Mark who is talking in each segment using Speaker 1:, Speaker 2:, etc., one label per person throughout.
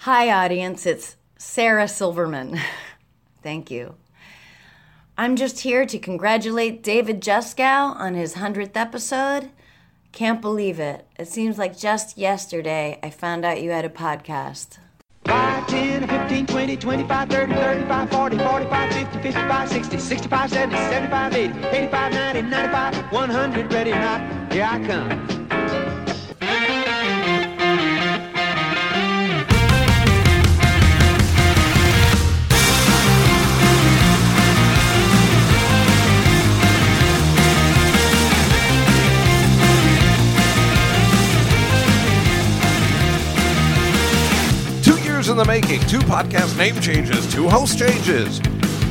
Speaker 1: Hi, audience. It's Sarah Silverman. Thank you. I'm just here to congratulate David Juskow on his 100th episode. Can't believe it. It seems like just yesterday I found out you had a podcast.
Speaker 2: 5, 10, 15, 20, 25, 30, 35, 40, 45, 50, 55, 60, 65, 70, 75, 80, 85, 90, 95, 100, ready or not, here I come.
Speaker 3: Two years in the making, two podcast name changes, two host changes.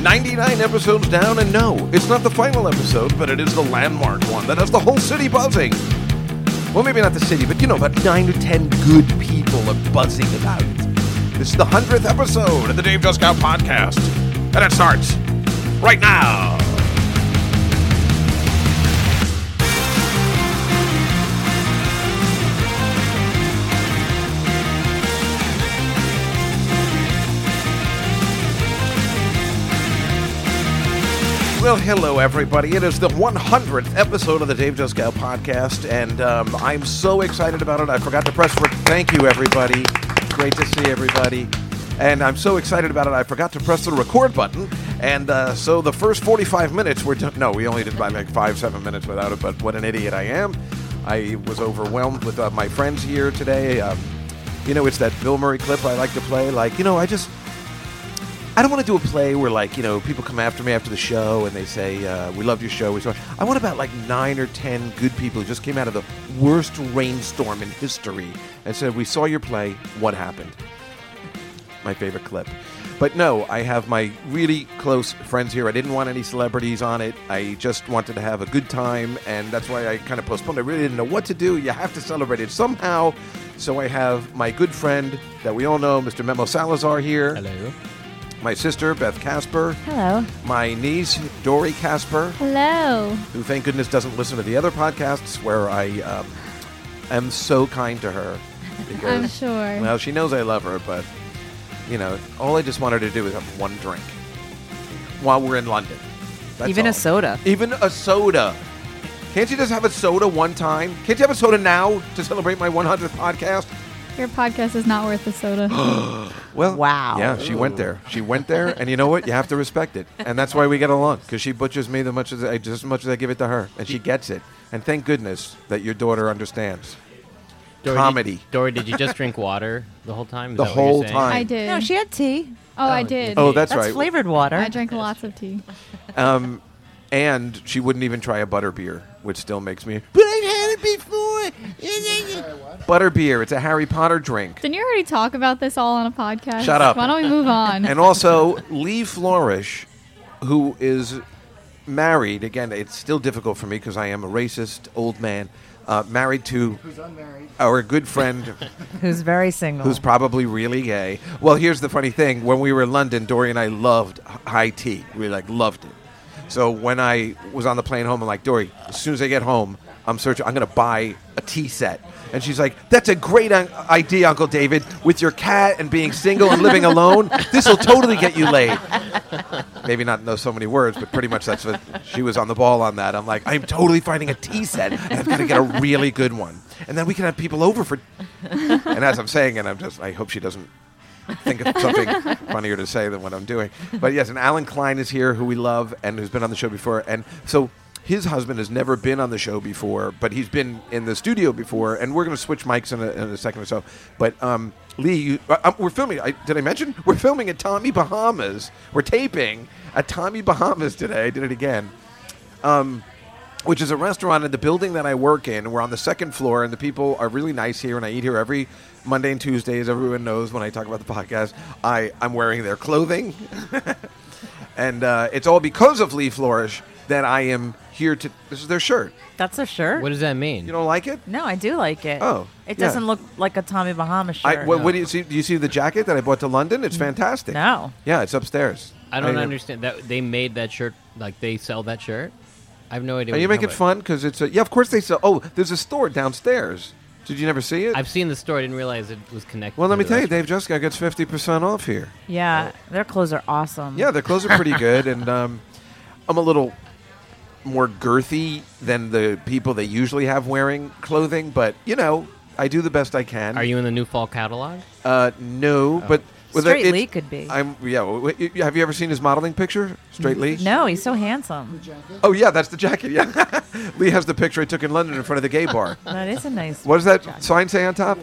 Speaker 3: 99 episodes down, and no, it's not the final episode, but it is the landmark one that has the whole city buzzing. Well, maybe not the city, but you know, about 9 to 10 good people are buzzing about it. This is the 100th episode of the Dave Juskow podcast, and it starts right now. Well, hello, everybody. It is the 100th episode of the Dave Juskow podcast, and um, I'm so excited about it. I forgot to press re- Thank you, everybody. Great to see everybody. And I'm so excited about it. I forgot to press the record button, and uh, so the first 45 minutes were done. No, we only did by like five, seven minutes without it. But what an idiot I am! I was overwhelmed with uh, my friends here today. Um, you know, it's that Bill Murray clip I like to play. Like, you know, I just I don't want to do a play where like you know people come after me after the show and they say uh, we love your show. We saw. I want about like nine or ten good people who just came out of the worst rainstorm in history and said we saw your play. What happened? My favorite clip. But no, I have my really close friends here. I didn't want any celebrities on it. I just wanted to have a good time, and that's why I kind of postponed. I really didn't know what to do. You have to celebrate it somehow. So I have my good friend that we all know, Mr. Memo Salazar, here
Speaker 4: Hello.
Speaker 3: my sister Beth Casper,
Speaker 5: Hello.
Speaker 3: my niece Dory Casper,
Speaker 5: Hello.
Speaker 3: who thank goodness doesn't listen to the other podcasts where I um, am so kind to her.
Speaker 5: I'm
Speaker 3: Because,
Speaker 5: sure.
Speaker 3: well, she knows I love her, but you know, all I just want her to do is have one drink while we're in London. That's
Speaker 6: Even a
Speaker 3: all.
Speaker 6: soda.
Speaker 3: Even a soda. Can't you just have a soda one time? Can't you have a soda now to celebrate my 100th podcast?
Speaker 5: Your podcast is not worth the soda.
Speaker 3: Well,
Speaker 6: Wow.
Speaker 3: Yeah, she went there. She went there, and you know what? You have to respect it, and that's why we get along because she butchers me the much as I, just as much as I give it to her, and she gets it. And thank goodness that your daughter understands
Speaker 4: Dory,
Speaker 3: Comedy.
Speaker 4: Did, Dory, did you just drink water the whole time? Is
Speaker 3: the
Speaker 4: that what you're
Speaker 3: whole
Speaker 4: saying?
Speaker 3: time.
Speaker 5: I did.
Speaker 6: No, she had tea.
Speaker 5: oh, I
Speaker 4: Oh,
Speaker 5: did.
Speaker 3: Oh, that's,
Speaker 6: That's
Speaker 3: right.
Speaker 6: flavored water.
Speaker 5: I drank lots of tea.
Speaker 3: And she wouldn't even try a butter beer, which still makes me. But I've had it before. butter beer. It's a Harry Potter drink.
Speaker 5: Didn't you already talk about this all on a podcast?
Speaker 3: Shut up.
Speaker 5: Why don't we move on?
Speaker 3: and also Lee Flourish, who is married. Again, it's still difficult for me because I am a racist old man. Uh, married to our good friend
Speaker 6: Who's very single.
Speaker 3: who's probably really gay. Well, here's the funny thing: when we were in London, Dory and I loved h- high tea. We like loved it. So when I was on the plane home, I'm like, Dory, as soon as I get home, I'm searching. I'm gonna buy a tea set. And she's like, "That's a great un- idea, Uncle David. With your cat and being single and living alone, this will totally get you laid." Maybe not know so many words, but pretty much that's what she was on the ball on that. I'm like, I'm totally finding a tea set, and I've got to get a really good one, and then we can have people over for and as I'm saying it, I'm just, I hope she doesn't think of something funnier to say than what I'm doing. But yes, and Alan Klein is here, who we love and who's been on the show before. And so his husband has never been on the show before, but he's been in the studio before. And we're going to switch mics in a, in a second or so. But um, Lee, you, uh, um, we're filming. I, did I mention? We're filming at Tommy Bahamas. We're taping at Tommy Bahamas today. I did it again which is a restaurant in the building that I work in. We're on the second floor, and the people are really nice here, and I eat here every Monday and Tuesday, as everyone knows when I talk about the podcast. I, I'm wearing their clothing. and uh, it's all because of Lee Flourish that I am here to. This is their shirt.
Speaker 6: That's a shirt.
Speaker 4: What does that mean?
Speaker 3: You don't like it?
Speaker 6: no, I do like it.
Speaker 3: Oh,
Speaker 6: It
Speaker 3: yeah.
Speaker 6: doesn't look like a Tommy Bahama shirt.
Speaker 3: I, what, what do you see? Do you see the jacket that I bought to London? It's fantastic.
Speaker 6: No.
Speaker 3: Yeah, it's upstairs.
Speaker 4: Mm. I don't
Speaker 3: mean,
Speaker 4: understand that they made that shirt. Like they sell that shirt. I have no idea.
Speaker 3: Are
Speaker 4: what
Speaker 3: you
Speaker 4: you're
Speaker 3: making
Speaker 4: talking about.
Speaker 3: fun? Because it's a yeah. Of course they sell. Oh, there's a store downstairs. Did you never see it?
Speaker 4: I've seen the story. I didn't realize it was connected.
Speaker 3: well, let
Speaker 4: to
Speaker 3: me
Speaker 4: the
Speaker 3: tell you,
Speaker 4: restaurant.
Speaker 3: Dave Jessica gets fifty percent off here.
Speaker 6: Yeah, their clothes are awesome.
Speaker 3: Oh. Yeah, their clothes are pretty good, and um, I'm a little more girthy than the people they usually have wearing clothing, but you know, I do the best I can.
Speaker 4: Are you Oh. in the new fall catalog?
Speaker 3: Uh, no, but with a-
Speaker 6: Straight
Speaker 3: it's-
Speaker 6: Lee could be.
Speaker 3: I'm yeah. w- w- y- Have you ever seen his modeling picture, Straight Lee?
Speaker 6: No, he's so handsome.
Speaker 3: Oh yeah, that's the jacket. Yeah, Lee has the picture I took in London in front of the gay bar.
Speaker 6: That is a nice.
Speaker 3: What does that sign say on top?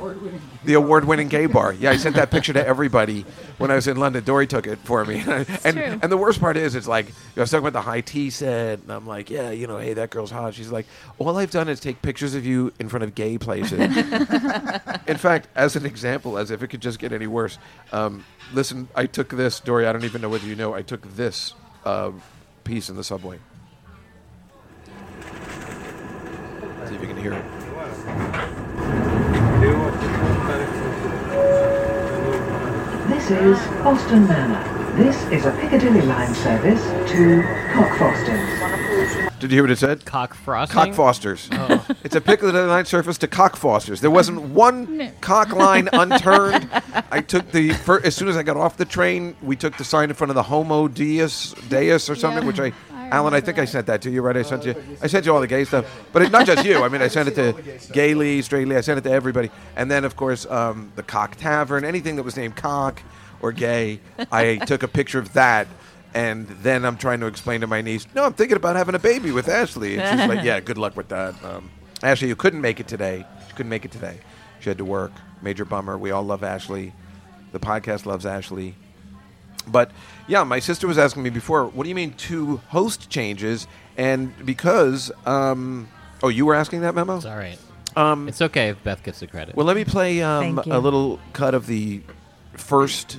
Speaker 3: The award-winning gay bar. Yeah, I sent that picture to everybody when I was in London. Dory took it for me, and
Speaker 5: true.
Speaker 3: and the worst part is, it's like you know, I was talking about the high tea set, and I'm like, yeah, you know, hey, that girl's hot. She's like, all I've done is take pictures of you in front of gay places. in fact, as an example, as if it could just get any worse. Um, listen, I took this, Dory. I don't even know whether you know. I took this uh, piece in the subway. See if you can hear it.
Speaker 7: This is Boston Manor. This is a Piccadilly line service to Cockfosters.
Speaker 3: Did you hear what it said?
Speaker 4: Cock frosting.
Speaker 3: Cockfosters. It's a Piccadilly line surface to cockfosters. There wasn't one
Speaker 5: No.
Speaker 3: cock line unturned. I took the fir- as soon as I got off the train, we took the sign in front of the Homo Deus Deus or something,
Speaker 5: Yeah,
Speaker 3: which I,
Speaker 5: I
Speaker 3: Alan, I
Speaker 5: remember
Speaker 3: think I
Speaker 5: that.
Speaker 3: sent that to you, right? I sent you, I sent you all the gay stuff, but it, not just you. I mean, I sent it to Gay Lee, Straight Lee. I sent it to everybody, and then of course um, the Cock Tavern, anything that was named cock or gay, I took a picture of that. And then I'm trying to explain to my niece, no, I'm thinking about having a baby with Ashley. And she's like, yeah, good luck with that. Um, Ashley, you couldn't make it today. She couldn't make it today. She had to work. Major bummer. We all love Ashley. The podcast loves Ashley. But yeah, my sister was asking me before, what do you mean two host changes? And because, um, oh, you were asking that memo?
Speaker 4: It's all right. Um, it's okay if Beth gets the credit.
Speaker 3: Well, let me play um,
Speaker 6: Thank you.
Speaker 3: a little cut of the first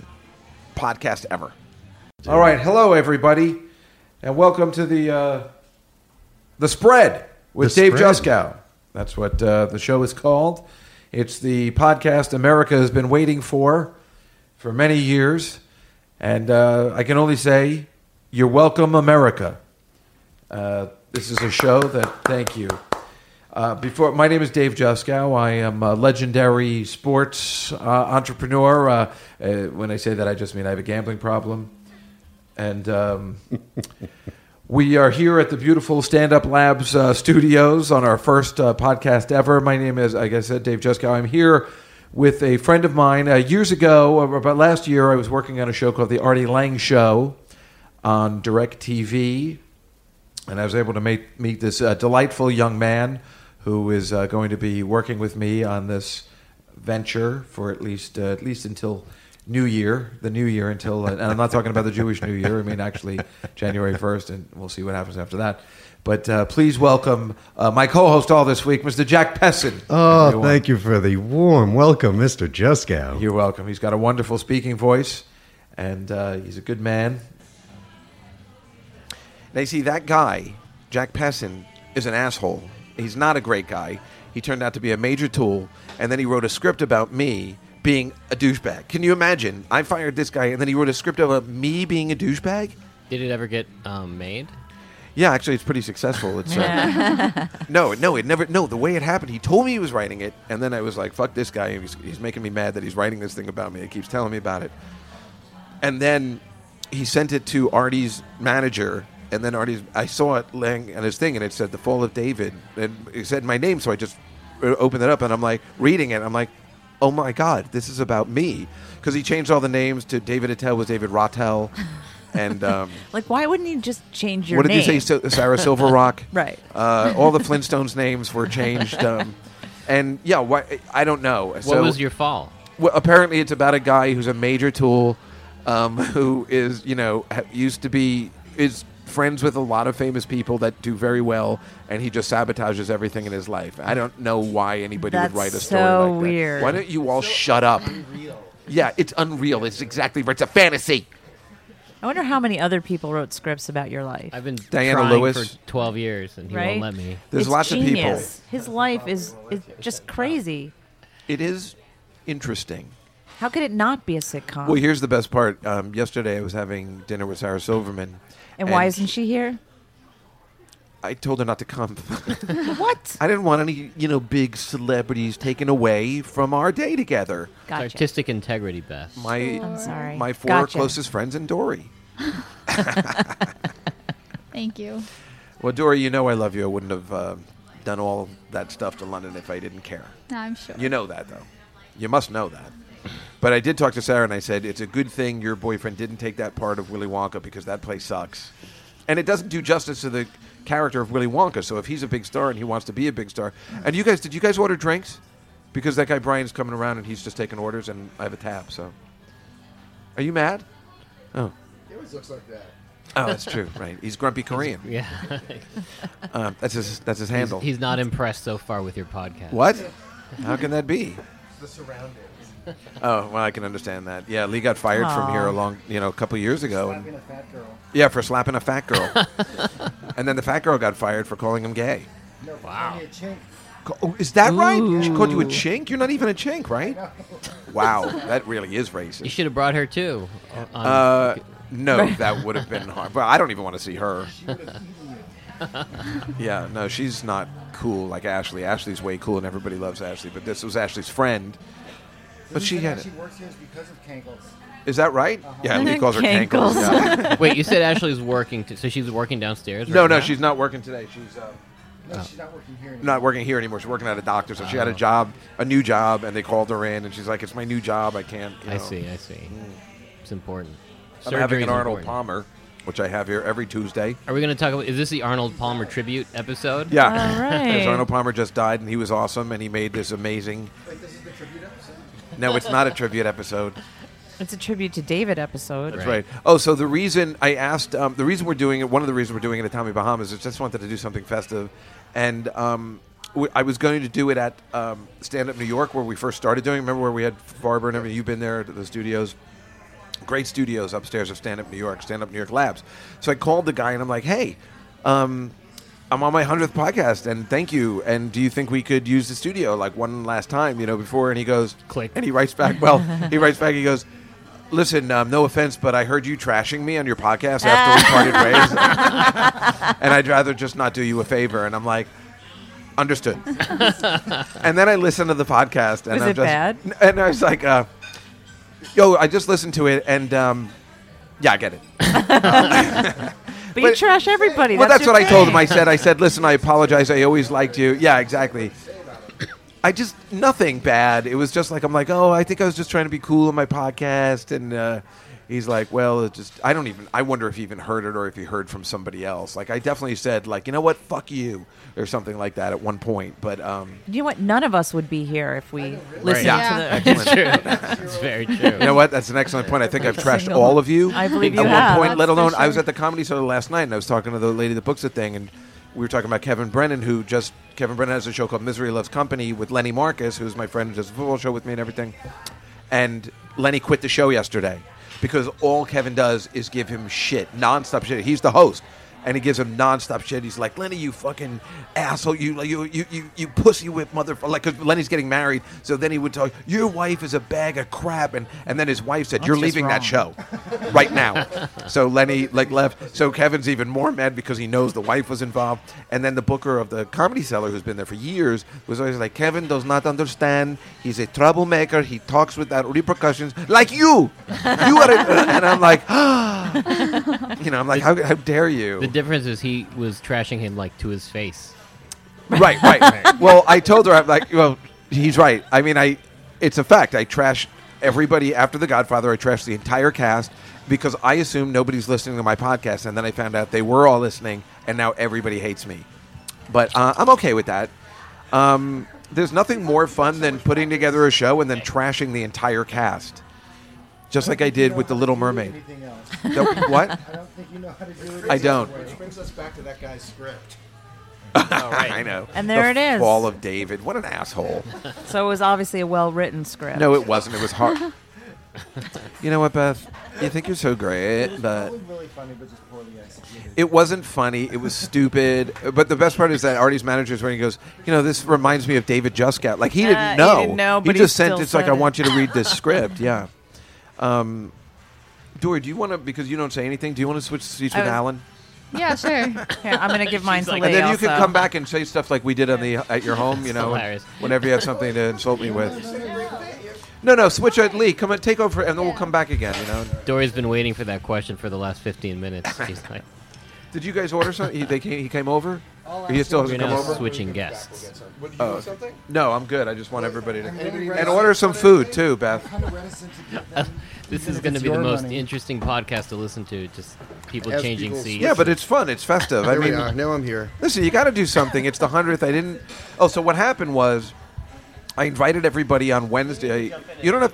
Speaker 3: podcast ever. All right, hello everybody, and welcome to the uh, the spread with
Speaker 8: The
Speaker 3: Dave
Speaker 8: Spread.
Speaker 3: Juskow. That's what uh, the show is called. It's the podcast America has been waiting for for many years, and uh, I can only say, you're welcome, America. Uh, this is a show that thank you. Uh, before my name is Dave Juskow. I am a legendary sports uh, entrepreneur. Uh, uh, when I say that, I just mean I have a gambling problem, and um, we are here at the beautiful Stand Up Labs uh, studios on our first uh, podcast ever. My name is, like I said, Dave Juskow. I'm here with a friend of mine. Uh, years ago, uh, about last year, I was working on a show called The Artie Lang Show on DirecTV and I was able to meet meet this uh, delightful young man who is uh, going to be working with me on this venture for at least uh, at least until New Year, the New Year until, uh, and I'm not talking about the Jewish New Year. I mean actually January 1st, and we'll see what happens after that. But uh, please welcome uh, my co-host all this week, Mr. Jack Pessin.
Speaker 8: Oh,
Speaker 3: Everyone.
Speaker 8: thank you for the warm welcome, Mr. Juskow.
Speaker 3: You're welcome. He's got a wonderful speaking voice, and uh, he's a good man. Now, you see, that guy, Jack Pessin, is an asshole. He's not a great guy. He turned out to be a major tool, and then he wrote a script about me being a douchebag. Can you imagine? I fired this guy, and then he wrote a script about me being a douchebag?
Speaker 4: Did it ever get um, made?
Speaker 3: Yeah, actually, it's pretty successful. It's uh,
Speaker 6: Yeah.
Speaker 3: no, no, it never. No, the way it happened, he told me he was writing it, and then I was like, "Fuck this guy! He's, he's making me mad that he's writing this thing about me. He keeps telling me about it." And then he sent it to Artie's manager, and then Artie's. I saw it laying on his thing, and it said "The Fall of David," and it said my name, so I just uh, opened it up, and I'm like reading it. I'm like, "Oh my god, this is about me," because he changed all the names to David Attell was David Rattel, and. Um,
Speaker 6: like, why wouldn't he just change your
Speaker 3: what
Speaker 6: name?
Speaker 3: did you say, Sa- Sarah Silver Rock?
Speaker 6: Right.
Speaker 3: Uh, all the Flintstones names were changed. Um, and yeah, why, I don't know.
Speaker 4: What was your fall?
Speaker 3: Well, apparently, it's about a guy who's a major tool, um, who is you know ha- used to be is friends with a lot of famous people that do very well, and he just sabotages everything in his life. I don't know why anybody
Speaker 6: That's
Speaker 3: would write a story
Speaker 6: so
Speaker 3: like that.
Speaker 6: weird.
Speaker 3: Why don't you all shut up? Yeah, it's unreal. It's exactly right. It's a fantasy.
Speaker 6: I wonder how many other people wrote scripts about your life.
Speaker 4: I've been
Speaker 3: Diana
Speaker 4: trying
Speaker 3: Lewis.
Speaker 4: for 12 years, and he
Speaker 6: right?
Speaker 4: won't let me.
Speaker 3: There's
Speaker 6: It's
Speaker 3: lots of people.
Speaker 6: genius. His life is is just crazy.
Speaker 3: It is interesting.
Speaker 6: How could it not be a sitcom?
Speaker 3: Well, here's the best part. Um, yesterday, I was having dinner with Sarah Silverman.
Speaker 6: and why isn't she here?
Speaker 3: I told her not to come.
Speaker 6: What?
Speaker 3: I didn't want any, you know, big celebrities taken away from our day together.
Speaker 6: Gotcha.
Speaker 4: Artistic integrity, Beth.
Speaker 3: My
Speaker 6: Oh, I'm sorry.
Speaker 3: my four
Speaker 6: Gotcha.
Speaker 3: closest friends and Dory.
Speaker 5: Thank you.
Speaker 3: Well, Dory, you know I love you. I wouldn't have uh, done all that stuff to London if I didn't care.
Speaker 5: I'm sure.
Speaker 3: You know that, though. You must know that. But I did talk to Sarah and I said, it's a good thing your boyfriend didn't take that part of Willy Wonka because that play sucks. And it doesn't do justice to the character of Willy Wonka. So if he's a big star and he wants to be a big star. And you guys, did you guys order drinks? Because that guy Brian's coming around and he's just taking orders and I have a tab, so. Are you mad? Oh. He always looks like that. Oh, that's true, right. He's grumpy Korean.
Speaker 4: Yeah.
Speaker 3: Um, that's his that's his
Speaker 4: he's,
Speaker 3: handle.
Speaker 4: he's not impressed so far with your podcast.
Speaker 3: What? How can that be? The surroundings. Oh well, I can understand that. Yeah, Lee got fired from here a long, you know, a couple years ago. and- Yeah, for slapping a fat girl. and then the fat girl got fired for calling him gay.
Speaker 4: Wow.
Speaker 3: Co- Oh, is that right? She called you a chink. You're not even a chink, right? Wow, that really is
Speaker 4: You
Speaker 3: racist.
Speaker 4: should have brought her too. Um,
Speaker 3: Uh, no, that would have been hard. But I don't even want to see her. yeah, no, she's not cool like Ashley. Ashley's way cool, and everybody loves Ashley. But this was Ashley's friend. But she had it.
Speaker 9: She works here is because of Kangles.
Speaker 3: Is that right? Yeah, Lee calls her cankles.
Speaker 6: Cankles.
Speaker 3: yeah.
Speaker 4: wait, you said Ashley's working, t- so she's working downstairs.
Speaker 3: no,
Speaker 4: right
Speaker 3: no,
Speaker 4: now?
Speaker 3: she's not working today. She's uh,
Speaker 9: No, she's not working here anymore. Oh.
Speaker 3: not working here anymore. She's working at a doctor, so she had a job, a new job, and they called her in, and she's like, "It's my new job. I can't." You
Speaker 4: I
Speaker 3: know,
Speaker 4: see. I see. It's important.
Speaker 3: I'm having
Speaker 4: Surgery's
Speaker 3: an Arnold
Speaker 4: important.
Speaker 3: Palmer, which I have here every Tuesday.
Speaker 4: Are we going to talk about? Is this the Arnold Palmer tribute episode?
Speaker 3: Yeah.
Speaker 6: All
Speaker 3: Because
Speaker 6: right.
Speaker 3: Arnold Palmer just died, and he was awesome, and he made this amazing.
Speaker 9: Wait, this is the tribute episode?
Speaker 3: No, it's not a tribute episode.
Speaker 6: It's a tribute to David episode.
Speaker 3: That's right. Oh, so the reason I asked, um, the reason we're doing it, one of the reasons we're doing it at Tommy Bahamas is just wanted to do something festive, and um, w- I was going to do it at um, Stand Up New York where we first started doing. it. Remember where we had Farber and everything? You've been there at the studios. Great studios upstairs of Stand Up New York, Stand Up New York Labs. So I called the guy and I'm like, hey. Um, I'm on my hundredth podcast, and thank you. And do you think we could use the studio like one last time, you know, before? And he goes,
Speaker 4: Click.
Speaker 3: And he writes back. Well, he writes back. He goes, listen, um, no offense, but I heard you trashing me on your podcast after we parted ways, and I'd rather just not do you a favor. And I'm like, understood. and then I listened to the podcast, and
Speaker 6: Was
Speaker 3: I'm
Speaker 6: it
Speaker 3: just,
Speaker 6: bad?
Speaker 3: and I was like, uh, yo, I just listened to it, and um, yeah, I get it.
Speaker 6: But, you trash everybody.
Speaker 3: Well, that's,
Speaker 6: your
Speaker 3: what I told
Speaker 6: thing.
Speaker 3: him. I said, I said, listen, I apologize. I always liked you. Yeah, exactly. I just nothing bad. It was just like I'm like, oh, I think I was just trying to be cool in my podcast, and uh, he's like, well, it just I don't even. I wonder if he even heard it or if he heard from somebody else. Like I definitely said, like you know what, fuck you or something like that at one point. But um,
Speaker 6: You know what? None of us would be here if we listened
Speaker 5: Yeah.
Speaker 6: to the.
Speaker 4: It's true. it's very true.
Speaker 3: You know what? That's an excellent point. I think I've trashed
Speaker 6: single
Speaker 3: all
Speaker 6: one.
Speaker 3: of you.
Speaker 6: I believe
Speaker 3: at
Speaker 6: you
Speaker 3: one
Speaker 6: have,
Speaker 3: point,
Speaker 6: that's
Speaker 3: let
Speaker 6: for
Speaker 3: alone I was
Speaker 6: sure.
Speaker 3: at the comedy store last night and I was talking to the lady that books the thing, and we were talking about Kevin Brennan, who just Kevin Brennan has a show called Misery Loves Company with Lenny Marcus, who's my friend who does a football show with me and everything. And Lenny quit the show yesterday because all Kevin does is give him shit, nonstop shit. He's the host. And he gives him nonstop shit. He's like, Lenny, you fucking asshole, you you you you, you pussy whip motherfucker. Like, 'cause Lenny's getting married, so then he would talk. Your wife is a bag of crap, and and then his wife said, "You're
Speaker 6: just
Speaker 3: leaving that
Speaker 6: wrong.
Speaker 3: show." show right now. so Lenny like left. So Kevin's even more mad because he knows the wife was involved. And then the booker of the comedy seller who's been there for years was always like, Kevin does not understand. He's a troublemaker. He talks without repercussions, like you. You are, a, and I'm like, you know, I'm like, how, how dare you?
Speaker 4: The difference is he was trashing him like to his face.
Speaker 3: Right, right. Well, I told her I'm like, well, he's right. I mean, I it's a fact. I trash everybody after The Godfather. I trashed the entire cast because I assume nobody's listening to my podcast, and then I found out they were all listening, and now everybody hates me. But uh, I'm okay with that. Um, there's nothing more fun than putting together a show and then trashing the entire cast, just like I did with The Little Mermaid.
Speaker 9: Anything else?
Speaker 3: The- what?
Speaker 9: I don't think you know how to do it.
Speaker 3: I don't.
Speaker 9: Which brings us back to that guy's script.
Speaker 3: I know.
Speaker 6: And there
Speaker 3: The
Speaker 6: it is.
Speaker 3: Fall of David. What an asshole.
Speaker 6: So it was obviously a well-written script.
Speaker 3: No, it wasn't. It was hard. you know what, Beth? You think you're so great, but
Speaker 9: Probably really funny, but just poorly executed.
Speaker 3: it wasn't funny. It was stupid. But the best part is that Artie's manager is when he goes, you know, this reminds me of David Juskow. Like he
Speaker 6: Uh,
Speaker 3: didn't
Speaker 6: he
Speaker 3: know.
Speaker 6: didn't know, but he
Speaker 3: just sent.
Speaker 6: still
Speaker 3: It's like
Speaker 6: said
Speaker 3: I
Speaker 6: it.
Speaker 3: want you to read this script. Yeah. Um, Dory, do you want to? Because you don't say anything. Do you want to switch seats
Speaker 6: I
Speaker 3: with
Speaker 6: was-
Speaker 3: Alan?
Speaker 5: Yeah, sure.
Speaker 6: Here, I'm gonna give mine to
Speaker 3: And
Speaker 6: Lee.
Speaker 3: then you
Speaker 6: also.
Speaker 3: can come back and say stuff like we did on the at your home, you know, when-
Speaker 4: Hilarious.
Speaker 3: whenever you have something to insult me with. No, no, switch at Lee. Come and take over, and then we'll come back again. You know,
Speaker 4: Dory's been waiting for that question for the last 15 minutes. He's like,
Speaker 3: did you guys order something? He, they came, he came over. Or He still
Speaker 4: we're
Speaker 3: hasn't come
Speaker 4: now
Speaker 3: over.
Speaker 4: switching guests.
Speaker 9: Would you want something?
Speaker 3: No, I'm good. I just want everybody to
Speaker 9: Anybody
Speaker 3: and
Speaker 9: reticent
Speaker 3: order
Speaker 9: to
Speaker 3: some
Speaker 9: that
Speaker 3: food
Speaker 9: thing?
Speaker 3: too, Beth.
Speaker 9: Kind of reticent to give them.
Speaker 4: This
Speaker 9: Even
Speaker 4: is
Speaker 9: if
Speaker 4: going to
Speaker 9: it's
Speaker 4: be the
Speaker 9: your
Speaker 4: most
Speaker 9: money.
Speaker 4: interesting podcast to listen to. Just people
Speaker 9: As
Speaker 4: changing
Speaker 9: people
Speaker 4: seats.
Speaker 3: Yeah, but it's fun. It's festive. I
Speaker 9: There we
Speaker 3: mean,
Speaker 9: are. Now I'm here.
Speaker 3: Listen, you got to do something. It's the hundredth. I didn't. Oh, so what happened was, I invited everybody on Wednesday. You don't have.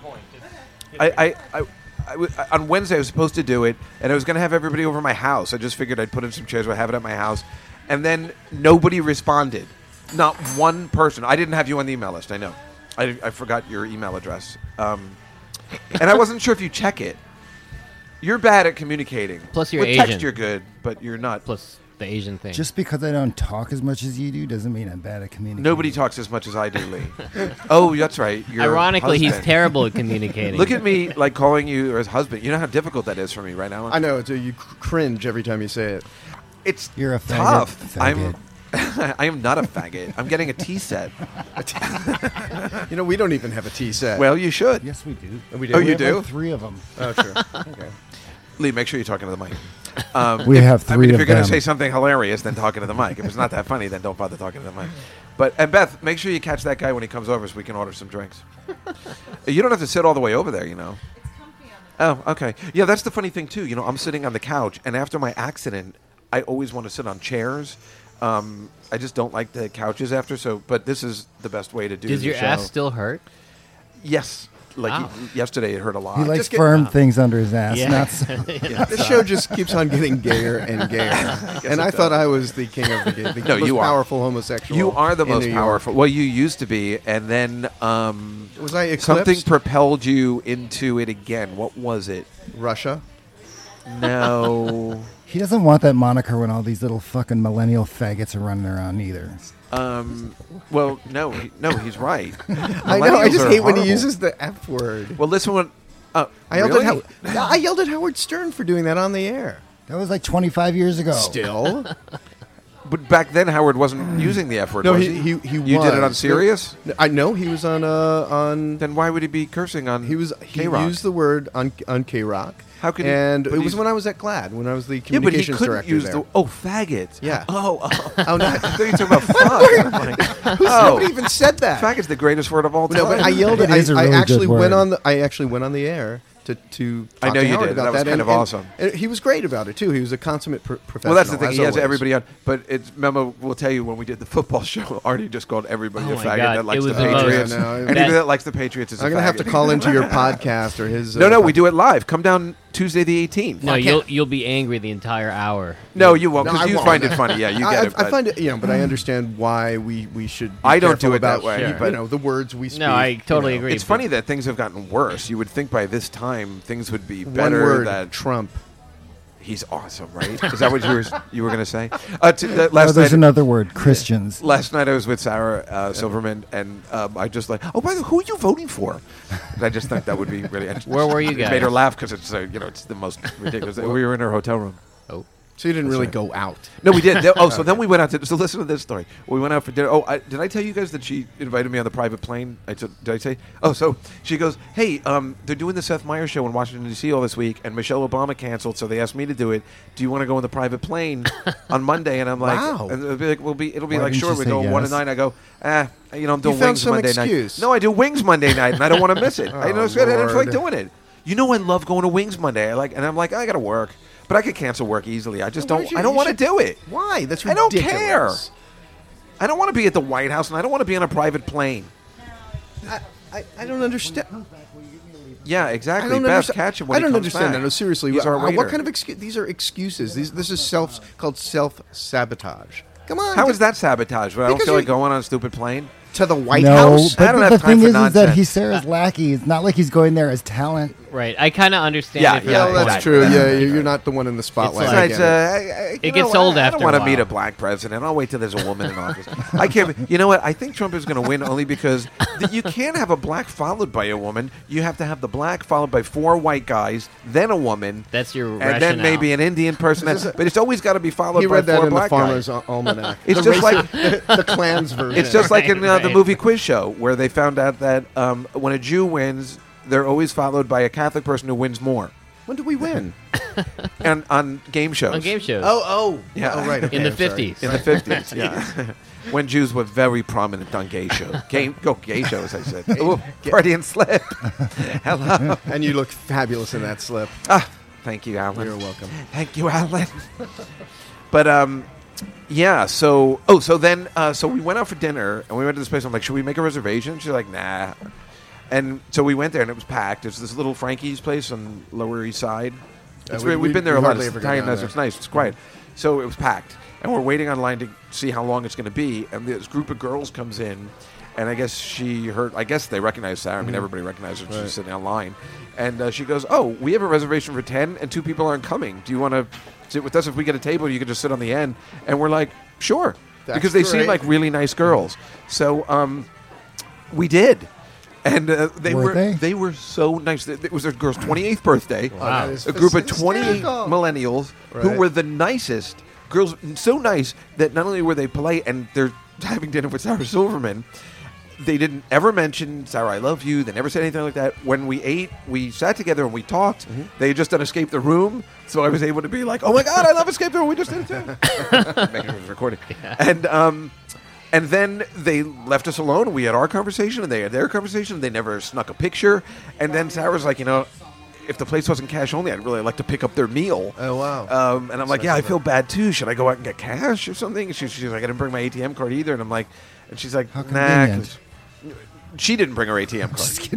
Speaker 3: I I. I I w- on Wednesday, I was supposed to do it, and I was going to have everybody over my house. I just figured I'd put in some chairs, I'd have it at my house, and then nobody responded. Not one person. I didn't have you on the email list. I know. I, I forgot your email address, um, and I wasn't sure if you check it. You're bad at communicating.
Speaker 4: Plus you're
Speaker 3: With
Speaker 4: Asian.
Speaker 3: text, you're good, but you're not.
Speaker 4: plus the Asian thing.
Speaker 10: Just because I don't talk as much as you do doesn't mean I'm bad at communicating.
Speaker 3: Nobody talks as much as I do, Lee. oh, that's right. Your
Speaker 4: Ironically, he's
Speaker 3: husband.
Speaker 4: terrible at communicating.
Speaker 3: Look at me, like calling you as husband. You know how difficult that is for me right now.
Speaker 9: I know. So you cr- cringe every time you say it.
Speaker 3: It's
Speaker 10: You're a faggot,
Speaker 3: tough.
Speaker 10: faggot.
Speaker 3: I'm. I am not a faggot. I'm getting a tea set.
Speaker 9: You know, we don't even have a tea set.
Speaker 3: Well, you should.
Speaker 10: Yes, we do.
Speaker 9: we do.
Speaker 3: Oh,
Speaker 10: We
Speaker 3: you
Speaker 10: have, like,
Speaker 3: do?
Speaker 10: three of them.
Speaker 9: Oh, sure. Okay.
Speaker 3: Lee, make sure you're talking to the mic.
Speaker 10: we have
Speaker 3: I
Speaker 10: three
Speaker 3: mean, if
Speaker 10: of
Speaker 3: you're
Speaker 10: them.
Speaker 3: going to say something hilarious, then talking to the mic. If it's not that funny, then don't bother talking to the mic. But and Beth, make sure you catch that guy when he comes over, so we can order some drinks. you don't have to sit all the way over there, you know. Oh, okay. Yeah, that's the funny thing too. You know, I'm sitting on the couch, and after my accident, I always want to sit on chairs. Um, I just don't like the couches after. So, but this is the best way to do.
Speaker 4: Does
Speaker 3: the
Speaker 4: your
Speaker 3: show.
Speaker 4: ass still hurt?
Speaker 3: Yes. Like
Speaker 4: Wow.
Speaker 3: y- yesterday, it hurt a lot.
Speaker 10: he likes
Speaker 9: just get-
Speaker 10: firm things under his ass.
Speaker 4: Yeah.
Speaker 10: Not so,
Speaker 9: This show just keeps on getting gayer and gayer. and I thought I was the king of the gay, the
Speaker 3: No,
Speaker 9: most
Speaker 3: you are.
Speaker 9: powerful homosexual.
Speaker 3: you are the
Speaker 9: in
Speaker 3: most
Speaker 9: New York.
Speaker 3: powerful. Well, you used to be, and then um,
Speaker 9: Was I eclipsed?
Speaker 3: Something propelled you into it again. What was it?
Speaker 9: Russia.
Speaker 3: No.
Speaker 10: he doesn't want that moniker when all these little fucking millennial faggots are running around either.
Speaker 3: um, well, no, he- no, he's right.
Speaker 9: I know. I just hate when he
Speaker 3: uses.
Speaker 9: uses the F word.
Speaker 3: Well, listen when. Uh,
Speaker 9: I yelled,
Speaker 3: really?
Speaker 9: at Howard, I yelled at Howard Stern for doing that on the air.
Speaker 10: That was like 25 years ago.
Speaker 9: Still,
Speaker 3: But back then, Howard wasn't using the F word.
Speaker 9: Mm. no,
Speaker 3: was
Speaker 9: he he, he
Speaker 3: You did it on
Speaker 9: was.
Speaker 3: Sirius.
Speaker 9: I know he was on uh on
Speaker 3: Then why would he be cursing on?
Speaker 9: he was he
Speaker 3: K-Rock?
Speaker 9: used the word on on K Rock.
Speaker 3: How could he-
Speaker 9: and
Speaker 3: but
Speaker 9: it was
Speaker 3: he's-
Speaker 9: when I was at GLAD when I was the
Speaker 3: yeah, but he
Speaker 9: communications
Speaker 3: couldn't
Speaker 9: director
Speaker 3: use
Speaker 9: there.
Speaker 3: the oh faggot.
Speaker 9: Yeah.
Speaker 3: Oh, oh,
Speaker 9: oh no,
Speaker 3: I thought you were talking about fuck. I'm like,
Speaker 9: nobody
Speaker 3: oh,
Speaker 9: even said that.
Speaker 3: faggot's the greatest word of all time.
Speaker 9: No, but I yelled.
Speaker 10: It
Speaker 9: at, I,
Speaker 10: is a
Speaker 9: I
Speaker 10: really good
Speaker 9: actually
Speaker 10: word.
Speaker 9: went on. The, I actually went on the air to to.
Speaker 3: I
Speaker 9: talk
Speaker 3: know
Speaker 9: to
Speaker 3: you
Speaker 9: Howard
Speaker 3: did.
Speaker 9: About
Speaker 3: That was kind
Speaker 9: and-
Speaker 3: of
Speaker 9: and-
Speaker 3: awesome.
Speaker 9: And he was great about it too. He was a consummate pro-
Speaker 3: Well,
Speaker 9: professional.
Speaker 3: that's the thing.
Speaker 9: as
Speaker 3: He has
Speaker 9: always.
Speaker 3: everybody on, but it's Memo will tell you when we did the football show. Artie just called everybody
Speaker 4: Oh
Speaker 3: a
Speaker 4: my
Speaker 3: faggot
Speaker 4: God,
Speaker 3: that likes the
Speaker 4: it was the
Speaker 9: most-
Speaker 3: Patriots.
Speaker 9: I know, I know.
Speaker 3: Anybody
Speaker 4: That-
Speaker 3: that likes the Patriots is. a
Speaker 9: I'm gonna have to
Speaker 3: faggot.
Speaker 9: call into your podcast or his.
Speaker 3: No,
Speaker 9: uh,
Speaker 3: no, we do it live. Come down Tuesday the 18th.
Speaker 4: No, you'll you'll be angry the entire hour.
Speaker 3: No, you won't
Speaker 9: No,
Speaker 3: because
Speaker 9: I
Speaker 3: you
Speaker 9: won't.
Speaker 3: find it funny. Yeah, you
Speaker 9: I,
Speaker 3: get
Speaker 9: I-
Speaker 3: it.
Speaker 9: I find it, you know, but I understand why we, we should. Be
Speaker 3: I don't
Speaker 9: careful
Speaker 3: do it that
Speaker 9: about,
Speaker 3: way,
Speaker 9: you,
Speaker 3: but-
Speaker 9: you know the words we speak.
Speaker 4: No, I totally
Speaker 9: you know.
Speaker 4: agree.
Speaker 3: it's
Speaker 4: but
Speaker 3: funny that things have gotten worse. You would think by this time things would be
Speaker 9: One
Speaker 3: better.
Speaker 9: word,
Speaker 3: That
Speaker 9: Trump.
Speaker 3: he's awesome, right? Is that what you were you were going to say? Uh, t- that
Speaker 10: Oh,
Speaker 3: last
Speaker 10: there's
Speaker 3: night,
Speaker 10: another word, Christians.
Speaker 3: last night I was with Sarah uh, Silverman, and um, I just like, oh, by the way, who are you voting for? And I just thought that would be really. interesting.
Speaker 4: Where were you
Speaker 3: It made her
Speaker 4: guys?
Speaker 3: laugh because it's uh, you know it's the most ridiculous. we were in her hotel room.
Speaker 4: Oh,
Speaker 9: So you didn't really
Speaker 3: right.
Speaker 9: go out.
Speaker 3: No, we did. Th- Oh, so then we went out to. So listen to this story. We went out for dinner. Oh, I, did I tell you guys that she invited me on the private plane? I t- did I say? Oh, so she goes, "Hey, um, they're doing the Seth Meyers show in Washington D.C. all this week, and Michelle Obama canceled, so they asked me to do it. Do you want to go on the private plane on Monday?" And I'm like,
Speaker 9: Wow.
Speaker 3: and it'll be like, "We'll be, it'll be
Speaker 10: Why
Speaker 3: like,
Speaker 10: didn't
Speaker 3: sure,
Speaker 10: you
Speaker 3: we
Speaker 10: say
Speaker 3: go one to
Speaker 10: yes?
Speaker 3: nine. I go, ah, you know, I'm doing
Speaker 9: found
Speaker 3: wings
Speaker 9: some
Speaker 3: Monday
Speaker 9: excuse.
Speaker 3: night. No, I do wings Monday night, and I don't want to miss it. I
Speaker 9: Oh,
Speaker 3: know, so I didn't feel like
Speaker 9: Lord.
Speaker 3: doing it. You know, I love going to wings Monday. I like, and I'm like, I got to work. But I could cancel work easily. I just
Speaker 9: Why
Speaker 3: don't.
Speaker 9: you-
Speaker 3: I don't
Speaker 9: you
Speaker 3: want to
Speaker 9: should-
Speaker 3: do it.
Speaker 9: Why? That's
Speaker 3: I don't
Speaker 9: ridiculous.
Speaker 3: care. I don't want to be at the White House, and I don't want to be on a private plane.
Speaker 9: I, I don't understand.
Speaker 3: Yeah, exactly.
Speaker 9: I don't
Speaker 3: Beth,
Speaker 9: understand.
Speaker 3: catch him when
Speaker 9: I
Speaker 3: he
Speaker 9: don't
Speaker 3: comes
Speaker 9: understand
Speaker 3: back.
Speaker 9: that. No, seriously.
Speaker 3: He's
Speaker 9: uh,
Speaker 3: our
Speaker 9: what
Speaker 3: waiter.
Speaker 9: kind of excuse? These are excuses. These, this is self called self sabotage. Come on.
Speaker 3: How
Speaker 9: just-
Speaker 3: is that sabotage? When I don't
Speaker 9: Because
Speaker 3: feel like
Speaker 9: you're-
Speaker 3: going on a stupid plane. to the White
Speaker 10: no,
Speaker 3: House?
Speaker 10: but
Speaker 3: I don't
Speaker 10: the,
Speaker 3: have
Speaker 10: the
Speaker 3: time
Speaker 10: thing
Speaker 3: for
Speaker 10: is, is that
Speaker 3: nonsense.
Speaker 10: he's Sarah's lackey. It's not like he's going there as talent.
Speaker 4: Right. I kind of understand.
Speaker 3: Yeah,
Speaker 4: it from
Speaker 3: yeah,
Speaker 9: Yeah,
Speaker 4: that
Speaker 3: well,
Speaker 9: that's
Speaker 4: point.
Speaker 9: true. Yeah, you- you're not the one in the spotlight.
Speaker 3: It's
Speaker 9: I
Speaker 3: like,
Speaker 9: get
Speaker 3: uh,
Speaker 9: it.
Speaker 3: I- I- you
Speaker 4: It gets
Speaker 3: know,
Speaker 4: old
Speaker 3: I, I
Speaker 4: after
Speaker 3: don't
Speaker 4: a
Speaker 3: want to
Speaker 4: while.
Speaker 3: meet a black president. I'll wait till there's a woman in office. I can't. be- You know what? I think Trump is going to win only because th- you can't have a black followed by a woman. You have to have the black followed by four white guys, then a woman.
Speaker 4: That's your
Speaker 3: and then
Speaker 4: rationale.
Speaker 3: maybe an Indian person. but it's always got to be followed
Speaker 9: He
Speaker 3: by
Speaker 9: read that
Speaker 3: four
Speaker 9: in the
Speaker 3: black guys.
Speaker 9: Farmer's Al- Almanac.
Speaker 3: It's
Speaker 9: the
Speaker 3: just like-
Speaker 9: the, the Klan's version.
Speaker 3: It's just like in uh,
Speaker 4: Right,
Speaker 3: the
Speaker 4: right.
Speaker 3: movie Quiz Show, where they found out that um, when a Jew wins, they're always followed by a Catholic person who wins more.
Speaker 9: when do we win?
Speaker 3: And on game shows.
Speaker 4: on game shows.
Speaker 9: Oh, oh,
Speaker 3: Yeah.
Speaker 9: Oh, right. okay,
Speaker 4: in the
Speaker 9: I'm sorry.
Speaker 4: fifties.
Speaker 3: In the 50s, yeah. when Jews were very prominent on gay shows. Gay, go gay shows, I said. Ooh, party and slip. Hello.
Speaker 9: And you look fabulous in that slip.
Speaker 3: Ah, thank you, Alan.
Speaker 9: You're welcome.
Speaker 3: Thank you, Alan. but um, yeah. So oh, so then uh, so we went out for dinner and we went to this place. I'm like, should we make a reservation? She's like, nah. And so we went there and it was packed. It's this little Frankie's place on Lower East Side. It's
Speaker 9: Uh,
Speaker 3: we,
Speaker 9: we-
Speaker 3: we've
Speaker 9: we-
Speaker 3: been there
Speaker 9: we
Speaker 3: a lot.
Speaker 9: hardly
Speaker 3: It's
Speaker 9: ever go
Speaker 3: Italian
Speaker 9: down
Speaker 3: nice.
Speaker 9: there.
Speaker 3: It's nice. It's quiet. So it was packed, and we're waiting online to see how long it's going to be. And this group of girls comes in, and I guess she heard. I guess they recognize Sarah. I
Speaker 9: Mm-hmm.
Speaker 3: mean, everybody recognizes her. She's sitting online, and uh, she goes, "Oh, we have a reservation for ten, and two people aren't coming. Do you want to sit with us? If we get a table, you can just sit on the end." And we're like, "Sure,"
Speaker 9: That's
Speaker 3: because they seem
Speaker 9: great.
Speaker 3: like really nice girls. So. um we did. And uh, they were,
Speaker 10: Were
Speaker 3: they?
Speaker 10: they?
Speaker 3: were so nice. It it was their girl's 28th birthday.
Speaker 9: Wow. that is
Speaker 3: A group of 28
Speaker 9: hysterical.
Speaker 3: millennials who
Speaker 9: Right.
Speaker 3: were the nicest girls, so nice that not only were they polite and they're having dinner with Sarah Silverman, they didn't ever mention Sarah, I love you. They never said anything like that. When we ate, we sat together and we talked. They had just done Escape the Room, so I was able to be like, "Oh my God, I love Escape the Room. We just did it too." Make sure it's recording. And um, and then they left us alone. We had our conversation, and they had their conversation. They never snuck a picture. And then Sarah's like, you know. If the place wasn't cash only, I'd really like to pick up their meal.
Speaker 9: Oh, wow.
Speaker 3: Um, and I'm like, yeah, I feel bad too. Should I go out and get cash or something? She, she's like, I didn't bring my ATM card either. And I'm like, and she's like,
Speaker 10: How
Speaker 3: nah, 'cause-
Speaker 10: convenient.
Speaker 3: she didn't bring her ATM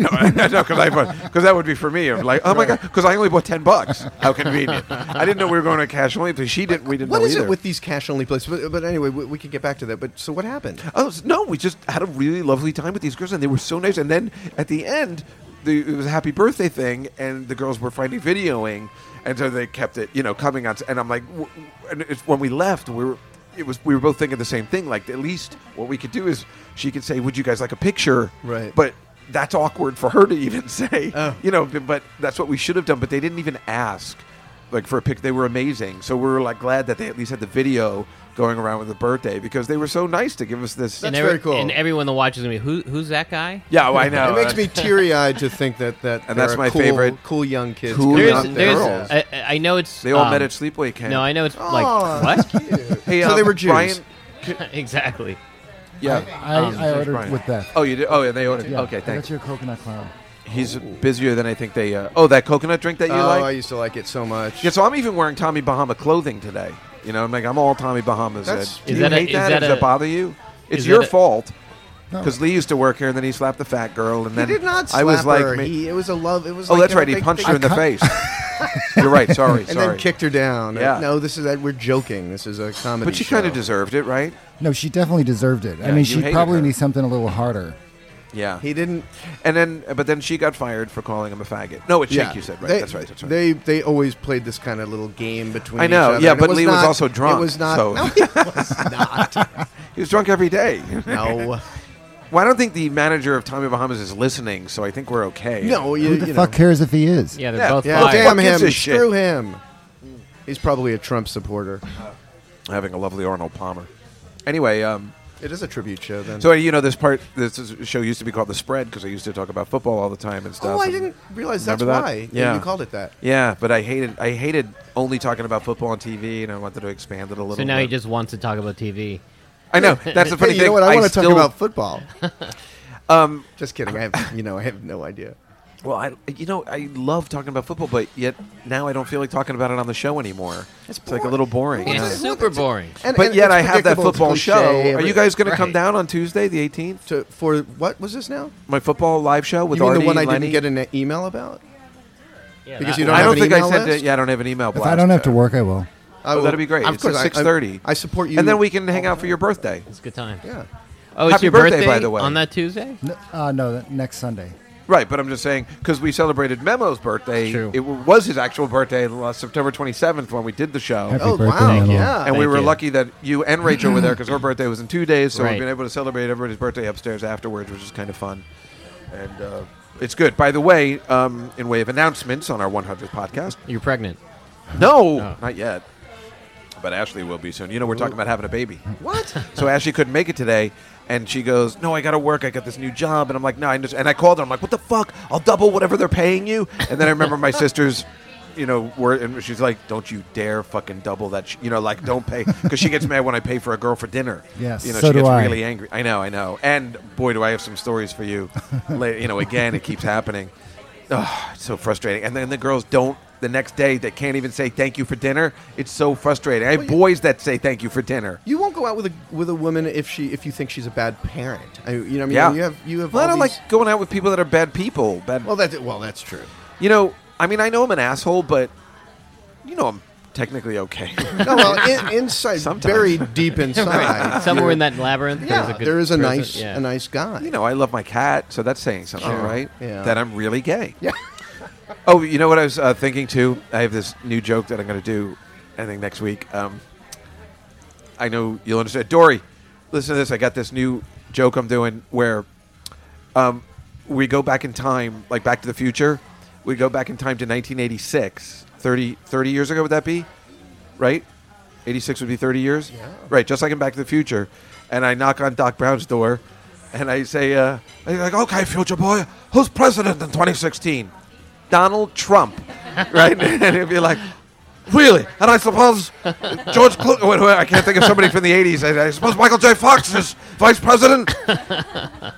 Speaker 3: card. no, no, because I because that would be for me. I'm like, oh my god, because I only bought ten bucks. How convenient! I didn't know we were going to cash only, but she didn't. We didn't
Speaker 9: What
Speaker 3: know
Speaker 9: is
Speaker 3: either.
Speaker 9: it with these cash-only places? But, but anyway, we, we can get back to that. But so what happened?
Speaker 3: Oh s- no, we just had a really lovely time with these girls, and they were so nice. And then at the end, the, it was a happy birthday thing, and the girls were finally videoing, and so they kept it, you know, coming on. s- And I'm like, w- w- and it's, when we left, we were. It was we were both thinking the same thing. Like at least what we could do is she could say, "Would you guys like a picture?"
Speaker 9: Right.
Speaker 3: But that's awkward for her to even say.
Speaker 9: Oh.
Speaker 3: You know. b- But that's what we should have done. But they didn't even ask, like for a pic. They were amazing. So we were like glad that they at least had the video going around with the birthday because they were so nice to give us this.
Speaker 4: and
Speaker 9: That's
Speaker 4: every-
Speaker 9: very cool.
Speaker 4: And everyone that watches me, who who's that guy?
Speaker 3: Yeah, well, I know.
Speaker 9: it makes me teary-eyed to think that that
Speaker 3: And that's
Speaker 9: there are
Speaker 3: my
Speaker 9: cool,
Speaker 3: favorite-
Speaker 9: cool young kids.
Speaker 3: Cool
Speaker 9: coming
Speaker 3: young
Speaker 4: There's,
Speaker 9: up there.
Speaker 4: there's,
Speaker 3: girls.
Speaker 4: I, I know it's.
Speaker 3: They all
Speaker 4: um,
Speaker 3: met at sleepaway camp. Oh,
Speaker 4: No, I know it's
Speaker 9: Aw,
Speaker 4: like what?
Speaker 3: Hey,
Speaker 9: So
Speaker 3: um,
Speaker 9: they were Jews.
Speaker 3: Brian-
Speaker 4: exactly.
Speaker 3: yeah. Um,
Speaker 10: I, I ordered
Speaker 3: Brian.
Speaker 10: with that.
Speaker 3: Oh, you did. Oh, yeah, they ordered.
Speaker 10: Yeah,
Speaker 3: Okay,
Speaker 10: I
Speaker 3: thanks.
Speaker 10: got you a coconut clown.
Speaker 3: He's busier than I think they. Uh, oh, that coconut drink that you
Speaker 9: oh, I
Speaker 3: like.
Speaker 9: used to like it so much.
Speaker 3: yeah, so I'm even wearing Tommy Bahama clothing today. You know, I'm like I'm all Tommy Bahamas. Uh,
Speaker 9: That's-
Speaker 3: Do
Speaker 4: Is
Speaker 3: you
Speaker 4: that a-
Speaker 3: hate
Speaker 4: is
Speaker 3: that?
Speaker 4: that
Speaker 3: Does
Speaker 4: a-
Speaker 3: that bother you? It's
Speaker 4: is
Speaker 3: your
Speaker 4: that a-
Speaker 3: fault.
Speaker 10: No.
Speaker 3: Because Lee used to work here, and then he slapped the fat girl, and
Speaker 9: he
Speaker 3: then
Speaker 9: did not. Slap
Speaker 3: I was like,
Speaker 9: her.
Speaker 3: ma-
Speaker 9: he, it was a love. It was.
Speaker 3: oh,
Speaker 9: like
Speaker 3: that's
Speaker 9: a
Speaker 3: right. He
Speaker 9: big
Speaker 3: punched
Speaker 9: thing.
Speaker 3: her in the face. You're right. Sorry.
Speaker 9: and
Speaker 3: sorry.
Speaker 9: then kicked her down.
Speaker 3: Yeah.
Speaker 9: No, this is that we're joking. This is a comedy.
Speaker 3: but she kind of
Speaker 9: show.
Speaker 3: deserved it, right?
Speaker 10: No, she definitely deserved it.
Speaker 3: Yeah,
Speaker 10: I mean,
Speaker 3: you
Speaker 10: she
Speaker 3: hated
Speaker 10: probably
Speaker 3: her.
Speaker 10: needs something a little harder.
Speaker 3: Yeah.
Speaker 9: He didn't.
Speaker 3: and then, but then she got fired for calling him a faggot. No, it's Jake. You said right.
Speaker 9: They,
Speaker 3: that's right. That's right.
Speaker 9: They they always played this kind of little game between.
Speaker 3: I know,
Speaker 9: each other,
Speaker 3: yeah,
Speaker 9: and it
Speaker 3: but Lee was
Speaker 9: not-
Speaker 3: also drunk,
Speaker 9: It was not.
Speaker 3: so-
Speaker 9: No, he was not.
Speaker 3: He was drunk every day.
Speaker 9: No,
Speaker 3: well, I don't think the manager of Tommy Bahamas is listening, so I think we're okay.
Speaker 9: no. You,
Speaker 10: Who the
Speaker 9: you
Speaker 10: fuck
Speaker 9: know.
Speaker 10: cares if he is?
Speaker 4: Yeah, they're
Speaker 3: Yeah.
Speaker 4: both
Speaker 3: Why?
Speaker 9: Yeah,
Speaker 4: fired.
Speaker 9: damn
Speaker 3: What
Speaker 9: him.
Speaker 3: gives a
Speaker 9: Screw
Speaker 3: shit?
Speaker 9: him. He's probably a Trump supporter.
Speaker 3: having a lovely Arnold Palmer. Anyway, um,
Speaker 9: It is a tribute show then.
Speaker 3: so you know this part, this is- show used to be called the Spread because I used to talk about football all the time and stuff.
Speaker 9: oh, I
Speaker 3: and-
Speaker 9: didn't realize that's
Speaker 3: Remember that?
Speaker 9: why.
Speaker 3: Yeah.
Speaker 9: you called it that.
Speaker 3: Yeah, but I hated, I hated only talking about football on TV, and I wanted to expand it a little.
Speaker 4: So now
Speaker 3: bit.
Speaker 4: he just wants to talk about TV.
Speaker 3: I know that's the
Speaker 9: Hey,
Speaker 3: funny
Speaker 9: you
Speaker 3: thing.
Speaker 9: know what? I, want to talk
Speaker 3: still-
Speaker 9: about football. um, just kidding. I have, you know, I have no idea.
Speaker 3: Well, I, you know, I love talking about football, but yet now I don't feel like talking about it on the show anymore. It's, like a
Speaker 9: boring.
Speaker 3: little boring.
Speaker 9: Well,
Speaker 3: yeah.
Speaker 4: It's super boring.
Speaker 9: And,
Speaker 3: but
Speaker 9: and
Speaker 3: yet
Speaker 9: it's
Speaker 3: I have that
Speaker 9: predictable, it's
Speaker 3: football show.
Speaker 9: cliche,
Speaker 3: Are
Speaker 9: every-
Speaker 3: you guys going to come
Speaker 4: Right.
Speaker 3: down on Tuesday, the 18th?
Speaker 9: to for what was this now?
Speaker 3: My football live show with
Speaker 9: you mean
Speaker 3: Artie,
Speaker 9: the one I
Speaker 3: Lenny?
Speaker 9: didn't get an e- email about?
Speaker 4: Yeah,
Speaker 9: Because
Speaker 4: that-
Speaker 9: you don't
Speaker 3: I
Speaker 9: have
Speaker 3: don't
Speaker 9: an
Speaker 3: think I
Speaker 9: email
Speaker 3: sent it.
Speaker 9: list?
Speaker 3: Yeah, I don't have an email
Speaker 10: If
Speaker 3: blast.
Speaker 10: I don't have to
Speaker 3: Uh,
Speaker 10: work, I will.
Speaker 9: I
Speaker 3: Oh,
Speaker 9: will-
Speaker 3: that'd be great.
Speaker 9: Of
Speaker 3: It's
Speaker 9: course,
Speaker 3: at
Speaker 9: I- I-
Speaker 3: 6:30.
Speaker 9: I, support you,
Speaker 3: and then we can hang out for your birthday.
Speaker 4: It's a good time.
Speaker 9: Yeah,
Speaker 4: Oh, it's
Speaker 3: Happy
Speaker 4: your
Speaker 3: birthday, by the way.
Speaker 4: on that Tuesday.
Speaker 10: N- Uh, no, that- next Sunday.
Speaker 3: Right, but I'm just saying because we celebrated Memo's birthey.
Speaker 4: True.
Speaker 3: It w- was his actual birthday last September 27th when we did the show.
Speaker 10: Happy
Speaker 9: Oh,
Speaker 10: birthday,
Speaker 9: wow.
Speaker 10: Memo.
Speaker 9: Yeah.
Speaker 3: and we
Speaker 4: Thank
Speaker 3: were
Speaker 4: you.
Speaker 3: lucky that you and Rachel were there because her birthday was in two days, so
Speaker 4: Right.
Speaker 3: we've been able to celebrate everybody's birthday upstairs afterwards, which is kind of fun. And uh, it's good. By the way, um, in way of announcements on our 100th podcast,
Speaker 4: You're pregnant.
Speaker 3: no,
Speaker 4: Oh.
Speaker 3: not yet. But Ashley will be soon. You know, we're talking about having a baby. What? so Ashley couldn't make it today, and she goes, "No, I got to work. I got this new job." And I'm like, "No, I just." And I called her. I'm like, "What the fuck? I'll double whatever they're paying you." And then I remember my sisters. You know, were and she's like, "Don't you dare fucking double that." Sh-, you know, like don't pay because she gets mad when I pay for a girl for dinner.
Speaker 10: Yes,
Speaker 3: you know,
Speaker 10: so
Speaker 3: she
Speaker 10: do
Speaker 3: gets
Speaker 10: I.
Speaker 3: really angry. I know, I know. And boy, do I have some stories for you. La- you know, again, it keeps happening. Oh, it's so frustrating. And then the girls don't. The next day, they can't even say thank you for dinner. It's so frustrating. I have boys that say thank you for dinner.
Speaker 9: You won't go out with a with a woman if she if you think she's a bad parent. I, you know what I mean?
Speaker 3: Yeah,
Speaker 9: You have you have.
Speaker 3: Well, I
Speaker 9: all
Speaker 3: don't
Speaker 9: these-
Speaker 3: like going out with people that are bad people. Bad.
Speaker 9: Well, that's well, that's true.
Speaker 3: you know, I mean, I know I'm an asshole, but you know, I'm technically okay.
Speaker 9: No, well, in, inside,
Speaker 3: Sometimes.
Speaker 9: buried deep inside,
Speaker 4: Somewhere
Speaker 9: you're-
Speaker 4: in that labyrinth.
Speaker 9: Yeah,
Speaker 4: there's a good
Speaker 9: there is a
Speaker 4: person-
Speaker 9: nice
Speaker 4: yeah.
Speaker 9: a nice guy.
Speaker 3: you know, I love my cat, so that's saying something,
Speaker 9: Sure.
Speaker 3: right?
Speaker 9: Yeah.
Speaker 3: That I'm really gay.
Speaker 9: Yeah.
Speaker 3: Oh, you know what I was uh, thinking too? I have this new joke that I'm going to do, I think, next week. Um, I know you'll understand. Dory, listen to this. I got this new joke I'm doing where um, we go back in time, like Back to the Future. We go back in time to 1986. 30, 30 years ago, would that be? Right? 86 would be 30 years? Yeah. Right, just like in Back to the Future. And I knock on Doc Brown's door and I say, uh, and he's like, okay, future boy, who's president in 2016? Donald Trump. right? And he'd be like, really? And I suppose George Clooney, wait, wait, I can't think of somebody from the 80s. I, I suppose Michael J. Fox is vice president?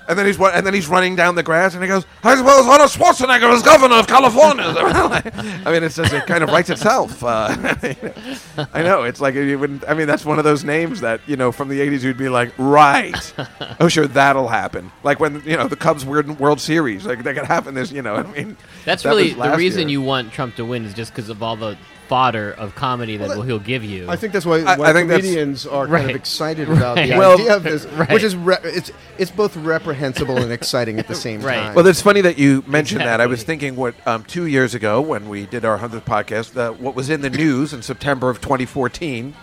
Speaker 3: And then he's wa- and then he's running down the grass, and he goes, "I suppose Arnold Schwarzenegger is governor of California." I mean, it's just it kind of writes itself. Uh, I know it's like you wouldn't. I mean, that's one of those names that you know from the '80s you'd be like, "Right, oh sure, that'll happen." Like when you know the Cubs were in World Series, like that could happen. This, you know, I mean,
Speaker 4: That's
Speaker 3: that
Speaker 4: really
Speaker 3: was
Speaker 4: the
Speaker 3: last
Speaker 4: reason
Speaker 3: year.
Speaker 4: you want Trump to win is just because of all the fodder of comedy that,
Speaker 9: Well, that-
Speaker 4: he'll give you.
Speaker 9: I think that's why,
Speaker 3: I-
Speaker 9: why
Speaker 3: I think that's-
Speaker 9: comedians are kind
Speaker 4: Right.
Speaker 9: of excited about the
Speaker 4: Right.
Speaker 3: Well-
Speaker 9: idea of this,
Speaker 4: Right.
Speaker 9: which is re- it's it's both reprehensible and exciting at the same
Speaker 4: Right.
Speaker 9: time.
Speaker 3: Well, it's funny that you mentioned that. I was thinking what um, two years ago when we did our hundredth podcast, uh, what was in the news in September of 2014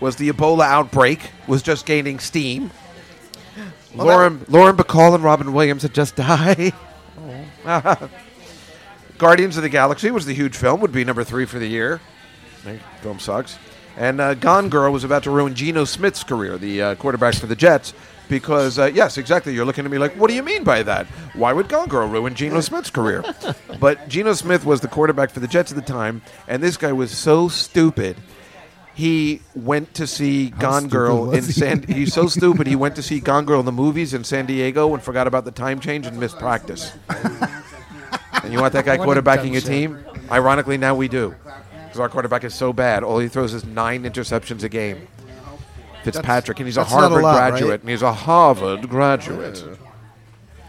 Speaker 3: was the Ebola outbreak was just gaining steam.
Speaker 9: Well,
Speaker 3: Lauren Lauren Bacall and Robin Williams had just died. Guardians of the Galaxy was the huge film, would be number three for the year. That film sucks. And uh, Gone Girl was about to ruin Geno Smith's career, the uh, quarterback for the Jets, because, uh, yes, exactly. You're looking at me like, what do you mean by that? Why would Gone Girl ruin Geno Smith's career? but Geno Smith was the quarterback for the Jets at the time, and this guy was so stupid. He went to see Gone
Speaker 10: stupid
Speaker 3: Girl
Speaker 10: was
Speaker 3: in
Speaker 10: he?
Speaker 3: San. He's so stupid. He went to see Gone Girl in the movies in San Diego and forgot about the time change and missed practice. And you want that guy
Speaker 10: What a
Speaker 3: quarterbacking your
Speaker 10: dumb
Speaker 3: team? Ironically, now we do. Because our quarterback is so bad. All he throws is nine interceptions a game. Fitzpatrick, and he's a
Speaker 9: that's not a
Speaker 3: Harvard
Speaker 9: lot, right?
Speaker 3: graduate. And he's a Harvard graduate.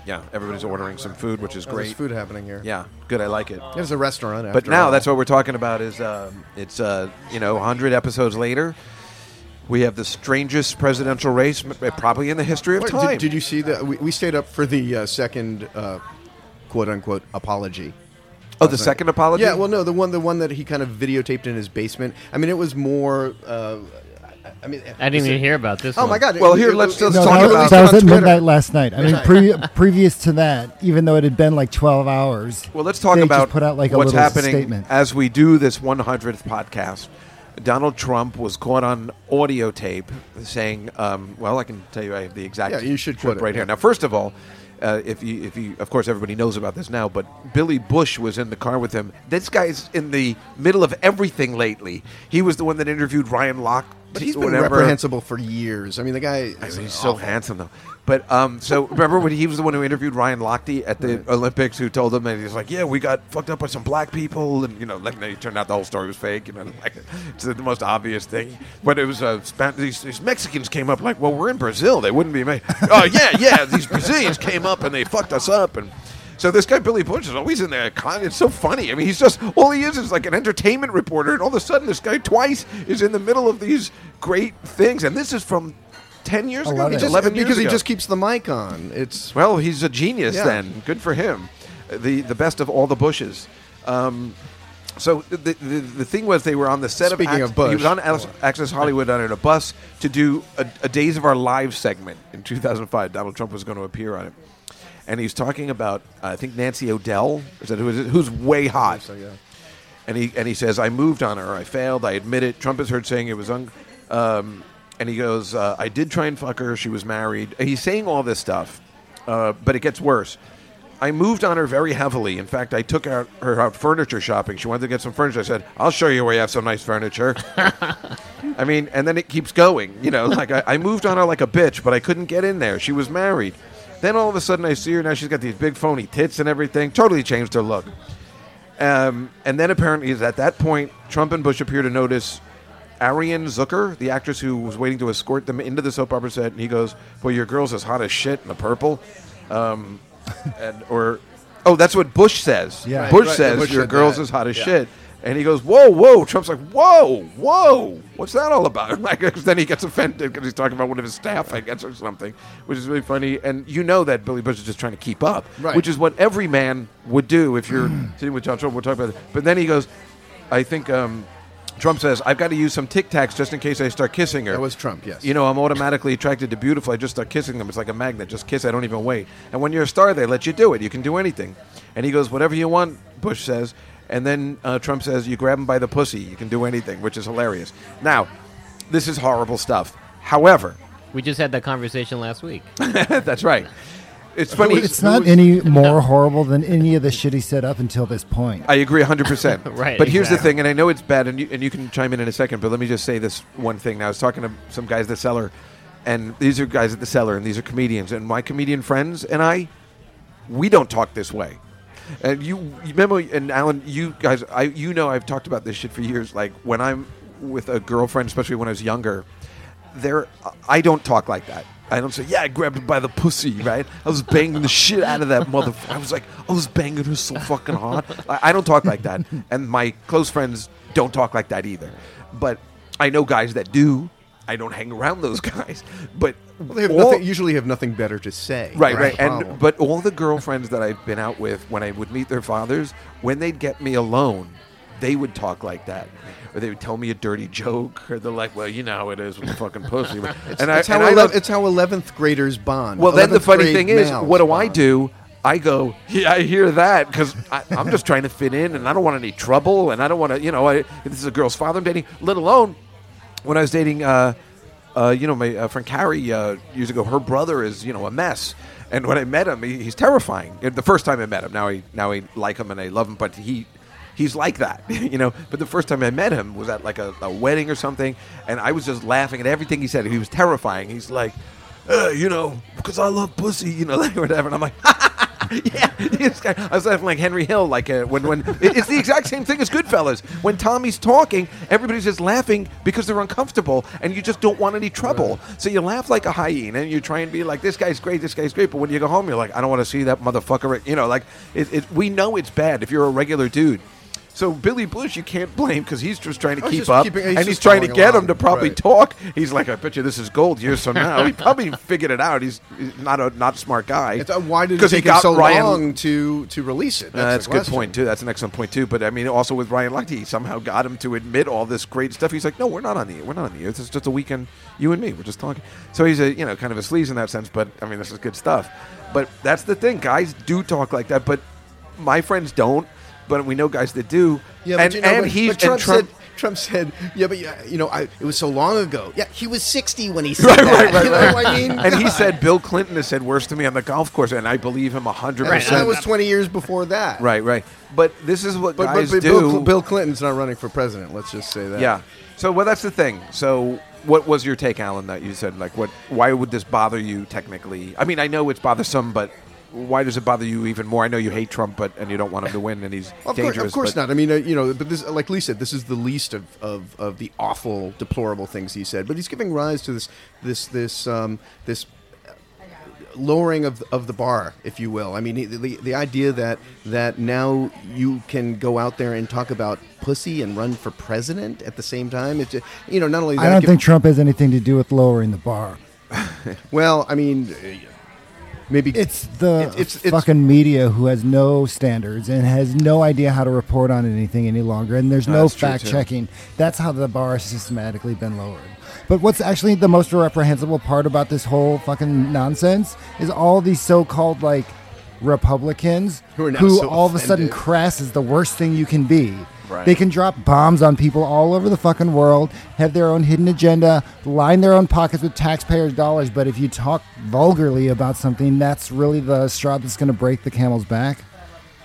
Speaker 3: Yeah, everybody's ordering some food, which is
Speaker 9: Oh, there's
Speaker 3: great.
Speaker 9: food happening here.
Speaker 3: Yeah, good. I like it.
Speaker 9: There's a restaurant.
Speaker 3: But
Speaker 9: after
Speaker 3: now
Speaker 9: all.
Speaker 3: that's what we're talking about is um, it's, uh, you know, 100 episodes later. We have the strangest presidential race m- probably in the history of
Speaker 9: What-
Speaker 3: time.
Speaker 9: Did, did you see that? We, we stayed up for the uh, second, uh, quote unquote, apology.
Speaker 3: oh, the second apology?
Speaker 9: Yeah, well, no, the one, the one that he kind of videotaped in his basement. I mean, it was more. Uh, I- I mean,
Speaker 4: I didn't
Speaker 9: it's-
Speaker 4: even hear about this.
Speaker 9: Oh
Speaker 4: one.
Speaker 9: my God!
Speaker 3: Well,
Speaker 9: it-
Speaker 3: here,
Speaker 9: it-
Speaker 3: let's-
Speaker 9: it-
Speaker 3: let's
Speaker 10: No,
Speaker 3: talk
Speaker 10: that was,
Speaker 3: about-
Speaker 10: that was
Speaker 9: on
Speaker 10: at
Speaker 9: Twitter.
Speaker 10: midnight last night. I mean, pre- previous to that, even though it had been like 12 hours.
Speaker 3: Well, let's talk
Speaker 10: they
Speaker 3: about
Speaker 10: just put out like a
Speaker 3: what's
Speaker 10: little
Speaker 3: happening
Speaker 10: statement.
Speaker 3: as we do this 100th podcast. Donald Trump was caught on audio tape saying, um, "Well, I can tell you I have the exact
Speaker 9: Yeah, you should
Speaker 3: clip
Speaker 9: quote it,
Speaker 3: right here."
Speaker 9: yeah.
Speaker 3: Now, first of all, uh, if you, if you, of course, everybody knows about this now, but Billy Bush was in the car with him. This guy's in the middle of everything lately. He was the one that interviewed Ryan Locke.
Speaker 9: But he's been
Speaker 3: whatever.
Speaker 9: reprehensible for years. I mean, the guy.
Speaker 3: I
Speaker 9: is
Speaker 3: mean, he's so
Speaker 9: awful.
Speaker 3: handsome though. But um, so remember when he was the one who interviewed Ryan Lochte at the Olympics, who told him that he was like, "Yeah, we got fucked up by some black people," and you know, like they turned out the whole story was fake. You know, like it's the most obvious thing. But it was uh, Span- these, these Mexicans came up like, "Well, we're in Brazil; they wouldn't be made." oh yeah, yeah, these Brazilians came up and they fucked us up and. So this guy Billy Bush is always in there. Con- it's so funny. I mean, he's just all he is is like an entertainment reporter, and all of a sudden, this guy twice is in the middle of these great things. And this is from ten years ago,
Speaker 10: Eleven.
Speaker 3: He
Speaker 10: It
Speaker 3: just-
Speaker 10: just-
Speaker 3: eleven years
Speaker 9: because he
Speaker 3: ago.
Speaker 9: just keeps the mic on. It's
Speaker 3: Well, he's a genius
Speaker 9: Yeah.
Speaker 3: then. Good for him. The the best of all the Bushes. Um, so the, the the thing was they were on the set
Speaker 9: Speaking
Speaker 3: of, Ac-
Speaker 9: of Bush.
Speaker 3: he was on Ac- Access Hollywood on a bus to do a, a Days of Our Lives segment in 2005. Donald Trump was going to appear on it, and he was talking about I think Nancy O'Dell is that who is it? Who's way hot? and he and he says, "I moved on her. I failed. I admit it." Trump is heard saying it was un. Um, and he goes, uh, "I did try and fuck her. She was married." He's saying all this stuff, uh, but it gets worse. I moved on her very heavily. In fact, I took out her out furniture shopping. She wanted to get some furniture. I said, "I'll show you where you have some nice furniture." I mean, and then it keeps going. You know, like I, I moved on her like a bitch, but I couldn't get in there. She was married. Then all of a sudden, I see her now. She's got these big phony tits and everything. Totally changed her look. Um, and then apparently, at that point, Trump and Bush appear to notice Arian Zucker, the actress who was waiting to escort them into the soap opera set, and he goes, "Boy, your girl's as hot as shit in the purple," um, and or oh, that's what Bush says.
Speaker 10: Yeah. Right,
Speaker 3: Bush
Speaker 9: right,
Speaker 3: says
Speaker 9: Bush
Speaker 3: your
Speaker 9: said
Speaker 3: girl's
Speaker 9: that.
Speaker 3: as hot as
Speaker 9: Yeah.
Speaker 3: shit. And he goes, "Whoa, whoa!" Trump's like, "Whoa, whoa! What's that all about?" Like, then he gets offended because he's talking about one of his staff, I guess, or something, which is really funny. And you know that Billy Bush is just trying to keep up,
Speaker 9: Right.
Speaker 3: which is what every man would do if you're sitting with Donald Trump. We'll talk about it. But then he goes, "I think." Um, Trump says, "I've got to use some Tic Tacs just in case I start kissing her."
Speaker 9: That was Trump, yes.
Speaker 3: You know, I'm automatically attracted to beautiful. I just start kissing them. It's like a magnet. Just kiss. I don't even wait. And when you're a star, they let you do it. You can do anything. And he goes, whatever you want, Bush says. And then uh, Trump says, you grab him by the pussy. You can do anything, which is hilarious. Now, this is horrible stuff. However,
Speaker 4: We just had that conversation last week.
Speaker 3: that's right. It's funny.
Speaker 10: It's not any more horrible than any of the shit he said up until this point.
Speaker 3: I agree 100%.
Speaker 4: Right,
Speaker 3: But here's the
Speaker 4: exactly.
Speaker 3: thing, and I know it's bad, and you, and you can chime in in a second, but let me just say this one thing. Now, I was talking to some guys at the cellar, and these are guys at the cellar, and these are comedians, and my comedian friends and I, we don't talk this way. And you, you remember, and Alan, you guys, I, you know, I've talked about this shit for years. Like when I'm with a girlfriend, especially when I was younger, there, I don't talk like that. I don't say, yeah, I grabbed her by the pussy, right? I was banging the shit out of that motherfucker. I was like, I was banging her so fucking hard. I, I don't talk like that, and my close friends don't talk like that either. But I know guys that do. I don't hang around those guys, but
Speaker 9: well, they have
Speaker 3: all-
Speaker 9: nothing, usually have nothing better to say.
Speaker 3: Right,
Speaker 9: That's
Speaker 3: right.
Speaker 9: the
Speaker 3: And
Speaker 9: problem.
Speaker 3: but all the girlfriends that I've been out with, when I would meet their fathers, when they'd get me alone, they would talk like that, or they would tell me a dirty joke, or they're like, "Well, you know how it is with the fucking pussy." and
Speaker 9: it's, how
Speaker 3: I
Speaker 9: ele-
Speaker 3: love-
Speaker 9: it's how eleventh graders bond.
Speaker 3: well, then the
Speaker 9: 11th
Speaker 3: funny
Speaker 9: grade
Speaker 3: thing is,
Speaker 9: males
Speaker 3: what do I
Speaker 9: bond.
Speaker 3: do? I go, yeah, I hear that because I'm just trying to fit in, and I don't want any trouble, and I don't want to, you know, I, if this is a girl's father I'm dating. Let alone when I was dating, uh, uh, you know, my uh, friend Carrie uh, years ago. Her brother is, you know, a mess, and when I met him, he, he's terrifying. The first time I met him, now I now I like him and I love him, but he he's like that, you know. But the first time I met him was at like a, a wedding or something, and I was just laughing at everything he said. He was terrifying. He's like, uh, you know, because I love pussy, you know, like whatever. And I'm like, yeah, this guy. I was laughing like Henry Hill, like uh, when when it, it's the exact same thing as Goodfellas. When Tommy's talking, everybody's just laughing because they're uncomfortable, and you just don't want any trouble. So you laugh like a hyena, and you try and be like, "This guy's great, this guy's great." But when you go home, you're like, "I don't want to see that motherfucker." You know, like it, it, we know it's bad if you're a regular dude. So Billy Bush, you can't blame because he's just trying to
Speaker 9: Oh, he's
Speaker 3: keep
Speaker 9: just
Speaker 3: up,
Speaker 9: keeping- he's
Speaker 3: and he's
Speaker 9: just
Speaker 3: trying to
Speaker 9: following
Speaker 3: get him
Speaker 9: along.
Speaker 3: to probably
Speaker 9: Right.
Speaker 3: talk talk. He's like, I bet you this is gold years from now. He probably figured it out. He's, he's not a not smart guy.
Speaker 9: It's, uh, why did it
Speaker 3: 'Cause he
Speaker 9: take him
Speaker 3: got
Speaker 9: so
Speaker 3: Ryan-
Speaker 9: long to to release it?
Speaker 3: Uh, that's
Speaker 9: the
Speaker 3: a good
Speaker 9: question.
Speaker 3: point too. That's an excellent point too. But I mean, also with Ryan Lochte, he somehow got him to admit all this great stuff. He's like, "No, we're not on the we're not on the air. This is just a weekend. You and me. We're just talking." So he's a you know kind of a sleaze in that sense. But I mean, this is good stuff. But that's the thing. Guys do talk like that, but my friends don't. But we know guys that do.
Speaker 9: Yeah, but
Speaker 3: and
Speaker 9: you know,
Speaker 3: and
Speaker 9: but-
Speaker 3: he
Speaker 9: but Trump,
Speaker 3: and Trump
Speaker 9: said. Trump said, "Yeah, but yeah, you know, I, it was so long ago. Yeah, he was sixty when he said
Speaker 3: Right, right,
Speaker 9: that.
Speaker 3: right,
Speaker 9: you know
Speaker 3: right.
Speaker 9: what I mean?
Speaker 3: and he
Speaker 9: God.
Speaker 3: said Bill Clinton has said worse to me on the golf course, and I believe him hundred
Speaker 9: And that was
Speaker 3: percent.
Speaker 9: twenty years before that.
Speaker 3: Right, right. But this is what
Speaker 9: But, but,
Speaker 3: guys
Speaker 9: but
Speaker 3: do.
Speaker 9: Bill, Cl- Bill Clinton's not running for president. Let's just say that.
Speaker 3: yeah. So well, that's the thing. So what was your take, Alan? That you said like, what? Why would this bother you technically? I mean, I know it's bothersome, but why does it bother you even more? I know you hate Trump, but and you don't want him to win, and he's
Speaker 9: Of course,
Speaker 3: dangerous.
Speaker 9: of course
Speaker 3: but-
Speaker 9: not. I mean, uh, you know, but this, like Lee said, this is the least of, of, of the awful, deplorable things he said. But he's giving rise to this this this um, this lowering of of the bar, if you will. I mean, the, the the idea that that now you can go out there and talk about pussy and run for president at the same time. It's just, you know, not only that,
Speaker 10: I don't
Speaker 9: give-
Speaker 10: think Trump has anything to do with lowering the bar.
Speaker 9: Well, I mean, maybe
Speaker 10: It's the
Speaker 9: It's- it's- it's-
Speaker 10: fucking media who has no standards and has no idea how to report on anything any longer, and there's
Speaker 3: No,
Speaker 10: no
Speaker 3: that's true,
Speaker 10: fact
Speaker 3: too.
Speaker 10: checking. That's how the bar has systematically been lowered. But what's actually the most reprehensible part about this whole fucking nonsense is all these so-called like Republicans
Speaker 9: Who are now so
Speaker 10: all of a sudden
Speaker 9: offended.
Speaker 10: crass is the worst thing you can be.
Speaker 3: Right.
Speaker 10: They can drop bombs on people all over the fucking world, have their own hidden agenda, line their own pockets with taxpayers' dollars. But if you talk vulgarly about something, that's really the straw that's going to break the camel's back.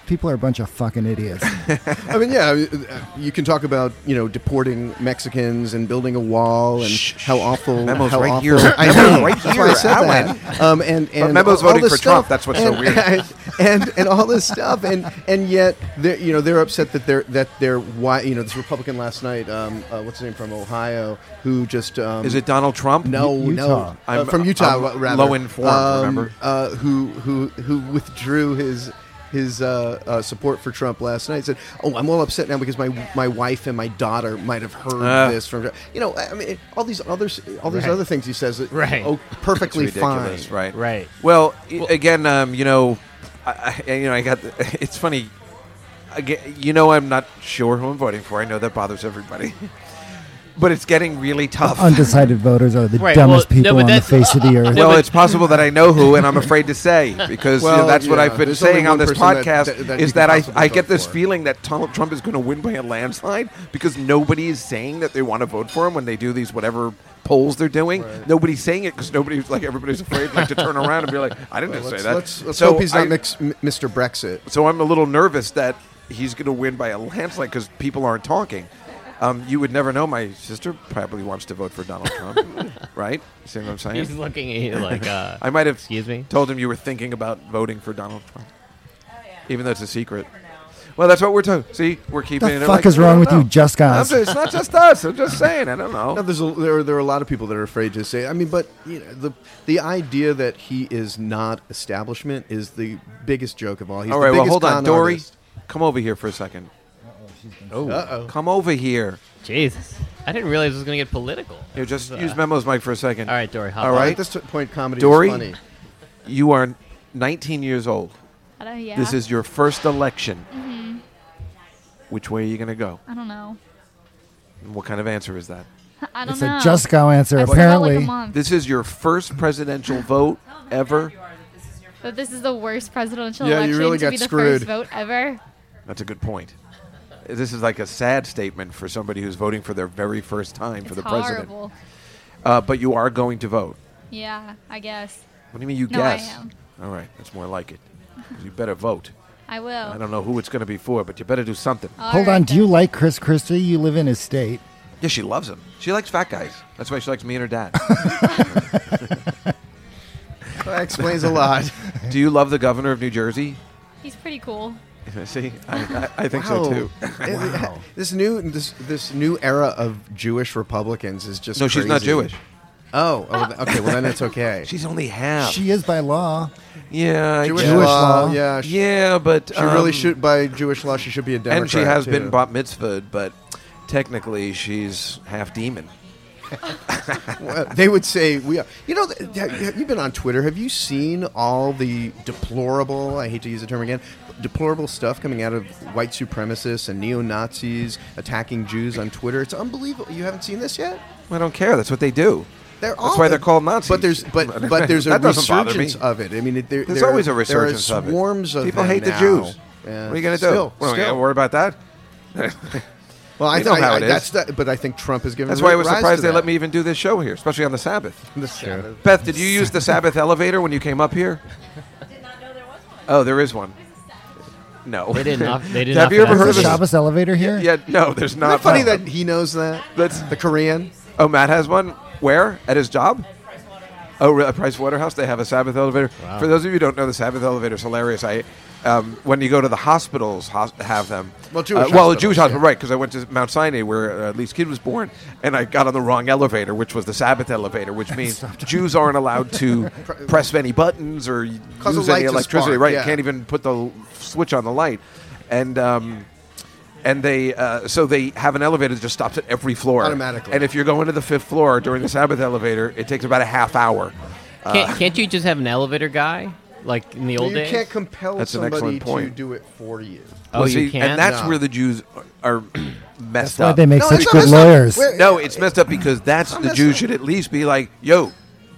Speaker 10: People are a bunch of fucking idiots.
Speaker 9: I mean, yeah, I mean, uh, you can talk about you know deporting Mexicans and building a wall and how awful.
Speaker 3: Memo's
Speaker 9: how
Speaker 3: right
Speaker 9: awful,
Speaker 3: here.
Speaker 9: I
Speaker 3: Memo's
Speaker 9: know,
Speaker 3: right
Speaker 9: that's
Speaker 3: here,
Speaker 9: why I said
Speaker 3: Alan.
Speaker 9: that. Um, and and
Speaker 3: Memo's
Speaker 9: all
Speaker 3: voting
Speaker 9: this
Speaker 3: for
Speaker 9: stuff,
Speaker 3: Trump. That's what's so
Speaker 9: and,
Speaker 3: weird.
Speaker 9: and and all this stuff, and and yet they're, you know they're upset that they're that they're why you know this Republican last night, um, uh, what's his name from Ohio, who just um,
Speaker 3: Is it Donald Trump?
Speaker 9: no,
Speaker 10: Utah.
Speaker 9: no.
Speaker 3: I'm-
Speaker 9: uh, from Utah,
Speaker 3: I'm
Speaker 9: ra- rather
Speaker 3: low informed, remember?
Speaker 9: Uh, who who who withdrew his his uh, uh, support for Trump last night? Said, "Oh, I'm all upset now because my my wife and my daughter might have heard
Speaker 3: Ah.
Speaker 9: this from you know. I I mean, all these others, all these
Speaker 4: Right.
Speaker 9: other things he says, that-
Speaker 4: Right.
Speaker 9: Oh, perfectly
Speaker 3: It's
Speaker 9: fine,
Speaker 3: ridiculous, right?
Speaker 4: Right.
Speaker 3: Well, i- again, um, you know, I, I, you know, I got. The, it's funny. Again, you know, I'm not sure who I'm voting for. I know that bothers everybody, but it's getting really tough.
Speaker 10: Undecided voters are the
Speaker 4: Right,
Speaker 10: dumbest
Speaker 4: well, no,
Speaker 10: people
Speaker 4: but
Speaker 10: on the
Speaker 4: that's-
Speaker 10: face of the earth.
Speaker 3: well, it's possible that I know who, and I'm afraid to say because you know,
Speaker 9: Well,
Speaker 3: that's what
Speaker 9: yeah,
Speaker 3: I've been
Speaker 9: there's only
Speaker 3: saying on
Speaker 9: one
Speaker 3: this
Speaker 9: person that-
Speaker 3: podcast
Speaker 9: that- that
Speaker 3: is
Speaker 9: you can
Speaker 3: that I,
Speaker 9: possibly
Speaker 3: I get
Speaker 9: vote
Speaker 3: this
Speaker 9: for.
Speaker 3: feeling that Donald Trump is going to win by a landslide because nobody is saying that they want to vote for him when they do these whatever polls they're doing. Nobody's saying it because nobody's like everybody's afraid like to turn around and be like, I didn't say
Speaker 9: Let's,
Speaker 3: that.
Speaker 9: let's, let's
Speaker 3: So
Speaker 9: hope he's not
Speaker 3: I-
Speaker 9: mix, m- Mr. Brexit.
Speaker 3: so I'm a little nervous that he's going to win by a landslide because people aren't talking. Um, you would never know. My sister probably wants to vote for Donald Trump, right? See what I'm saying?
Speaker 4: He's looking at you like, uh,
Speaker 3: I might have
Speaker 4: Excuse me?
Speaker 3: told him you were thinking about voting for Donald Trump, even though it's a secret. Well, that's what we're talking. See, we're keeping
Speaker 10: The
Speaker 3: it.
Speaker 10: fuck
Speaker 3: like,
Speaker 10: is
Speaker 3: we
Speaker 10: wrong
Speaker 3: don't
Speaker 10: with you,
Speaker 3: know.
Speaker 10: just guys?
Speaker 3: I'm just- It's not just us. I'm just saying. I don't know.
Speaker 9: No, there's a, there, are, there are a lot of people that are afraid to say. I mean, but you know, the the idea that he is not establishment is the biggest joke of all. He's
Speaker 3: All
Speaker 9: the
Speaker 3: right. Well,
Speaker 9: biggest
Speaker 3: hold on,
Speaker 9: con
Speaker 3: Dory.
Speaker 9: artist.
Speaker 3: Come over here for a second.
Speaker 4: oh,
Speaker 9: Uh-oh.
Speaker 3: Come over here.
Speaker 4: Jesus. I didn't realize it was going to get political.
Speaker 3: Here, just
Speaker 4: Uh,
Speaker 3: use Memo's mic for a second.
Speaker 4: All right, Dory, hop
Speaker 3: All
Speaker 4: on.
Speaker 9: Well,
Speaker 3: right.
Speaker 9: At this t- point, comedy
Speaker 3: Dory?
Speaker 9: is funny.
Speaker 3: You are 19 years old.
Speaker 5: I don't, yeah.
Speaker 3: This is your first election. Which way are you going to go?
Speaker 5: I don't know.
Speaker 3: And what kind of answer is that?
Speaker 5: I don't
Speaker 10: it's
Speaker 5: know.
Speaker 10: a just go answer,
Speaker 5: I forgot,
Speaker 10: apparently.
Speaker 5: like a month.
Speaker 3: This is your first presidential vote ever.
Speaker 5: But this is the worst presidential
Speaker 9: Yeah,
Speaker 5: election
Speaker 9: you really
Speaker 5: to
Speaker 9: got
Speaker 5: be the
Speaker 9: screwed.
Speaker 5: first vote ever.
Speaker 3: That's a good point. This is like a sad statement for somebody who's voting for their very first time for
Speaker 5: it's
Speaker 3: the president.
Speaker 5: horrible.
Speaker 3: Uh, but you are going to vote.
Speaker 5: Yeah, I guess
Speaker 3: What do you mean you
Speaker 5: No, I
Speaker 3: guess?
Speaker 5: am.
Speaker 3: All right, that's more like it. You better vote.
Speaker 5: I will.
Speaker 3: I don't know who it's going to be for, but you better do something.
Speaker 5: All
Speaker 10: Hold
Speaker 5: right,
Speaker 10: on, do
Speaker 5: then.
Speaker 10: you like Chris Christie? You live in his state.
Speaker 3: Yeah, she loves him. She likes fat guys. That's why she likes me and her dad.
Speaker 9: That explains a lot.
Speaker 3: do you love the governor of New Jersey?
Speaker 5: He's pretty cool.
Speaker 3: See, I, I, I think
Speaker 9: Wow.
Speaker 3: so too.
Speaker 9: wow. This new this this new era of Jewish Republicans is just
Speaker 3: No, she's not
Speaker 9: crazy.
Speaker 3: Jewish.
Speaker 9: Oh, oh, th- okay. Well, then it's okay.
Speaker 3: She's only half.
Speaker 10: She is by law.
Speaker 3: yeah, I
Speaker 9: Jewish,
Speaker 3: guess.
Speaker 10: Jewish
Speaker 9: law.
Speaker 10: law.
Speaker 9: Yeah, she,
Speaker 3: Yeah, but
Speaker 9: she really
Speaker 3: um,
Speaker 9: should. By Jewish law, she should be a Democrat.
Speaker 3: and she has
Speaker 9: too.
Speaker 3: been bat mitzvahed, but technically she's half demon.
Speaker 9: Well, they would say we are. You know, th- th- you've been on Twitter. Have you seen all the deplorable? I hate to use the term again. Deplorable stuff coming out of white supremacists and neo Nazis attacking Jews on Twitter. It's unbelievable. You haven't seen this yet.
Speaker 3: I don't care. That's what they do.
Speaker 9: They're
Speaker 3: That's
Speaker 9: all-
Speaker 3: why they're called Nazis.
Speaker 9: But there's but but there's a
Speaker 3: That doesn't bother
Speaker 9: resurgence
Speaker 3: me.
Speaker 9: of it. I mean, it- there,
Speaker 3: There's
Speaker 9: there-
Speaker 3: always a
Speaker 9: there are
Speaker 3: resurgence of it.
Speaker 9: Swarms of
Speaker 3: people
Speaker 9: them
Speaker 3: hate the
Speaker 9: now.
Speaker 3: Jews.
Speaker 9: Yeah.
Speaker 3: What are you going to do?
Speaker 9: Still,
Speaker 3: What, are we
Speaker 9: still.
Speaker 3: gonna worry about that.
Speaker 9: Well, I
Speaker 3: We know
Speaker 9: I-
Speaker 3: how
Speaker 9: I-
Speaker 3: it is.
Speaker 9: That's the, but I think Trump has given.
Speaker 3: That's why I was
Speaker 9: rise to
Speaker 3: surprised they
Speaker 9: that.
Speaker 3: let me even do this show here, especially on the Sabbath.
Speaker 4: Sure.
Speaker 3: Beth, did you use the Sabbath elevator when you came up here? Oh, there is one. No,
Speaker 4: They didn't. Off, they didn't.
Speaker 3: Have
Speaker 4: offer
Speaker 3: you ever
Speaker 4: that
Speaker 3: heard
Speaker 10: There's
Speaker 3: of
Speaker 10: a
Speaker 4: service.
Speaker 3: this?
Speaker 10: Shabbos elevator here?
Speaker 3: Yeah, no, there's
Speaker 9: Isn't
Speaker 3: not.
Speaker 9: it funny that he knows that?
Speaker 3: That's-
Speaker 9: the Korean.
Speaker 3: Oh, Matt has one. Where? At his job? Oh, really? Price Waterhouse. They have a Sabbath elevator.
Speaker 4: Wow.
Speaker 3: For those of you who don't know, the Sabbath elevator is hilarious. I, um, when you go to the hospitals, hos- have them.
Speaker 9: Well, Jewish
Speaker 3: Uh, well, a
Speaker 9: hospitals,
Speaker 3: Jewish
Speaker 9: yeah.
Speaker 3: hospital, right? Because I went to Mount Sinai where uh, Lee's kid was born, and I got on the wrong elevator, which was the Sabbath elevator, which means Jews aren't allowed to press any buttons or use
Speaker 9: Cause the
Speaker 3: any
Speaker 9: light's a
Speaker 3: electricity.
Speaker 9: spark,
Speaker 3: right? You
Speaker 9: yeah.
Speaker 3: can't even put the l- switch on the light, and. Um, and they uh, so they have an elevator that just stops at every floor
Speaker 9: Automatically.
Speaker 3: And if you're going to the fifth floor during the Sabbath elevator, it takes about a half hour.
Speaker 4: Can't, can't you just have an elevator guy like in the old
Speaker 9: Uh, you
Speaker 4: days?
Speaker 9: can't compel
Speaker 3: That's an
Speaker 9: somebody
Speaker 3: excellent
Speaker 9: to
Speaker 3: point.
Speaker 9: do it for you.
Speaker 4: oh,
Speaker 3: Well,
Speaker 4: you
Speaker 3: see,
Speaker 4: can't.
Speaker 3: And that's
Speaker 9: No.
Speaker 3: where the Jews are are messed
Speaker 10: That's why
Speaker 3: up.
Speaker 10: they make
Speaker 9: No,
Speaker 10: such
Speaker 9: it's not-
Speaker 10: good
Speaker 9: it's not-
Speaker 10: lawyers.
Speaker 9: wait,
Speaker 3: no, it's messed up because that's the
Speaker 9: messed
Speaker 3: Jews
Speaker 9: up.
Speaker 3: should at least be like, yo,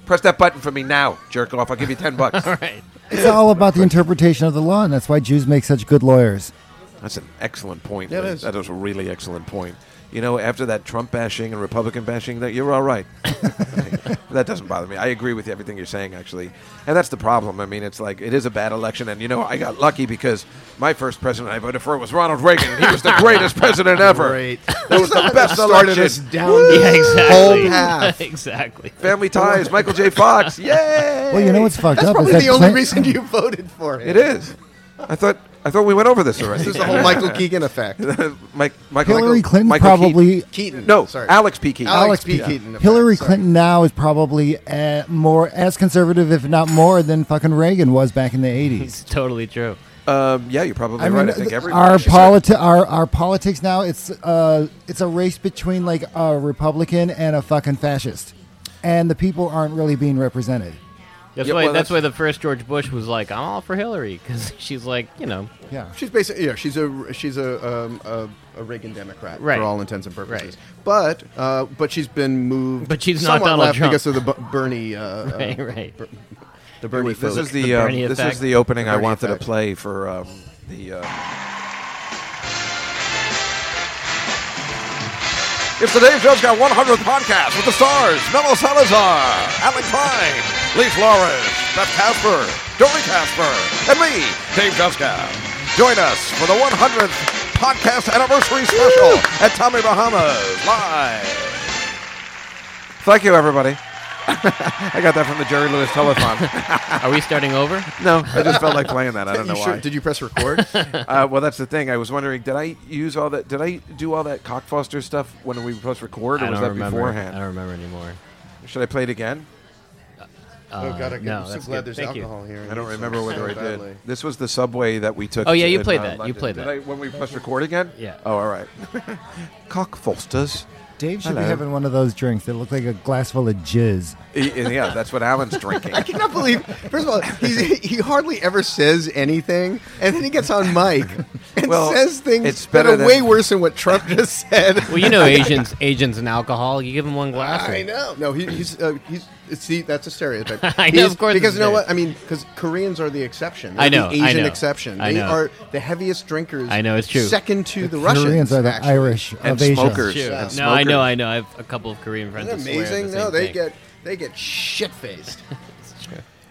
Speaker 3: press that button for me now, jerk off. I'll give you ten bucks.
Speaker 4: right.
Speaker 10: It's all about the interpretation of the law, and that's why Jews make such good lawyers.
Speaker 3: That's an excellent point.
Speaker 9: Yeah, it
Speaker 3: Liz.
Speaker 9: is.
Speaker 3: That is a really excellent point. You know, after that Trump bashing and Republican bashing, that you're all right. that doesn't bother me. I agree with everything you're saying, actually, and that's the problem. I mean, it's like it is a bad election, and you know, I got lucky because my first president I voted for was Ronald Reagan. He was the greatest president ever.
Speaker 9: Great.
Speaker 3: That was the best
Speaker 9: started us
Speaker 3: election.
Speaker 9: down
Speaker 4: Yeah, exactly.
Speaker 9: whole path.
Speaker 4: exactly.
Speaker 3: Family ties. Michael J. Fox. Yay!
Speaker 10: Well, you know what's fucked
Speaker 9: That's
Speaker 10: up is
Speaker 9: probably
Speaker 10: that
Speaker 9: the only
Speaker 10: Clin-
Speaker 9: reason you voted for it.
Speaker 3: It is. I thought. I thought we went over this already.
Speaker 9: This is the whole Michael Keegan effect.
Speaker 3: Mike, Michael,
Speaker 10: Hillary
Speaker 3: Michael-
Speaker 10: Clinton
Speaker 3: Michael
Speaker 10: probably
Speaker 9: Keaton.
Speaker 3: No,
Speaker 9: sorry.
Speaker 3: Alex P. Keaton.
Speaker 9: Alex,
Speaker 10: Alex
Speaker 9: P.
Speaker 10: P.
Speaker 9: Keaton. effect,
Speaker 10: Hillary
Speaker 9: sorry.
Speaker 10: Clinton now is probably uh, more as conservative, if not more, than fucking Reagan was back in the
Speaker 4: It's
Speaker 10: eighties.
Speaker 4: totally true.
Speaker 3: Um, yeah, you're probably right. I think
Speaker 10: th-
Speaker 3: every
Speaker 10: our
Speaker 3: she said-
Speaker 10: politi- our our politics now it's uh it's a race between like a Republican and a fucking fascist, and the people aren't really being represented.
Speaker 4: That's
Speaker 3: Yeah,
Speaker 4: why.
Speaker 3: well,
Speaker 4: that's,
Speaker 3: that's-
Speaker 4: why the first George Bush was like, "I'm all for Hillary," because she's like, you know,
Speaker 10: Yeah,
Speaker 9: She's basically yeah. She's a she's a um, a, a Reagan Democrat
Speaker 4: Right.
Speaker 9: for all intents and
Speaker 4: Right.
Speaker 9: purposes. But uh, but she's been moved.
Speaker 4: But she's not
Speaker 9: somewhat
Speaker 4: Donald
Speaker 9: left
Speaker 4: Trump.
Speaker 9: because of the Bu- Bernie. Uh,
Speaker 4: right,
Speaker 9: uh,
Speaker 4: right.
Speaker 9: The Bernie.
Speaker 3: This
Speaker 9: vote.
Speaker 3: is the,
Speaker 4: the
Speaker 3: um,
Speaker 4: Bernie
Speaker 3: this is
Speaker 4: effect.
Speaker 3: the opening
Speaker 9: The
Speaker 3: I
Speaker 9: Bernie
Speaker 3: wanted
Speaker 9: effect.
Speaker 3: to play for um, the. Uh... It's the Dave Jones Got 100th podcast with the stars Melo Salazar, Alan Klein, Lee Flores, Beth Casper, Dory Casper, and me, Dave Joska. Join us for the 100th podcast anniversary special at Tommy Bahama's live. Thank you, everybody. I got that from the Jerry Lewis telethon.
Speaker 4: Are we starting over?
Speaker 3: No, I just felt like playing that. I don't know
Speaker 9: you
Speaker 3: why.
Speaker 9: sure- Did you press record? Oh,
Speaker 3: uh, well, that's the thing. I was wondering, did I use all that? Did I do all that cockfoster stuff when we were supposed to record, or
Speaker 4: I
Speaker 3: was
Speaker 4: don't
Speaker 3: that
Speaker 4: remember. I
Speaker 3: beforehand?
Speaker 4: don't remember anymore.
Speaker 3: Should I play it again?
Speaker 9: oh God, I- I'm
Speaker 4: no,
Speaker 9: so
Speaker 4: that's
Speaker 9: glad
Speaker 4: good.
Speaker 9: there's
Speaker 4: Thank you.
Speaker 9: alcohol here.
Speaker 3: I don't
Speaker 9: It's
Speaker 3: remember
Speaker 9: so
Speaker 3: whether I
Speaker 9: badly.
Speaker 3: did. This was the subway that we took.
Speaker 4: Oh, yeah,
Speaker 3: to-
Speaker 4: you played
Speaker 3: uh,
Speaker 4: that. You
Speaker 3: London.
Speaker 4: played
Speaker 3: Did
Speaker 4: that.
Speaker 3: I, when we pressed record again.
Speaker 4: Yeah.
Speaker 3: Oh, all right. cockfosters.
Speaker 10: Dave should
Speaker 3: Hello.
Speaker 10: be having one of those drinks that look like a glass full of jizz.
Speaker 3: E- yeah, that's what Alan's drinking.
Speaker 9: I cannot believe. First of all, he's, he hardly ever says anything, and then he gets on mic and
Speaker 3: Well,
Speaker 9: says things
Speaker 3: it's
Speaker 9: that
Speaker 3: better
Speaker 9: are
Speaker 3: than-
Speaker 9: way worse than what Trump just said.
Speaker 4: Well, you know, Asians, Asians and alcohol. You give them one glass.
Speaker 9: I
Speaker 4: and-
Speaker 9: know. No, he, he's uh, he's see that's a stereotype.
Speaker 4: I know,
Speaker 9: He's-
Speaker 4: of course it's
Speaker 9: Because
Speaker 4: a
Speaker 9: you know what
Speaker 4: stereotype.
Speaker 9: I mean. Because Koreans are the exception.
Speaker 4: I
Speaker 9: They're
Speaker 4: know,
Speaker 9: the
Speaker 4: I
Speaker 9: Asian
Speaker 4: know,
Speaker 9: exception.
Speaker 4: I
Speaker 9: they
Speaker 4: know.
Speaker 9: are the heaviest drinkers.
Speaker 4: I know, it's true.
Speaker 9: Second to the, Russians.
Speaker 10: Koreans are the
Speaker 9: actually.
Speaker 10: Irish of
Speaker 3: And
Speaker 10: Asia.
Speaker 3: smokers.
Speaker 4: Shoot.
Speaker 3: And
Speaker 4: No, I know,
Speaker 3: smokers.
Speaker 4: I know. I have a couple of Korean friends.
Speaker 9: Isn't that
Speaker 4: that swear
Speaker 9: amazing?
Speaker 4: The
Speaker 9: no,
Speaker 4: same
Speaker 9: they
Speaker 4: thing.
Speaker 9: get they get shit faced.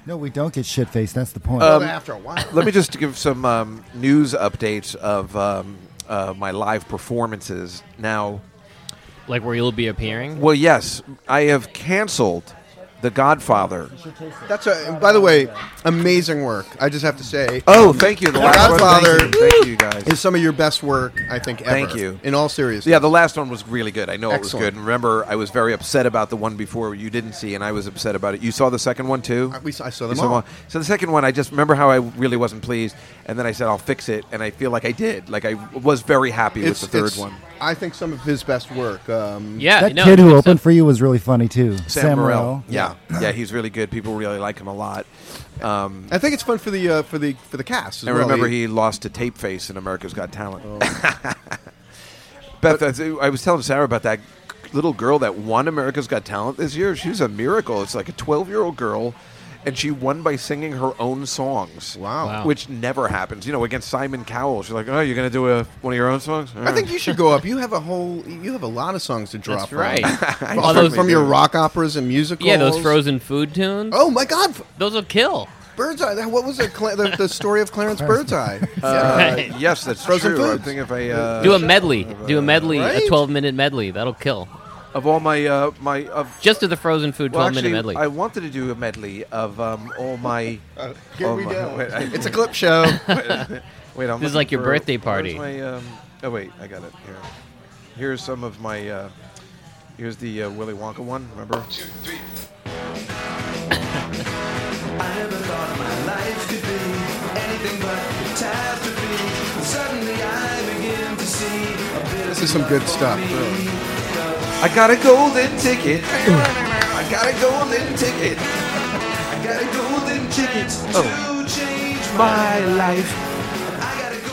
Speaker 10: No, we don't get shit faced. That's the point.
Speaker 3: Um,
Speaker 4: Um,
Speaker 9: after a while.
Speaker 3: Let me just give some um, news updates of um, uh, my live performances now.
Speaker 4: like where you'll be appearing.
Speaker 3: Well, yes, I have canceled The Godfather.
Speaker 9: That's a, and by the way, amazing work. I just have to say.
Speaker 3: Oh, thank you. The
Speaker 9: Um, The
Speaker 3: last
Speaker 9: Godfather.
Speaker 3: One, thank you. Thank you,
Speaker 9: It's
Speaker 3: guys.
Speaker 9: some of your best work, I think, ever.
Speaker 3: Thank you.
Speaker 9: In all seriousness.
Speaker 3: Yeah, the last one was really good. I know it was
Speaker 9: Excellent.
Speaker 3: good. And remember, I was very upset about the one before you didn't see, and I was upset about it. You saw the second one too.
Speaker 9: I- we saw- I saw
Speaker 3: You
Speaker 9: them all.
Speaker 3: one. So the second one, I just remember how I really wasn't pleased, and then I said I'll fix it, and I feel like I did. Like I was very happy
Speaker 9: it's
Speaker 3: with the third
Speaker 9: it's-
Speaker 3: one.
Speaker 9: I think some of his best work. Um,
Speaker 4: Yeah,
Speaker 10: that
Speaker 4: no,
Speaker 10: kid who
Speaker 4: it's-
Speaker 10: opened for you was really funny too.
Speaker 3: Sam Morril.
Speaker 10: Morril.
Speaker 3: Yeah, yeah, he's really good. People really like him a lot. Um,
Speaker 9: I think it's fun for the uh, for the for the cast. As
Speaker 3: And
Speaker 9: well.
Speaker 3: remember, he lost to Tape Face in America's Got Talent. Beth, I th- I was telling Sarah about that little girl that won America's Got Talent this year. She was a miracle. It's like a 12 year old girl, and she won by singing her own songs.
Speaker 9: Wow.
Speaker 4: Wow.
Speaker 3: Which never happens. You know, against Simon Cowell. She's like, oh, you're going to do a, one of your own songs?
Speaker 9: I think you should go up. You have a whole. You have a lot of songs to drop.
Speaker 4: That's right.
Speaker 9: From,
Speaker 4: All
Speaker 9: from-
Speaker 4: those-
Speaker 9: from your rock operas and musicals.
Speaker 4: Yeah, those frozen food tunes.
Speaker 9: Oh my God,
Speaker 4: Those will kill.
Speaker 9: Birdseye! that- What was it? Cla- the, the story of Clarence Birdseye.
Speaker 3: Uh, yes, that's
Speaker 9: Frozen
Speaker 3: true.
Speaker 9: foods.
Speaker 3: I think if I uh,
Speaker 4: Do a medley. Do a medley,
Speaker 9: Right?
Speaker 4: a 12 minute medley. That'll kill.
Speaker 3: of all my uh, my of
Speaker 4: Just to the frozen food 12
Speaker 3: well,
Speaker 4: minute
Speaker 3: actually,
Speaker 4: medley.
Speaker 3: I wanted to do a medley of um, all my.
Speaker 9: Here
Speaker 3: all
Speaker 9: we
Speaker 3: my-
Speaker 9: go.
Speaker 3: wait, I-
Speaker 9: it's a clip show.
Speaker 3: Wait, I'm
Speaker 4: This
Speaker 3: looking
Speaker 4: is like your
Speaker 3: for-
Speaker 4: birthday party.
Speaker 3: Where's my, um, oh wait, I got it here. Here's some of my. Uh, here's the uh, Willy Wonka one. Remember?
Speaker 9: this is some good stuff. really.
Speaker 3: I got a golden ticket. I got a golden ticket.
Speaker 2: golden chance
Speaker 3: Oh.
Speaker 2: to change
Speaker 3: My life.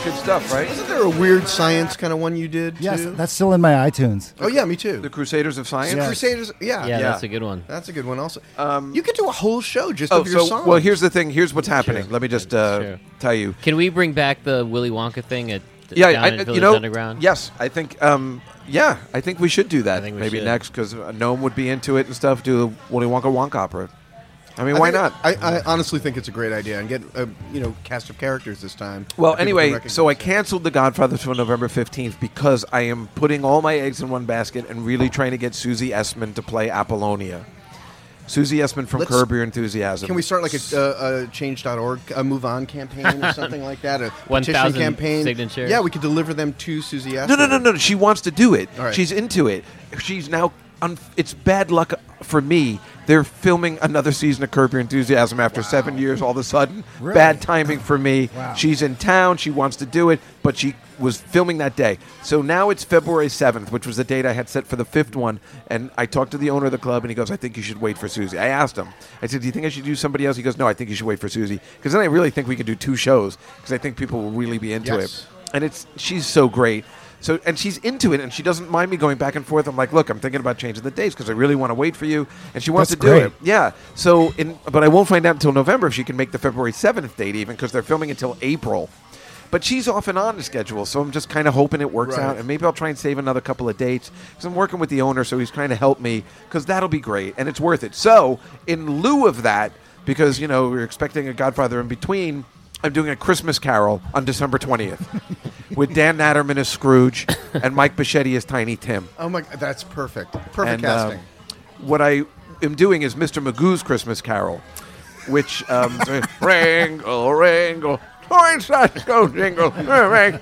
Speaker 3: Good stuff, right?
Speaker 9: Isn't there a weird science kind of one you did?
Speaker 10: Yes,
Speaker 9: too?
Speaker 10: that's still in my iTunes.
Speaker 9: Oh yeah, me too.
Speaker 3: The Crusaders of Science.
Speaker 10: Yeah.
Speaker 9: Crusaders.
Speaker 4: Yeah,
Speaker 9: Yeah, yeah,
Speaker 4: that's a good one.
Speaker 9: that's a good one. Also, you could do a whole show just
Speaker 3: Um, Oh,
Speaker 9: of your
Speaker 3: so
Speaker 9: songs.
Speaker 3: well, here's the thing. Here's what's happening. Let me just uh,
Speaker 4: Sure.
Speaker 3: tell you.
Speaker 4: Can we bring back the Willy Wonka thing at
Speaker 3: Yeah,
Speaker 4: down
Speaker 3: I,
Speaker 4: at Village
Speaker 3: you know.
Speaker 4: Underground?
Speaker 3: Yes, I think. Um, yeah, I think we should do that.
Speaker 4: I think we
Speaker 3: Maybe
Speaker 4: should.
Speaker 3: next because Gnome would be into it and stuff. Do the Willy Wonka Wonk opera. I mean, why
Speaker 9: I think-
Speaker 3: not?
Speaker 9: I, I honestly think it's a great idea, and get a you know cast of characters this time.
Speaker 3: Well,
Speaker 9: that people can
Speaker 3: anyway, so I
Speaker 9: recognize.
Speaker 3: canceled The Godfathers for November 15th because I am putting all my eggs in one basket and really trying to get Susie Essman to play Apollonia. Susie Essman from
Speaker 9: Let's-
Speaker 3: Curb Your Enthusiasm.
Speaker 9: Can we start like a, uh, a change.org, a move on campaign or something like that? A
Speaker 4: 1,000
Speaker 9: petition campaign?
Speaker 4: signatures.
Speaker 9: Yeah, we could deliver them to Susie
Speaker 3: No,
Speaker 9: Essman.
Speaker 3: no, no, no. She wants to do it.
Speaker 9: All right.
Speaker 3: She's into it. She's now. Un- it's bad luck for me. They're filming another season of Curb Your Enthusiasm after seven years. All of a sudden,
Speaker 10: Really?
Speaker 3: bad timing for me.
Speaker 10: Wow.
Speaker 3: She's in town. She wants to do it, but she was filming that day. So now it's February seventh, which was the date I had set for the fifth one. And I talked to the owner of the club, and he goes, "I think you should wait for Susie." I asked him. I said, "Do you think I should do somebody else?" He goes, "No, I think you should wait for Susie." Because then I really think we could do two shows because I think people will really be into
Speaker 9: Yes.
Speaker 3: it and it's she's so great. So and she's into it, and she doesn't mind me going back and forth. I'm like, look, I'm thinking about changing the dates because I really want to wait for you, and she wants
Speaker 10: That's
Speaker 3: to do
Speaker 10: great.
Speaker 3: it. Yeah. So, in, but I won't find out until November if she can make the February 7th date even because they're filming until April. But she's off and on the schedule, so I'm just kind of hoping it works
Speaker 9: Right.
Speaker 3: out, and maybe I'll try and save another couple of dates because I'm working with the owner, so he's trying to help me because that'll be great and it's worth it. So, in lieu of that, because you know we're expecting a Godfather in between, I'm doing a Christmas Carol on December 20th with Dan Natterman as Scrooge and Mike Bichetti as Tiny Tim.
Speaker 9: Oh my, that's perfect. Perfect
Speaker 3: And,
Speaker 9: casting.
Speaker 3: um, what I am doing is Mr. Magoo's Christmas Carol, which um, ringle, ringle, toys such go jingle, make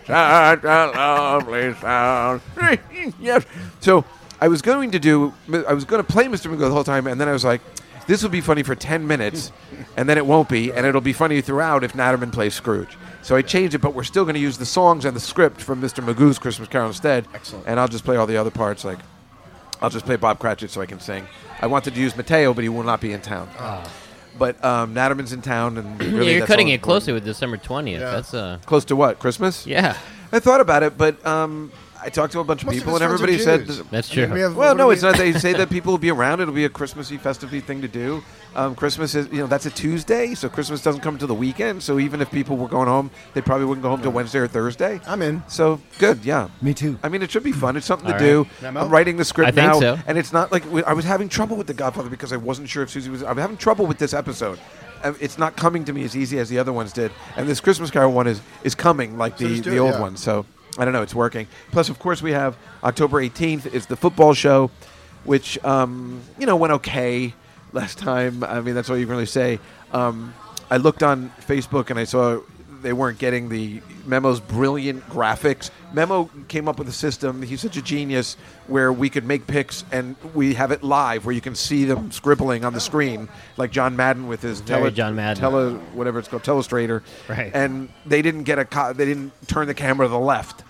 Speaker 3: such a lovely sound. yes. So I was going to do, I was going to play Mr. Magoo the whole time, and then I was like, this will be funny for 10 minutes, and then it won't be, and it'll be funny throughout if Natterman plays Scrooge. So I changed it, but we're still going to use the songs and the script from Mr. Magoo's Christmas Carol instead.
Speaker 9: Excellent.
Speaker 3: And I'll just play all the other parts, like I'll just play Bob Cratchit so I can sing. I wanted to use Mateo, but he will not be in town. But um, Natterman's in town, and really
Speaker 4: Yeah, Ah. you're
Speaker 3: that's
Speaker 4: cutting
Speaker 3: all
Speaker 4: it closely
Speaker 3: important.
Speaker 4: with December 20th. That's uh,
Speaker 3: Close to what? Christmas?
Speaker 4: yeah,
Speaker 3: I thought about it, but um, I talked to a bunch of
Speaker 9: Most of
Speaker 3: people,
Speaker 9: his
Speaker 3: and
Speaker 9: friends are
Speaker 3: everybody said,
Speaker 9: Jews.
Speaker 4: that's
Speaker 9: I mean,
Speaker 4: true.
Speaker 9: we have-
Speaker 3: "Well,
Speaker 9: what
Speaker 3: no,
Speaker 9: do
Speaker 3: it's
Speaker 9: we-
Speaker 3: not." They say that people will be around. It'll be a Christmassy, festive thing to do. Um, Christmas is, you know, that's a Tuesday, so Christmas doesn't come to the weekend. So even if people were going home, they probably wouldn't go home till Wednesday or Thursday.
Speaker 9: I'm in.
Speaker 3: So good, yeah.
Speaker 10: Me too.
Speaker 3: I mean, it should be fun. It's something to
Speaker 4: All
Speaker 3: do.
Speaker 4: right.
Speaker 9: Memo?
Speaker 3: I'm writing the script
Speaker 4: I think
Speaker 3: now,
Speaker 4: so.
Speaker 3: and it's not like I was having trouble with The Godfather because I wasn't sure if Susie was. I'm having trouble with this episode. Uh, It's not coming to me as easy as the other ones did, and this Christmas Carol one is is coming like
Speaker 9: So
Speaker 3: the
Speaker 9: just do
Speaker 3: the
Speaker 9: it,
Speaker 3: old
Speaker 9: yeah.
Speaker 3: one. So I don't know. It's working. Plus, of course, we have October 18th is the football show, which um, you know went okay last time. I mean, that's all you can really say. Um, I looked on Facebook and I saw they weren't getting the memo's brilliant graphics. Memo came up with a system. He's such a genius where we could make pics and we have it live where you can see them scribbling on the screen, like John Madden with his
Speaker 4: Very
Speaker 3: tele,
Speaker 4: John Madden.
Speaker 3: tele whatever it's called, telestrator.
Speaker 4: Right.
Speaker 3: And they didn't get a co- they didn't turn the camera to the left.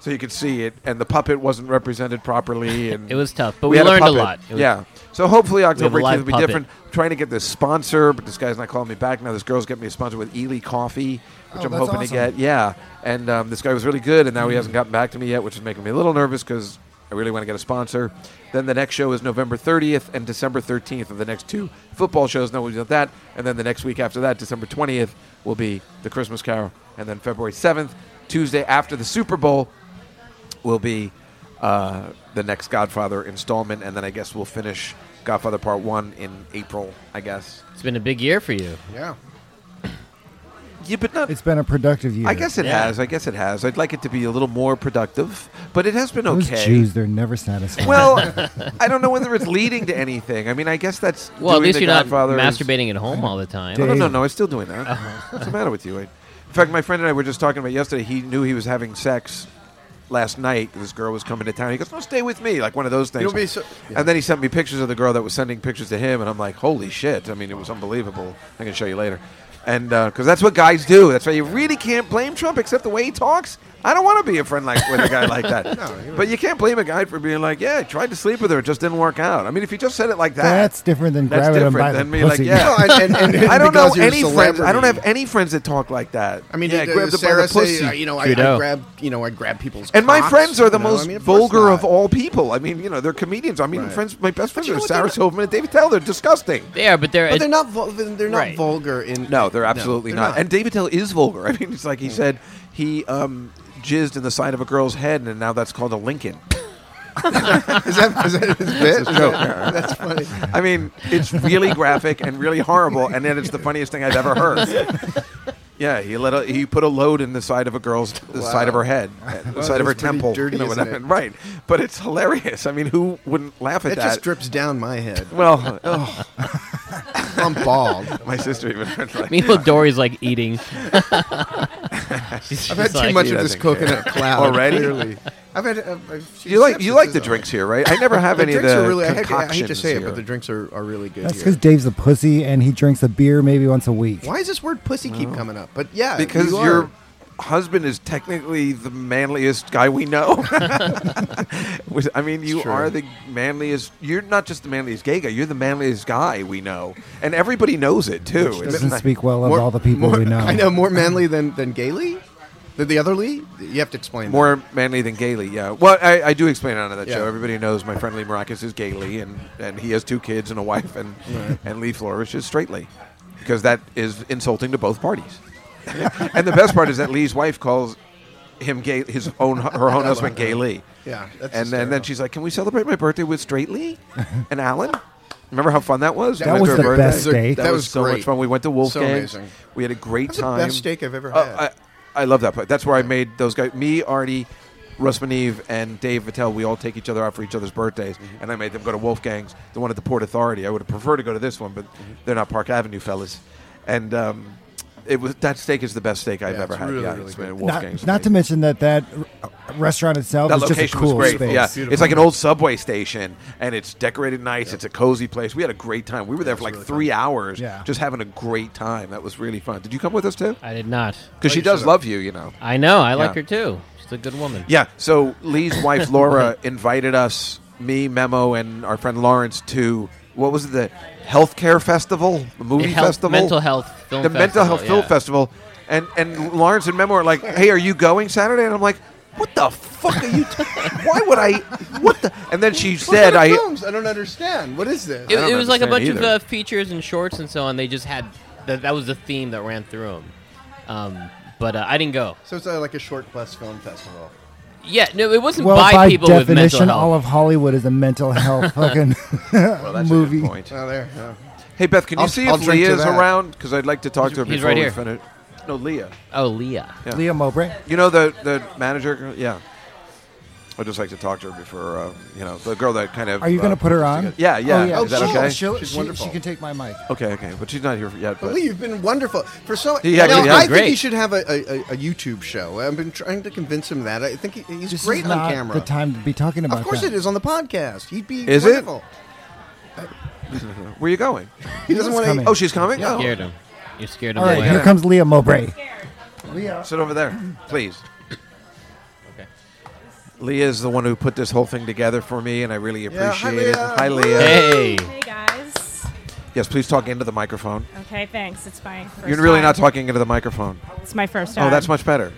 Speaker 3: So you could see it, and the puppet wasn't represented properly, and
Speaker 4: It was tough, but we
Speaker 3: had
Speaker 4: learned a
Speaker 3: puppet.
Speaker 4: lot. It was-
Speaker 3: yeah. So hopefully October
Speaker 4: live
Speaker 3: 18th will be
Speaker 4: puppet.
Speaker 3: different. I'm trying to get this sponsor, but this guy's not calling me back now. This girl's getting me a sponsor with Ely Coffee, which
Speaker 10: Oh,
Speaker 3: I'm
Speaker 10: that's
Speaker 3: hoping to
Speaker 10: awesome.
Speaker 3: get. Yeah, and um, this guy was really good, and now he hasn't gotten back to me yet, which is making me a little nervous because I really want to get a sponsor. Then the next show is November 30th and December 13th of the next two football shows. No one's at that, and then the next week after that, December 20th will be the Christmas Carol, and then February 7th, Tuesday after the Super Bowl, will be uh, the next Godfather installment, and then I guess we'll finish Godfather Part One in April. I guess.
Speaker 4: it's been a big year for you.
Speaker 9: Yeah.
Speaker 3: Yeah, but not.
Speaker 10: It's been a productive year.
Speaker 3: I guess it
Speaker 4: Yeah.
Speaker 3: has. I guess it has. I'd like it to be a little more productive, but it has been
Speaker 10: Those
Speaker 3: okay.
Speaker 10: Jews, they're never satisfied.
Speaker 3: Well, I don't know whether it's leading to anything. I mean, I guess that's
Speaker 4: Well, at
Speaker 3: doing
Speaker 4: least
Speaker 3: the
Speaker 4: you're not
Speaker 3: Godfather is-
Speaker 4: masturbating at home all the time.
Speaker 3: Oh, No,
Speaker 10: Dave. Uh-huh.
Speaker 3: no, no, I'm still doing that. What's the matter with you? I, in fact, my friend and I were just talking about yesterday. He knew he was having sex last night. This girl was coming to town. He goes, "No, stay with me," like one of those things.
Speaker 9: You'll be so-
Speaker 3: And then he sent me pictures of the girl that was sending pictures to him, and I'm like, "Holy shit!" I mean, it was unbelievable. I uh, can show you later. And because that's what guys do. That's why you really can't blame Trump, except the way he talks. I don't want to be a friend like with a guy like that.
Speaker 9: No, you're-
Speaker 3: but you can't blame a guy for being like, yeah, I tried to sleep with her, it just didn't work out. I mean, if you just said it like that,
Speaker 10: That's different than
Speaker 3: that's
Speaker 10: grabbing him
Speaker 3: different
Speaker 10: by the
Speaker 3: than me
Speaker 10: pussy.
Speaker 3: like, yeah.
Speaker 9: No, and- and- and
Speaker 3: I don't know
Speaker 9: because you're a
Speaker 3: any friends. I don't
Speaker 9: celebrity.
Speaker 3: have any friends that talk like that.
Speaker 9: I mean,
Speaker 3: yeah,
Speaker 9: did, uh,
Speaker 3: grabbed her by
Speaker 9: Sarah
Speaker 3: the
Speaker 9: say,
Speaker 3: pussy.
Speaker 9: uh, you know, I, I
Speaker 4: Trudeau.
Speaker 9: grab, you know, I grab people's.
Speaker 3: And my
Speaker 9: cocks,
Speaker 3: friends are the
Speaker 9: you know? I
Speaker 3: most
Speaker 9: mean, of course
Speaker 3: vulgar of
Speaker 9: not.
Speaker 3: all people. I mean, you know, they're comedians. I mean,
Speaker 9: Right.
Speaker 3: friends, my best friends
Speaker 9: you
Speaker 3: are
Speaker 9: know what?
Speaker 3: Sarah
Speaker 9: They're-
Speaker 3: Silverman and David Tell. They're disgusting.
Speaker 4: Yeah, but they're,
Speaker 9: But they're not. Vul- they're not
Speaker 4: Right.
Speaker 9: vulgar in.
Speaker 3: No, they're absolutely
Speaker 9: they're
Speaker 3: not. And David Tell is vulgar. I mean, it's like he said he um, jizzed in the side of a girl's head, and now that's called a Lincoln.
Speaker 9: is that is that his bit?
Speaker 3: joke.
Speaker 9: That's funny.
Speaker 3: I mean, it's really graphic and really horrible, and then it's the funniest thing I've ever heard. Yeah, he let a, he put a load in the side of a girl's the
Speaker 9: Wow.
Speaker 3: side of her head, the
Speaker 9: Well,
Speaker 3: side of her
Speaker 9: that's pretty
Speaker 3: temple,
Speaker 9: dirty, isn't
Speaker 3: whatever.
Speaker 9: it?
Speaker 3: right? But it's hilarious. I mean, who wouldn't laugh at
Speaker 9: It
Speaker 3: that?
Speaker 9: just drips down my head.
Speaker 3: well, oh,
Speaker 9: I'm bald.
Speaker 3: my sister even heard like,
Speaker 4: Meanwhile, Dory's like eating.
Speaker 9: I've had too much
Speaker 3: Yeah,
Speaker 9: of
Speaker 3: I
Speaker 9: this
Speaker 3: think-
Speaker 9: coconut cloud
Speaker 3: Already?
Speaker 9: Clearly. I've had. Uh, I've-
Speaker 3: You like you like the
Speaker 9: substances
Speaker 3: drinks here, right? I never have
Speaker 9: The
Speaker 3: any of
Speaker 9: drinks
Speaker 3: the
Speaker 9: are really. I hate, I
Speaker 3: concoctions
Speaker 9: hate to say it,
Speaker 3: here.
Speaker 9: but the drinks are, are really good
Speaker 10: That's
Speaker 9: here.
Speaker 10: because Dave's a pussy and he drinks a beer maybe once a week.
Speaker 9: Why does this word "pussy" keep coming up? But yeah,
Speaker 3: Oh. because
Speaker 9: Uh, you are.
Speaker 3: your husband is technically the manliest guy we know. With- I mean, you
Speaker 9: true.
Speaker 3: are the manliest. You're not just the manliest gay guy. You're the manliest guy we know, and everybody knows it too. It's
Speaker 10: Doesn't
Speaker 3: like-
Speaker 10: speak well of
Speaker 9: more-
Speaker 10: all the people
Speaker 9: more-
Speaker 10: we know.
Speaker 9: I know more manly than than Gailey, than the other Lee. You have to explain. that.
Speaker 3: More manly than Gailey, yeah. Well, I, I do explain it on that
Speaker 9: Yeah.
Speaker 3: show. Everybody knows my friend Lee Maracas is Gailey, and, and he has two kids and a wife, and, and Lee Flourish is straight Lee, because that is insulting to both parties. and the best part is that Lee's wife calls him gay, his own her own husband Gay Lee.
Speaker 9: Yeah, that's
Speaker 3: and then, then
Speaker 9: hysterical.
Speaker 3: she's like, "Can we celebrate my birthday with straight Lee and Alan?" Remember how fun that was?
Speaker 9: That
Speaker 3: We went
Speaker 10: was
Speaker 3: to a
Speaker 10: the
Speaker 3: birthday.
Speaker 10: best day.
Speaker 3: That,
Speaker 9: That
Speaker 3: was,
Speaker 9: was
Speaker 3: so much
Speaker 9: great.
Speaker 3: fun. We went to Wolfgang.
Speaker 9: amazing.
Speaker 3: We had a great
Speaker 9: That's the
Speaker 3: time.
Speaker 9: best steak I've ever
Speaker 3: Oh,
Speaker 9: had.
Speaker 3: I- I love that part. That's where I made those guys. Me, Artie, Russ Maneve, and Dave Vitale. We all take each other out for each other's birthdays,
Speaker 9: Mm-hmm.
Speaker 3: and I made them go to Wolfgang's, the one at the Port Authority. I would have preferred to go to this one, but
Speaker 9: Mm-hmm.
Speaker 3: they're not Park Avenue fellas. And um, it was that steak is the best steak I've
Speaker 9: Yeah,
Speaker 3: ever
Speaker 9: it's
Speaker 3: had.
Speaker 9: really,
Speaker 3: yeah,
Speaker 9: really
Speaker 3: it's
Speaker 9: good.
Speaker 3: been at
Speaker 10: Not,
Speaker 3: Wolfgang's.
Speaker 10: not to mention that that r- uh, restaurant itself
Speaker 3: that
Speaker 10: is just a
Speaker 3: location was
Speaker 10: cool
Speaker 3: great.
Speaker 10: space.
Speaker 3: Yeah,
Speaker 9: Beautiful.
Speaker 3: it's like an old subway station, and it's decorated nice. It's a cozy place. We had a great time. We were there for like three hours,
Speaker 10: Yeah.
Speaker 3: just having a great time. That was really fun. Did you come with us too?
Speaker 4: I did not.
Speaker 3: Because she does love you, you know.
Speaker 4: I know. I like
Speaker 3: Yeah.
Speaker 4: her too. She's a good woman.
Speaker 3: Yeah. So Lee's wife Laura invited us, me, Memo, and our friend Lawrence to what was it, the healthcare festival, the movie
Speaker 4: A health-
Speaker 3: festival,
Speaker 4: mental health film
Speaker 3: the mental
Speaker 4: festival,
Speaker 3: health film
Speaker 4: yeah.
Speaker 3: festival, and and Lawrence and Memo are like, "Hey, are you going Saturday?" And I'm like. What the fuck are you? T- why would I? What the? And then she
Speaker 9: What
Speaker 3: said,
Speaker 9: kind of
Speaker 3: "I."
Speaker 9: films? I don't understand. What is this?
Speaker 4: It,
Speaker 3: I don't
Speaker 4: it was like a bunch
Speaker 3: understand
Speaker 4: of
Speaker 3: either.
Speaker 4: uh, features and shorts and so on. They just had that. That was the theme that ran through them. Um, but uh, I didn't go.
Speaker 9: so it's uh, like a short plus film festival.
Speaker 4: Yeah, no, it wasn't
Speaker 10: Well,
Speaker 4: by,
Speaker 10: by
Speaker 4: people with mental
Speaker 10: definition,
Speaker 4: health.
Speaker 10: all of Hollywood is a mental health fucking
Speaker 3: Well, that's a
Speaker 10: movie.
Speaker 3: good point.
Speaker 9: Oh, there. yeah.
Speaker 3: Hey Beth, can you
Speaker 9: I'll-
Speaker 3: see
Speaker 9: I'll
Speaker 3: if
Speaker 9: drink to
Speaker 3: Leah's
Speaker 9: that.
Speaker 3: around? Because I'd like to talk to her
Speaker 4: He's
Speaker 3: before
Speaker 4: right
Speaker 3: we
Speaker 4: here.
Speaker 3: finish. No, Leah.
Speaker 4: oh, Leah.
Speaker 3: Yeah.
Speaker 10: Leah Mowbray.
Speaker 3: You know the the manager, yeah. I'd just like to talk to her before, uh, you know, the girl that kind of.
Speaker 10: Are you
Speaker 3: uh,
Speaker 10: going to put her on?
Speaker 3: Yeah, yeah.
Speaker 10: Oh,
Speaker 3: Is that
Speaker 10: She'll-
Speaker 3: okay?
Speaker 10: she'll-
Speaker 9: She's
Speaker 10: she-
Speaker 9: wonderful.
Speaker 10: she can take my mic.
Speaker 3: Okay, okay, but she's not here yet.
Speaker 9: But
Speaker 3: But
Speaker 9: Lee, you've been wonderful for so.
Speaker 3: He
Speaker 9: No,
Speaker 3: actually has.
Speaker 9: I think
Speaker 4: Great.
Speaker 9: he should have a, a, a- a YouTube show. I've been trying to convince him of that. I think he, he's
Speaker 10: This
Speaker 9: great
Speaker 10: is not
Speaker 9: on camera.
Speaker 10: the time to be talking about
Speaker 9: of course,
Speaker 10: that.
Speaker 9: it is on the podcast. He'd be
Speaker 3: Is it?
Speaker 9: wonderful.
Speaker 3: where are you going?
Speaker 9: He doesn't
Speaker 10: is
Speaker 9: want
Speaker 10: coming.
Speaker 9: to.
Speaker 3: Oh, she's coming.
Speaker 4: You
Speaker 3: Oh,
Speaker 4: scared him. You scared him
Speaker 10: All right,
Speaker 4: away.
Speaker 10: here comes Leah Mowbray. Leah.
Speaker 3: sit over there, please.
Speaker 4: Okay.
Speaker 3: Leah is the one who put this whole thing together for me, and I really
Speaker 9: Yeah, hi,
Speaker 3: appreciate it.
Speaker 9: Leah.
Speaker 3: Hi, Leah.
Speaker 4: Hey.
Speaker 11: Hey guys.
Speaker 3: Yes, please talk into the microphone. you
Speaker 11: Okay, thanks. It's my first
Speaker 3: You're really
Speaker 11: time.
Speaker 3: not talking into the microphone.
Speaker 11: It's my first time.
Speaker 3: Oh, that's much better.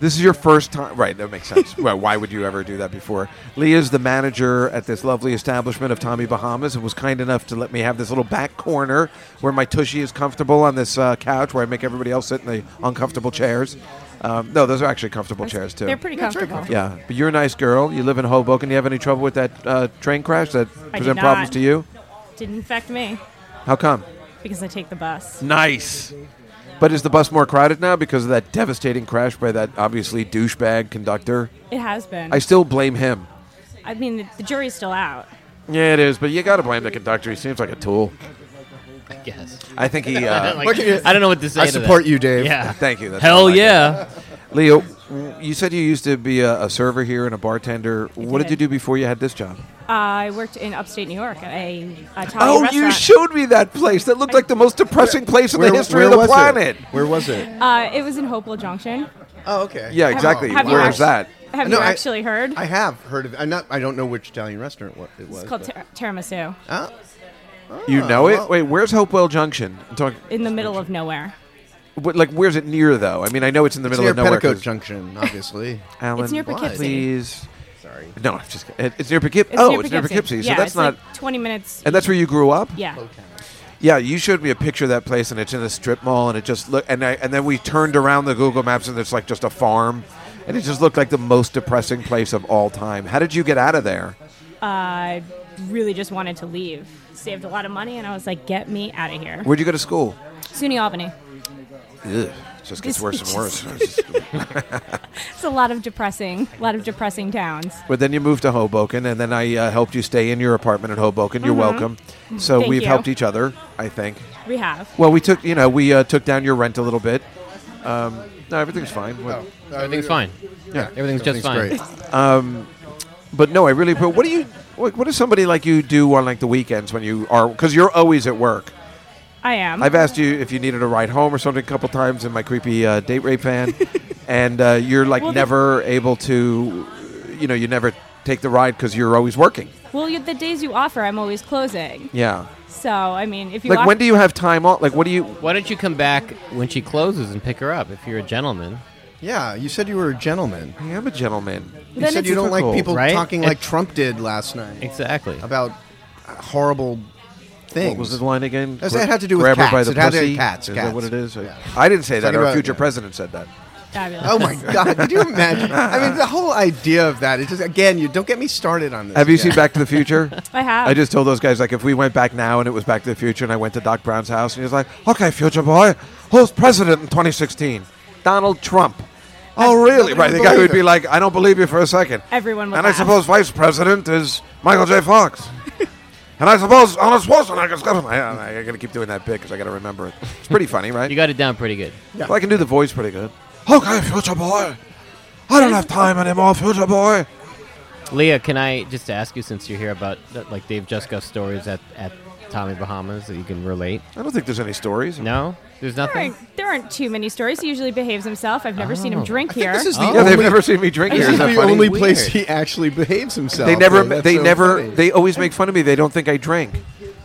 Speaker 3: This is your first time, right? That makes sense. well, why would you ever do that before? Leah's the manager at this lovely establishment of Tommy Bahamas, and was kind enough to let me have this little back corner where my tushy is comfortable on this uh, couch, where I make everybody else sit in the uncomfortable chairs. Um, no, those are actually comfortable chairs too.
Speaker 11: They're pretty comfortable.
Speaker 3: Yeah, but you're a nice girl. You live in Hoboken. Do you have any trouble with that uh, train crash that
Speaker 11: I did
Speaker 3: present problems
Speaker 11: not.
Speaker 3: to you?
Speaker 11: Didn't affect me
Speaker 3: How come?
Speaker 11: because I take the bus.
Speaker 3: Nice. But is the bus more crowded now because of that devastating crash by that obviously douchebag conductor?
Speaker 11: It has been.
Speaker 3: I
Speaker 11: I,
Speaker 3: still blame him.
Speaker 11: mean, the, the jury's still out.
Speaker 3: Yeah, it is, but you got to blame the conductor. He seems like a tool.
Speaker 4: I guess.
Speaker 3: I think he.
Speaker 4: I,
Speaker 3: Uh,
Speaker 4: like,
Speaker 9: Look at you.
Speaker 4: I don't know what to say.
Speaker 9: I
Speaker 4: to
Speaker 9: support
Speaker 4: that.
Speaker 9: you, Dave.
Speaker 4: Yeah.
Speaker 3: thank you. That's
Speaker 4: Hell
Speaker 3: what I like.
Speaker 4: yeah.
Speaker 3: Leo, w- you said you used to be a, a server here and a bartender. What did
Speaker 11: did.
Speaker 3: you do before you had this job?
Speaker 11: I worked in upstate New York at a Italian
Speaker 3: oh,
Speaker 11: restaurant.
Speaker 3: you showed me that place. That looked like the most depressing place in the history of the
Speaker 9: was
Speaker 3: planet.
Speaker 9: It? Where was it?
Speaker 11: Uh, it was in Hopewell Junction.
Speaker 9: Oh, okay.
Speaker 3: Yeah, exactly.
Speaker 11: Uh, Have you
Speaker 3: Where
Speaker 11: act-
Speaker 3: is that?
Speaker 11: Have
Speaker 9: No,
Speaker 11: you
Speaker 9: I-
Speaker 11: actually heard?
Speaker 9: I have heard of it. I'm not. I don't know which Italian restaurant what it was.
Speaker 11: It's called
Speaker 9: but-
Speaker 11: tir- tiramisu.
Speaker 9: Ah.
Speaker 3: You
Speaker 9: Oh,
Speaker 3: know
Speaker 9: well-
Speaker 3: it? Wait, where's Hopewell Junction? I'm talking.
Speaker 11: In the middle of nowhere.
Speaker 3: What, like, where's it near though? I mean, I know it's in the
Speaker 9: It's
Speaker 3: middle of
Speaker 9: near
Speaker 3: nowhere.
Speaker 9: Petticoat
Speaker 3: 'cause-
Speaker 9: Junction, obviously.
Speaker 3: Alan,
Speaker 11: near Poughkeepsie.
Speaker 3: please.
Speaker 9: Sorry.
Speaker 3: No, I'm just. It, it's near Poughkeepsie.
Speaker 11: It's
Speaker 3: Oh,
Speaker 11: near
Speaker 3: it's near
Speaker 11: Poughkeepsie.
Speaker 3: Poughkeepsie.
Speaker 11: Yeah,
Speaker 3: so that's
Speaker 11: it's
Speaker 3: not.
Speaker 11: like 20 minutes
Speaker 3: and that's where you grew up.
Speaker 11: Yeah.
Speaker 3: Yeah, you showed me a picture of that place, and it's in a strip mall, and it just look. And I and then we turned around the Google Maps, and it's like just a farm, and it just looked like the most depressing place of all time. How did you get out of there?
Speaker 11: I really just wanted to leave. Saved a lot of money, and I was like, get me out of here.
Speaker 3: Where'd you go to school?
Speaker 11: SUNY Albany.
Speaker 3: Ugh, it just gets
Speaker 11: This
Speaker 3: worse
Speaker 11: is
Speaker 3: and worse.
Speaker 11: It's a lot of depressing, a lot of depressing towns.
Speaker 3: But then you moved to Hoboken, and then I uh, helped you stay in your apartment in Hoboken. You're
Speaker 11: Mhm.
Speaker 3: welcome. So
Speaker 11: Thank
Speaker 3: we've
Speaker 11: you.
Speaker 3: helped each other, I think.
Speaker 11: We have.
Speaker 3: Well, we took, you know, we uh, took down your rent a little bit. Um, no, everything's fine. What-
Speaker 4: Everything's fine.
Speaker 3: Yeah.
Speaker 4: everything's just fine.
Speaker 3: Um, but no, I really. But what do you? What, what does somebody like you do on like the weekends when you are? Because you're always at work.
Speaker 11: I am.
Speaker 3: I've asked you if you needed a ride home or something a couple times in my creepy uh, date rape van, and uh, you're like
Speaker 11: Well, the-
Speaker 3: never able to. You know, you never take the ride because you're always working.
Speaker 11: well, you, the days you offer, I'm always closing.
Speaker 3: Yeah.
Speaker 11: So, I mean, if you
Speaker 3: Like
Speaker 11: offer,
Speaker 3: when do you have time off? Like what do you?
Speaker 4: Why don't you come back when she closes and pick her up if you're a gentleman?
Speaker 9: Yeah, you said you were a gentleman.
Speaker 3: I am a gentleman.
Speaker 9: You
Speaker 4: Then
Speaker 9: said
Speaker 4: it's
Speaker 9: you don't like
Speaker 4: difficult,
Speaker 9: people
Speaker 4: right?
Speaker 9: talking
Speaker 4: It-
Speaker 9: like Trump did last night.
Speaker 4: Exactly.
Speaker 9: About horrible things.
Speaker 3: What was his line again?
Speaker 9: That's- It had to do with
Speaker 3: Grab her
Speaker 9: cats.
Speaker 3: by the
Speaker 9: it had to do
Speaker 3: pussy.
Speaker 9: with cats.
Speaker 3: Is
Speaker 9: cats.
Speaker 3: that what it is? I didn't say that.
Speaker 9: Talking
Speaker 3: Our
Speaker 9: about-
Speaker 3: future
Speaker 9: yeah.
Speaker 3: president said that.
Speaker 11: Fabulous.
Speaker 9: Oh my God! Could you imagine? I mean, the whole idea of that is just again. You don't get me started on this.
Speaker 3: Have you
Speaker 9: again.
Speaker 3: seen Back to the Future?
Speaker 11: I have.
Speaker 3: I just told those guys like if we went back now and it was Back to the Future and I went to Doc Brown's house and he was like, "Okay, future boy, who's president in 2016? Donald Trump." Oh, really?
Speaker 9: nobody
Speaker 3: Right. The
Speaker 9: would
Speaker 3: guy
Speaker 9: believe
Speaker 3: would be
Speaker 9: it.
Speaker 3: like, "I don't believe you for a second.
Speaker 11: Everyone would
Speaker 3: And I
Speaker 11: laugh.
Speaker 3: suppose vice president is Michael J. Fox. and I suppose Arnold Schwarzenegger's got I, I gotta keep doing that bit because I gotta remember it. It's pretty funny, right?
Speaker 4: You got it down pretty good.
Speaker 9: Yeah.
Speaker 3: Well, I can do the voice pretty good. Okay, future boy, I don't have time anymore, future boy.
Speaker 4: Leah, can I just ask you since you're here about uh, like Dave Jusko's stories at, at Tommy Bahamas that you can relate?
Speaker 3: I don't think there's any stories.
Speaker 4: No, there's
Speaker 11: there,
Speaker 4: nothing.
Speaker 11: aren't, there aren't too many stories. He usually behaves himself. I've
Speaker 3: Uh-huh.
Speaker 11: never seen him drink here.
Speaker 9: This is the
Speaker 4: Oh.
Speaker 3: Yeah,
Speaker 9: only,
Speaker 3: they've never seen me drink
Speaker 9: this
Speaker 3: here.
Speaker 9: is
Speaker 3: Is that
Speaker 9: the
Speaker 3: funny?
Speaker 9: only place
Speaker 4: Weird.
Speaker 9: he actually behaves himself.
Speaker 3: They never.
Speaker 9: So that's
Speaker 3: they
Speaker 9: so
Speaker 3: never.
Speaker 9: funny.
Speaker 3: They always make fun of me. They don't think I drink.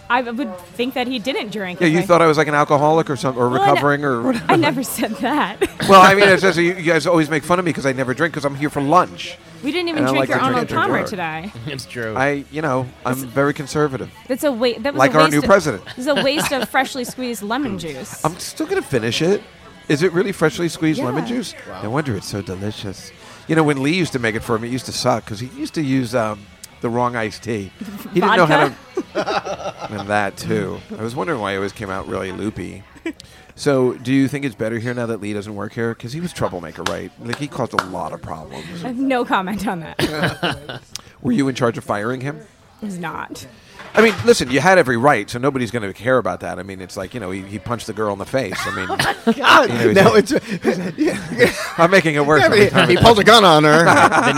Speaker 11: I would think that he didn't drink.
Speaker 3: Yeah,
Speaker 11: if
Speaker 3: you
Speaker 11: I-
Speaker 3: thought I was like an alcoholic or something, or
Speaker 11: Well, I ne-
Speaker 3: recovering, or whatever.
Speaker 11: I never said that.
Speaker 3: well, I mean, it's just you guys always make fun of me because I never drink because I'm here for lunch.
Speaker 11: we didn't
Speaker 3: I
Speaker 11: even
Speaker 3: don't
Speaker 11: drink
Speaker 3: like
Speaker 11: your
Speaker 3: to drink
Speaker 11: Arnold
Speaker 3: and drink
Speaker 11: Palmer
Speaker 3: water.
Speaker 11: today.
Speaker 4: it's true.
Speaker 3: I, you know, I'm very conservative.
Speaker 11: That's a wa- that was
Speaker 3: Like
Speaker 11: a
Speaker 3: our
Speaker 11: waste
Speaker 3: new
Speaker 11: of,
Speaker 3: president.
Speaker 11: It was a waste of freshly squeezed lemon juice.
Speaker 3: I'm still gonna finish it. Is it really freshly squeezed lemon
Speaker 11: Yeah.
Speaker 3: juice? No wonder it's so delicious. You know, when Lee used to make it for me, it used to suck because he used to use um, the wrong iced tea. He didn't know how to. and that too. I was wondering why he always came out really loopy. So, do you think it's better here now that Lee doesn't work here? Because he was troublemaker, right? Like he caused a lot of problems.
Speaker 11: I have no comment on that. it
Speaker 3: Were you in charge of firing him?
Speaker 11: was not.
Speaker 3: I mean, listen, you had every right, so nobody's going to care about that. I mean, it's like you know, he, he punched the girl in the face. I mean,
Speaker 9: God,
Speaker 3: You know,
Speaker 9: now
Speaker 3: he-
Speaker 9: it's yeah.
Speaker 3: I'm making it worse. every time.
Speaker 9: he, pulled a gun on her.
Speaker 4: then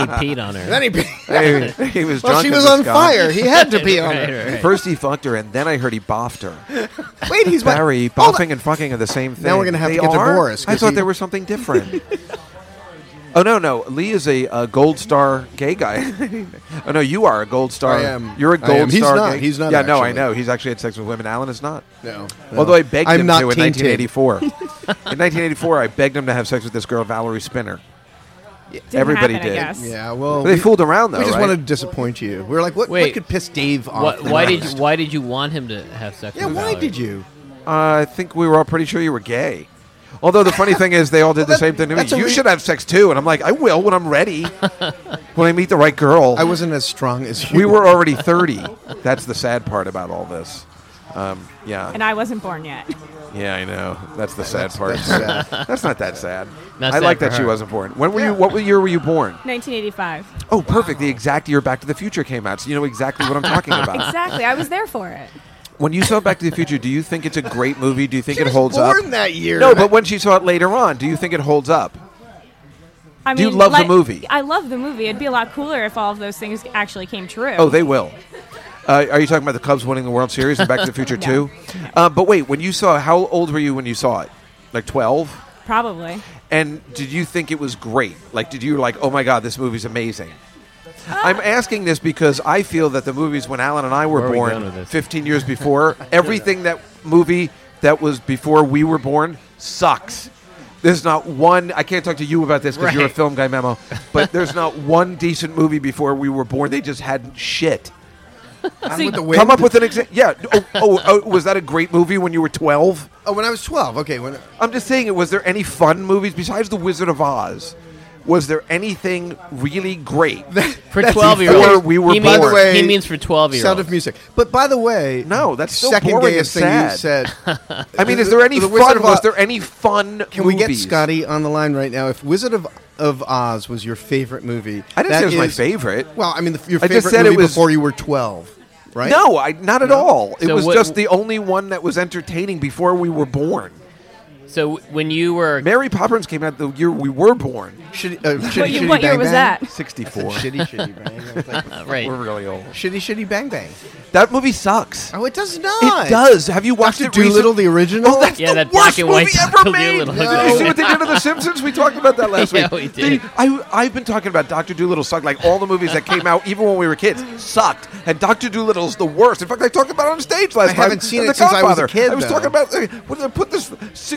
Speaker 4: he peed on her.
Speaker 9: then he.
Speaker 3: Hey, he was
Speaker 9: Well,
Speaker 3: drunk
Speaker 9: she
Speaker 3: as
Speaker 9: was
Speaker 3: a
Speaker 9: on
Speaker 3: skunk.
Speaker 9: fire. He had to be on
Speaker 4: Right,
Speaker 9: her.
Speaker 4: right, right.
Speaker 3: First he fucked her, and then I heard he boffed her.
Speaker 9: Wait, he's
Speaker 3: Barry,
Speaker 9: Hold on.
Speaker 3: boffing and fucking are the same thing.
Speaker 9: Now we're gonna have
Speaker 3: They
Speaker 9: to get
Speaker 3: are?
Speaker 9: divorced,
Speaker 3: I
Speaker 9: 'cause
Speaker 3: thought
Speaker 9: he-
Speaker 3: there was something different. oh no, no, Lee is a, uh gold star gay guy. oh no, you are a gold star.
Speaker 9: I am.
Speaker 3: You're a
Speaker 9: I
Speaker 3: gold
Speaker 9: am. He's
Speaker 3: star.
Speaker 9: not.
Speaker 3: gay-
Speaker 9: He's not,
Speaker 3: Yeah, no, I
Speaker 9: actually.
Speaker 3: know. He's actually had sex with women. Alan is not.
Speaker 9: No,
Speaker 3: Although I begged
Speaker 9: I'm
Speaker 3: him
Speaker 9: not
Speaker 3: to in
Speaker 9: tainted.
Speaker 3: 1984. in 1984, I begged him to have sex with this girl, Valerie Spinner.
Speaker 11: Didn't
Speaker 3: Everybody
Speaker 11: happen,
Speaker 3: did.
Speaker 11: I guess.
Speaker 9: Yeah, well,
Speaker 3: They fooled around though,
Speaker 9: We just
Speaker 3: right?
Speaker 9: wanted to disappoint you. We were like, what, what
Speaker 4: Wait.
Speaker 9: could piss Dave
Speaker 4: Why,
Speaker 9: off? the
Speaker 4: why did you,
Speaker 9: most?
Speaker 4: why did you want him to have sex?
Speaker 9: Yeah,
Speaker 4: with
Speaker 9: why
Speaker 4: Valerie?
Speaker 9: did you?
Speaker 3: Uh, I think we were all pretty sure you were gay. Although the funny thing is, they all did the
Speaker 9: that-
Speaker 3: same thing to me.
Speaker 9: that's a
Speaker 3: You
Speaker 9: re-
Speaker 3: should have sex too, and I'm like, I will when I'm ready, when I meet the right girl.
Speaker 9: I wasn't as strong as you.
Speaker 3: we were already 30. That's the sad part about all this. Um, yeah,
Speaker 11: And I wasn't born yet.
Speaker 3: yeah, I know. That's the sad part.
Speaker 9: That's sad.
Speaker 3: That's not that sad.
Speaker 4: Not
Speaker 3: I
Speaker 4: sad
Speaker 3: like
Speaker 4: for
Speaker 3: that she
Speaker 4: her.
Speaker 3: wasn't born. When were you? What year were you born?
Speaker 11: 1985.
Speaker 3: Oh, perfect. The exact year Back to the Future came out, so you know exactly what I'm talking about.
Speaker 11: Exactly. I was there for it.
Speaker 3: When you saw Back to the Future, do you think it's a great movie? Do you think
Speaker 9: She
Speaker 3: it
Speaker 9: was
Speaker 3: holds
Speaker 9: born
Speaker 3: up?
Speaker 9: that year.
Speaker 3: No, but when she saw it later on, do you think it holds up?
Speaker 11: I
Speaker 3: Do you
Speaker 11: mean,
Speaker 3: love the
Speaker 11: like-
Speaker 3: movie?
Speaker 11: I love the movie. It'd be a lot cooler if all of those things actually came true.
Speaker 3: Oh, they will. Uh, are you talking about the Cubs winning the World Series and Back to the Future too? Uh, but wait, when you saw, how old were you when you saw it? Like twelve.
Speaker 11: probably.
Speaker 3: And did you think it was great? Like, did you like, oh my god, this movie's amazing? I'm asking this because I feel that the movies when Alan and I were
Speaker 4: Where are we going
Speaker 3: born,
Speaker 4: with this?
Speaker 3: 15 years before, everything that movie that was before we were born sucks. There's not one. I can't talk to you about this because you're a
Speaker 4: Right.
Speaker 3: film guy, Memo. But there's not one decent movie before we were born. They just had shit.
Speaker 9: with the
Speaker 3: Come
Speaker 9: Wind?
Speaker 3: up with an example. Yeah. Oh, oh, oh, was that a great movie when you were 12?
Speaker 9: Oh, when I was 12. Okay. When
Speaker 3: I'm just saying, was there any fun movies besides The Wizard of Oz? Was there anything really great
Speaker 4: For 12-year-olds.
Speaker 3: before we were
Speaker 4: He
Speaker 3: born?
Speaker 4: means- By the way, he means for 12-year-olds.
Speaker 9: Sound of Music. But by the way,
Speaker 3: no, that's so
Speaker 9: second
Speaker 3: boring
Speaker 9: gayest
Speaker 3: and
Speaker 9: thing you
Speaker 3: sad.
Speaker 9: said.
Speaker 3: I mean, is there any
Speaker 9: Wizard
Speaker 3: fun-
Speaker 9: of
Speaker 3: was
Speaker 9: Oz-
Speaker 3: there any fun
Speaker 9: Can we get
Speaker 3: movies?
Speaker 9: Scotty on the line right now? If Wizard of of Oz was your favorite movie,
Speaker 3: I didn't
Speaker 9: that
Speaker 3: say it was my
Speaker 9: is-
Speaker 3: favorite.
Speaker 9: Well, I mean, the, your
Speaker 3: I
Speaker 9: favorite
Speaker 3: just said it
Speaker 9: movie
Speaker 3: was-
Speaker 9: before you were twelve, right?
Speaker 3: No, I, not at all. It
Speaker 4: So
Speaker 3: was
Speaker 4: what-
Speaker 3: just the only one that was entertaining before we were born.
Speaker 4: So w- when you were
Speaker 3: Mary Poppins came out the year we were born.
Speaker 9: Shitty, uh, shitty,
Speaker 11: What year-
Speaker 9: shitty
Speaker 11: what year
Speaker 9: bang
Speaker 11: was
Speaker 9: bang.
Speaker 11: that?
Speaker 9: I
Speaker 3: 64.
Speaker 9: said shitty, shitty, bang. I was like, what the fuck?
Speaker 4: right.
Speaker 3: We're really old.
Speaker 9: Shitty, shitty, bang, bang.
Speaker 3: That movie sucks.
Speaker 9: Oh, it does not.
Speaker 3: It does. Have you watched
Speaker 9: Dr.
Speaker 3: it recent-
Speaker 9: Doolittle, the original?
Speaker 3: Oh, that's
Speaker 4: Yeah,
Speaker 3: the
Speaker 4: that
Speaker 3: worst
Speaker 4: black and white
Speaker 3: movie ever
Speaker 4: Dr.
Speaker 3: made.
Speaker 4: Doolittle.
Speaker 3: Did you see what they did to The Simpsons? We talked about that last
Speaker 4: Yeah,
Speaker 3: week.
Speaker 4: we
Speaker 3: The-
Speaker 4: did.
Speaker 3: I, I've been talking about Dr. Doolittle sucked. Like all the movies that came out, even when we were kids, sucked. And Dr. Doolittle's the worst. In fact, I talked about it on stage last
Speaker 9: I
Speaker 3: time.
Speaker 9: haven't seen
Speaker 3: in
Speaker 9: it
Speaker 3: The
Speaker 9: since I was a
Speaker 3: Godfather.
Speaker 9: kid,
Speaker 3: I was
Speaker 9: though.
Speaker 3: talking about uh, when they put this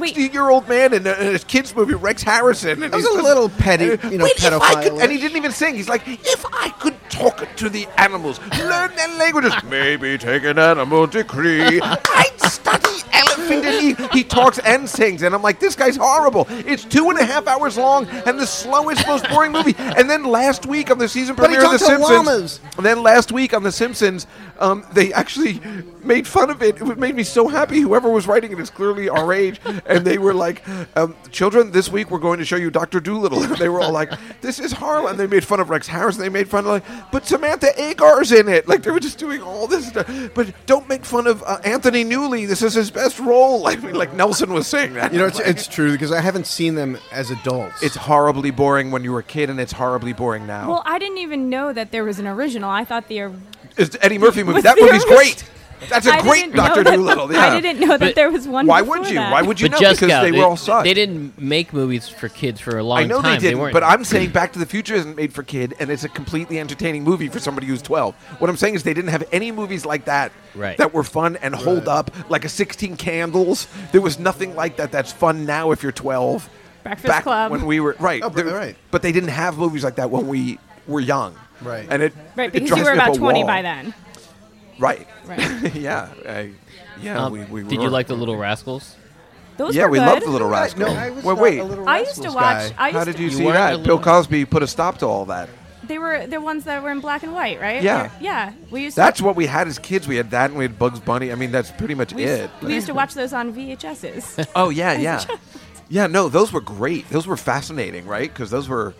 Speaker 3: 60-year-old man in a, in a kids movie, Rex Harrison. And
Speaker 9: That was
Speaker 3: he's
Speaker 9: a
Speaker 3: just-
Speaker 9: little petty, you know,
Speaker 3: Wait, if I could,
Speaker 9: pedophile-ish.
Speaker 3: and he didn't even sing. He's like, if I could talk to the animals, learn their languages, maybe take an animal decree, I'd study elephant. And he, he talks and sings, and I'm like, this guy's horrible. It's two and a half hours long and the slowest, most boring movie. And then last week on the season
Speaker 9: But he
Speaker 3: premiere of The
Speaker 9: talked to
Speaker 3: Simpsons,
Speaker 9: llamas.
Speaker 3: and then last week on The Simpsons, um, they actually made fun of it. It would- made me so happy. Whoever was writing it is clearly our age. And they were like, um, Children, this week we're going to show you Dr. Doolittle. And they were all like, This is horrible. And they made fun of Rex Harrison. They made fun of, like, But Samantha Agar's in it. Like, they were just doing all this stuff. But don't make fun of uh, Anthony Newley. This is his best role. Like, like Nelson was saying that.
Speaker 9: You know, it's, it's true because I haven't seen them as adults.
Speaker 3: It's horribly boring when you were a kid, and it's horribly boring now.
Speaker 11: Well, I didn't even know that there was an original. I thought the. or-
Speaker 3: It's the Eddie Murphy movie.
Speaker 11: Was
Speaker 3: That
Speaker 11: there
Speaker 3: movie's
Speaker 11: a-
Speaker 3: great. That's a
Speaker 11: I
Speaker 3: great
Speaker 11: didn't know
Speaker 3: Doctor
Speaker 11: that-
Speaker 3: Doolittle. Yeah.
Speaker 11: I didn't know
Speaker 4: But-
Speaker 11: that there was one.
Speaker 3: Why
Speaker 11: before
Speaker 3: would you?
Speaker 11: that.
Speaker 3: Why would you
Speaker 4: but
Speaker 3: know?
Speaker 4: just
Speaker 3: Because they,
Speaker 4: go,
Speaker 3: were all sucked.
Speaker 4: They didn't make movies for kids for a long
Speaker 3: I know
Speaker 4: time.
Speaker 3: they didn't,
Speaker 4: weren't.
Speaker 3: but I'm saying Back to the Future isn't made for kid, and it's a completely entertaining movie for somebody who's 12. What I'm saying is they didn't have any movies like that
Speaker 4: Right.
Speaker 3: that were fun and hold up, like a 16 Candles. There was nothing like that that's fun now if you're 12.
Speaker 11: Breakfast
Speaker 3: Back
Speaker 11: Club.
Speaker 3: when we were right,
Speaker 9: Oh,
Speaker 3: there-
Speaker 9: right.
Speaker 3: But they didn't have movies like that when we were young.
Speaker 9: Right.
Speaker 3: and it
Speaker 11: Right,
Speaker 3: it
Speaker 11: because
Speaker 3: drives
Speaker 11: you were
Speaker 3: me up
Speaker 11: about
Speaker 3: a
Speaker 11: 20
Speaker 3: wall.
Speaker 11: by then.
Speaker 3: Right.
Speaker 11: Right.
Speaker 3: yeah. I, yeah.
Speaker 4: Um,
Speaker 3: we, we
Speaker 4: did
Speaker 3: were.
Speaker 4: you like the Little Rascals?
Speaker 11: Those
Speaker 3: yeah,
Speaker 11: were
Speaker 3: we
Speaker 11: good.
Speaker 3: loved the Little Rascal.
Speaker 9: No, I was
Speaker 3: well,
Speaker 9: not
Speaker 3: wait.
Speaker 9: a Little
Speaker 11: I used to
Speaker 9: Rascals
Speaker 11: watch.
Speaker 9: guy.
Speaker 11: I used
Speaker 3: How did
Speaker 11: to,
Speaker 3: you see
Speaker 4: weren't
Speaker 3: that?
Speaker 4: a
Speaker 3: Bill
Speaker 4: little-
Speaker 3: Cosby put a stop to all that.
Speaker 11: They were the ones that were in black and white, right?
Speaker 3: Yeah.
Speaker 11: Yeah. We used.
Speaker 3: That's
Speaker 11: to,
Speaker 3: what we had as kids. We had that, and we had Bugs Bunny. I mean, that's pretty much
Speaker 11: we
Speaker 3: it.
Speaker 11: used, we used to watch those on VHSs.
Speaker 3: oh yeah, yeah, yeah. No, those were great. Those were fascinating, right? Because those were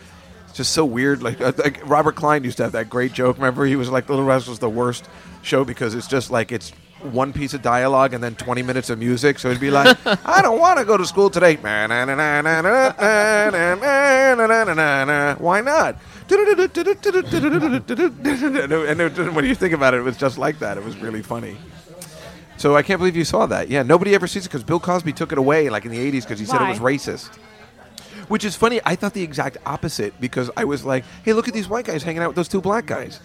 Speaker 3: just so weird. Like, uh, like Robert Klein used to have that great joke. Remember, he was like, "Little Rascals" the worst show because it's just like it's one piece of dialogue and then 20 minutes of music. So it'd be like, "I don't want to go to school today." Why not? And it- when you think about it, it was just like that. It was really funny. So I can't believe you saw that. Yeah, nobody ever sees it because Bill Cosby took it away like in the 80s because he said it
Speaker 11: Why?
Speaker 3: was racist. Which is funny. I thought the exact opposite because I was like, hey, look at these white guys hanging out with those two black guys.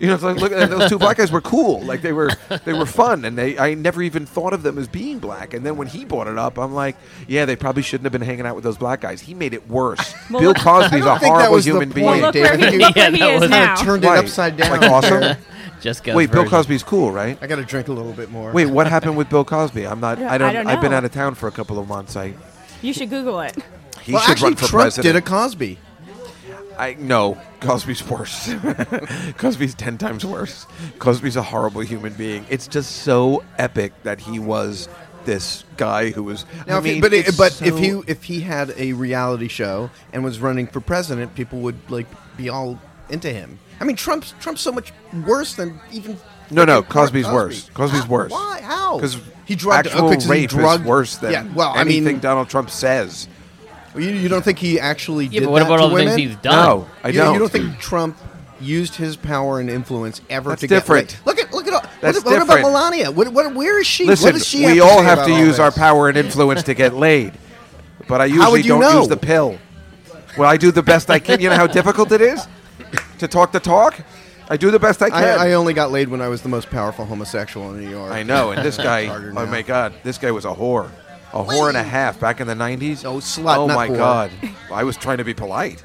Speaker 3: You know, it's like, look, and those two black guys were cool. Like they were, they were fun, and they. I never even thought of them as being black. And then when he brought it up, I'm like, yeah, they probably shouldn't have been hanging out with those black guys. He made it worse.
Speaker 11: Well,
Speaker 3: Bill
Speaker 11: look-
Speaker 3: Cosby's a
Speaker 9: don't think that
Speaker 3: horrible
Speaker 9: was the
Speaker 3: human being.
Speaker 9: point,
Speaker 11: well, look
Speaker 9: Dave, I
Speaker 11: where
Speaker 9: think
Speaker 11: he,
Speaker 9: you-
Speaker 11: look where
Speaker 4: Yeah,
Speaker 11: he
Speaker 4: that
Speaker 11: is
Speaker 4: was-
Speaker 11: now.
Speaker 9: turned
Speaker 3: Right.
Speaker 9: it upside down.
Speaker 3: Like awesome.
Speaker 4: Just
Speaker 3: Wait, Bill Cosby's cool, right?
Speaker 9: I got to drink a little bit more.
Speaker 3: Wait, what happened with Bill Cosby? I'm not.
Speaker 11: Yeah,
Speaker 3: I don't.
Speaker 11: I don't
Speaker 3: I've been
Speaker 11: know.
Speaker 3: out of town for a couple of months. I.
Speaker 11: You should Google it.
Speaker 3: He
Speaker 9: well,
Speaker 3: should
Speaker 9: actually,
Speaker 3: run for
Speaker 9: Trump
Speaker 3: president.
Speaker 9: did a Cosby.
Speaker 3: I no, Cosby's worse. Cosby's ten times worse. Cosby's a horrible human being. It's just so epic that he was this guy who was.
Speaker 9: Now,
Speaker 3: I
Speaker 9: if he-
Speaker 3: mean,
Speaker 9: but it-
Speaker 3: it's
Speaker 9: but
Speaker 3: so-
Speaker 9: if he if he had a reality show and was running for president, people would like be all into him. I mean, Trump's Trump's so much worse than even.
Speaker 3: No, no,
Speaker 9: fucking Cor-
Speaker 3: Cosby's worse. Cosby's
Speaker 9: How-
Speaker 3: worse.
Speaker 9: Why? How?
Speaker 3: because
Speaker 9: he drugged
Speaker 3: actual
Speaker 9: okay, 'cause he
Speaker 3: rape
Speaker 9: drugged-
Speaker 3: is worse than
Speaker 9: yeah. Well, I
Speaker 3: anything
Speaker 9: mean,
Speaker 3: Donald Trump says.
Speaker 9: you, you don't think he actually
Speaker 4: Yeah,
Speaker 9: did
Speaker 4: but what
Speaker 9: that
Speaker 4: about
Speaker 9: to
Speaker 4: all the
Speaker 9: women?
Speaker 4: things he's done?
Speaker 3: No, I
Speaker 9: You, you
Speaker 3: don't.
Speaker 9: don't think Trump used his power and influence ever
Speaker 3: That's
Speaker 9: to get
Speaker 3: different.
Speaker 9: like- look at look at all,
Speaker 3: That's
Speaker 9: what, what about
Speaker 3: different.
Speaker 9: Melania? What, what where is she?
Speaker 3: Listen,
Speaker 9: what does she
Speaker 3: we
Speaker 9: have
Speaker 3: all
Speaker 9: to say
Speaker 3: have
Speaker 9: about
Speaker 3: to use
Speaker 9: this?
Speaker 3: our power and influence to get laid. but I
Speaker 9: How
Speaker 3: usually
Speaker 9: would
Speaker 3: don't
Speaker 9: you know?
Speaker 3: use the pill. Well, I do the best I can. You know how difficult it is to talk the talk. I do the best I can.
Speaker 9: I, I only got laid when I was the most powerful homosexual in New York.
Speaker 3: I know, and this guy,
Speaker 9: Harder
Speaker 3: oh
Speaker 9: now.
Speaker 3: my god, this guy was a whore, a whore and a half back in the '90s. Oh
Speaker 9: slut,
Speaker 3: Oh
Speaker 9: not
Speaker 3: my
Speaker 9: whore.
Speaker 3: god, I was trying to be polite.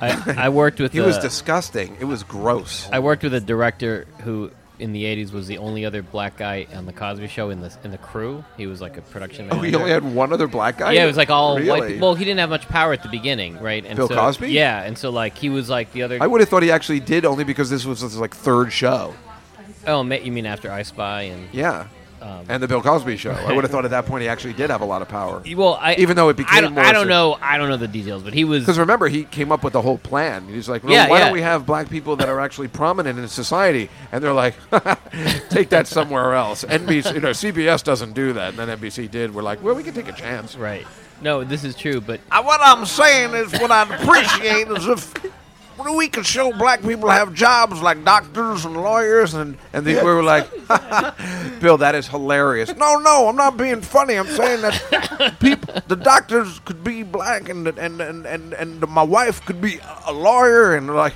Speaker 4: I, I worked with
Speaker 3: He was
Speaker 4: a-
Speaker 3: disgusting. It was gross.
Speaker 4: I worked with a director who, in the '80s, was the only other black guy on the Cosby Show in the in the crew. He was like a production.
Speaker 3: Oh,
Speaker 4: Manager.
Speaker 3: he only had one other black guy.
Speaker 4: Yeah, it was like all white.
Speaker 3: Really?
Speaker 4: peop- Well, he didn't have much power at the beginning, right? And
Speaker 3: Bill
Speaker 4: so-
Speaker 3: Cosby?
Speaker 4: Yeah, and so like he was like the other.
Speaker 3: I would have thought he actually did only because this was his like third show.
Speaker 4: Oh, ma- you mean after I Spy and
Speaker 3: Yeah.
Speaker 4: Um,
Speaker 3: and the Bill Cosby show. I would have thought at that point he actually did have a lot of power.
Speaker 4: Well, I
Speaker 3: even though it
Speaker 4: I
Speaker 3: became
Speaker 4: don't-
Speaker 3: more
Speaker 4: I don't know. I don't know the details, but he was
Speaker 3: because remember he came up with the whole plan. He was like, well,
Speaker 4: Yeah,
Speaker 3: why
Speaker 4: yeah.
Speaker 3: don't we have black people that are actually prominent in society? And they're like, take that somewhere else. NBC, you know, CBS doesn't do that, and then NBC did. We're like, well, we can take a chance,
Speaker 4: right? No, this is true, but
Speaker 12: I, what I'm saying is, what I'd appreciate is if we could show black people have jobs like doctors and lawyers and
Speaker 3: And they, we were like, Bill, that is hilarious.
Speaker 12: No, no, I'm not being funny. I'm saying that people, the doctors could be black, and and and and, and my wife could be a lawyer, and like,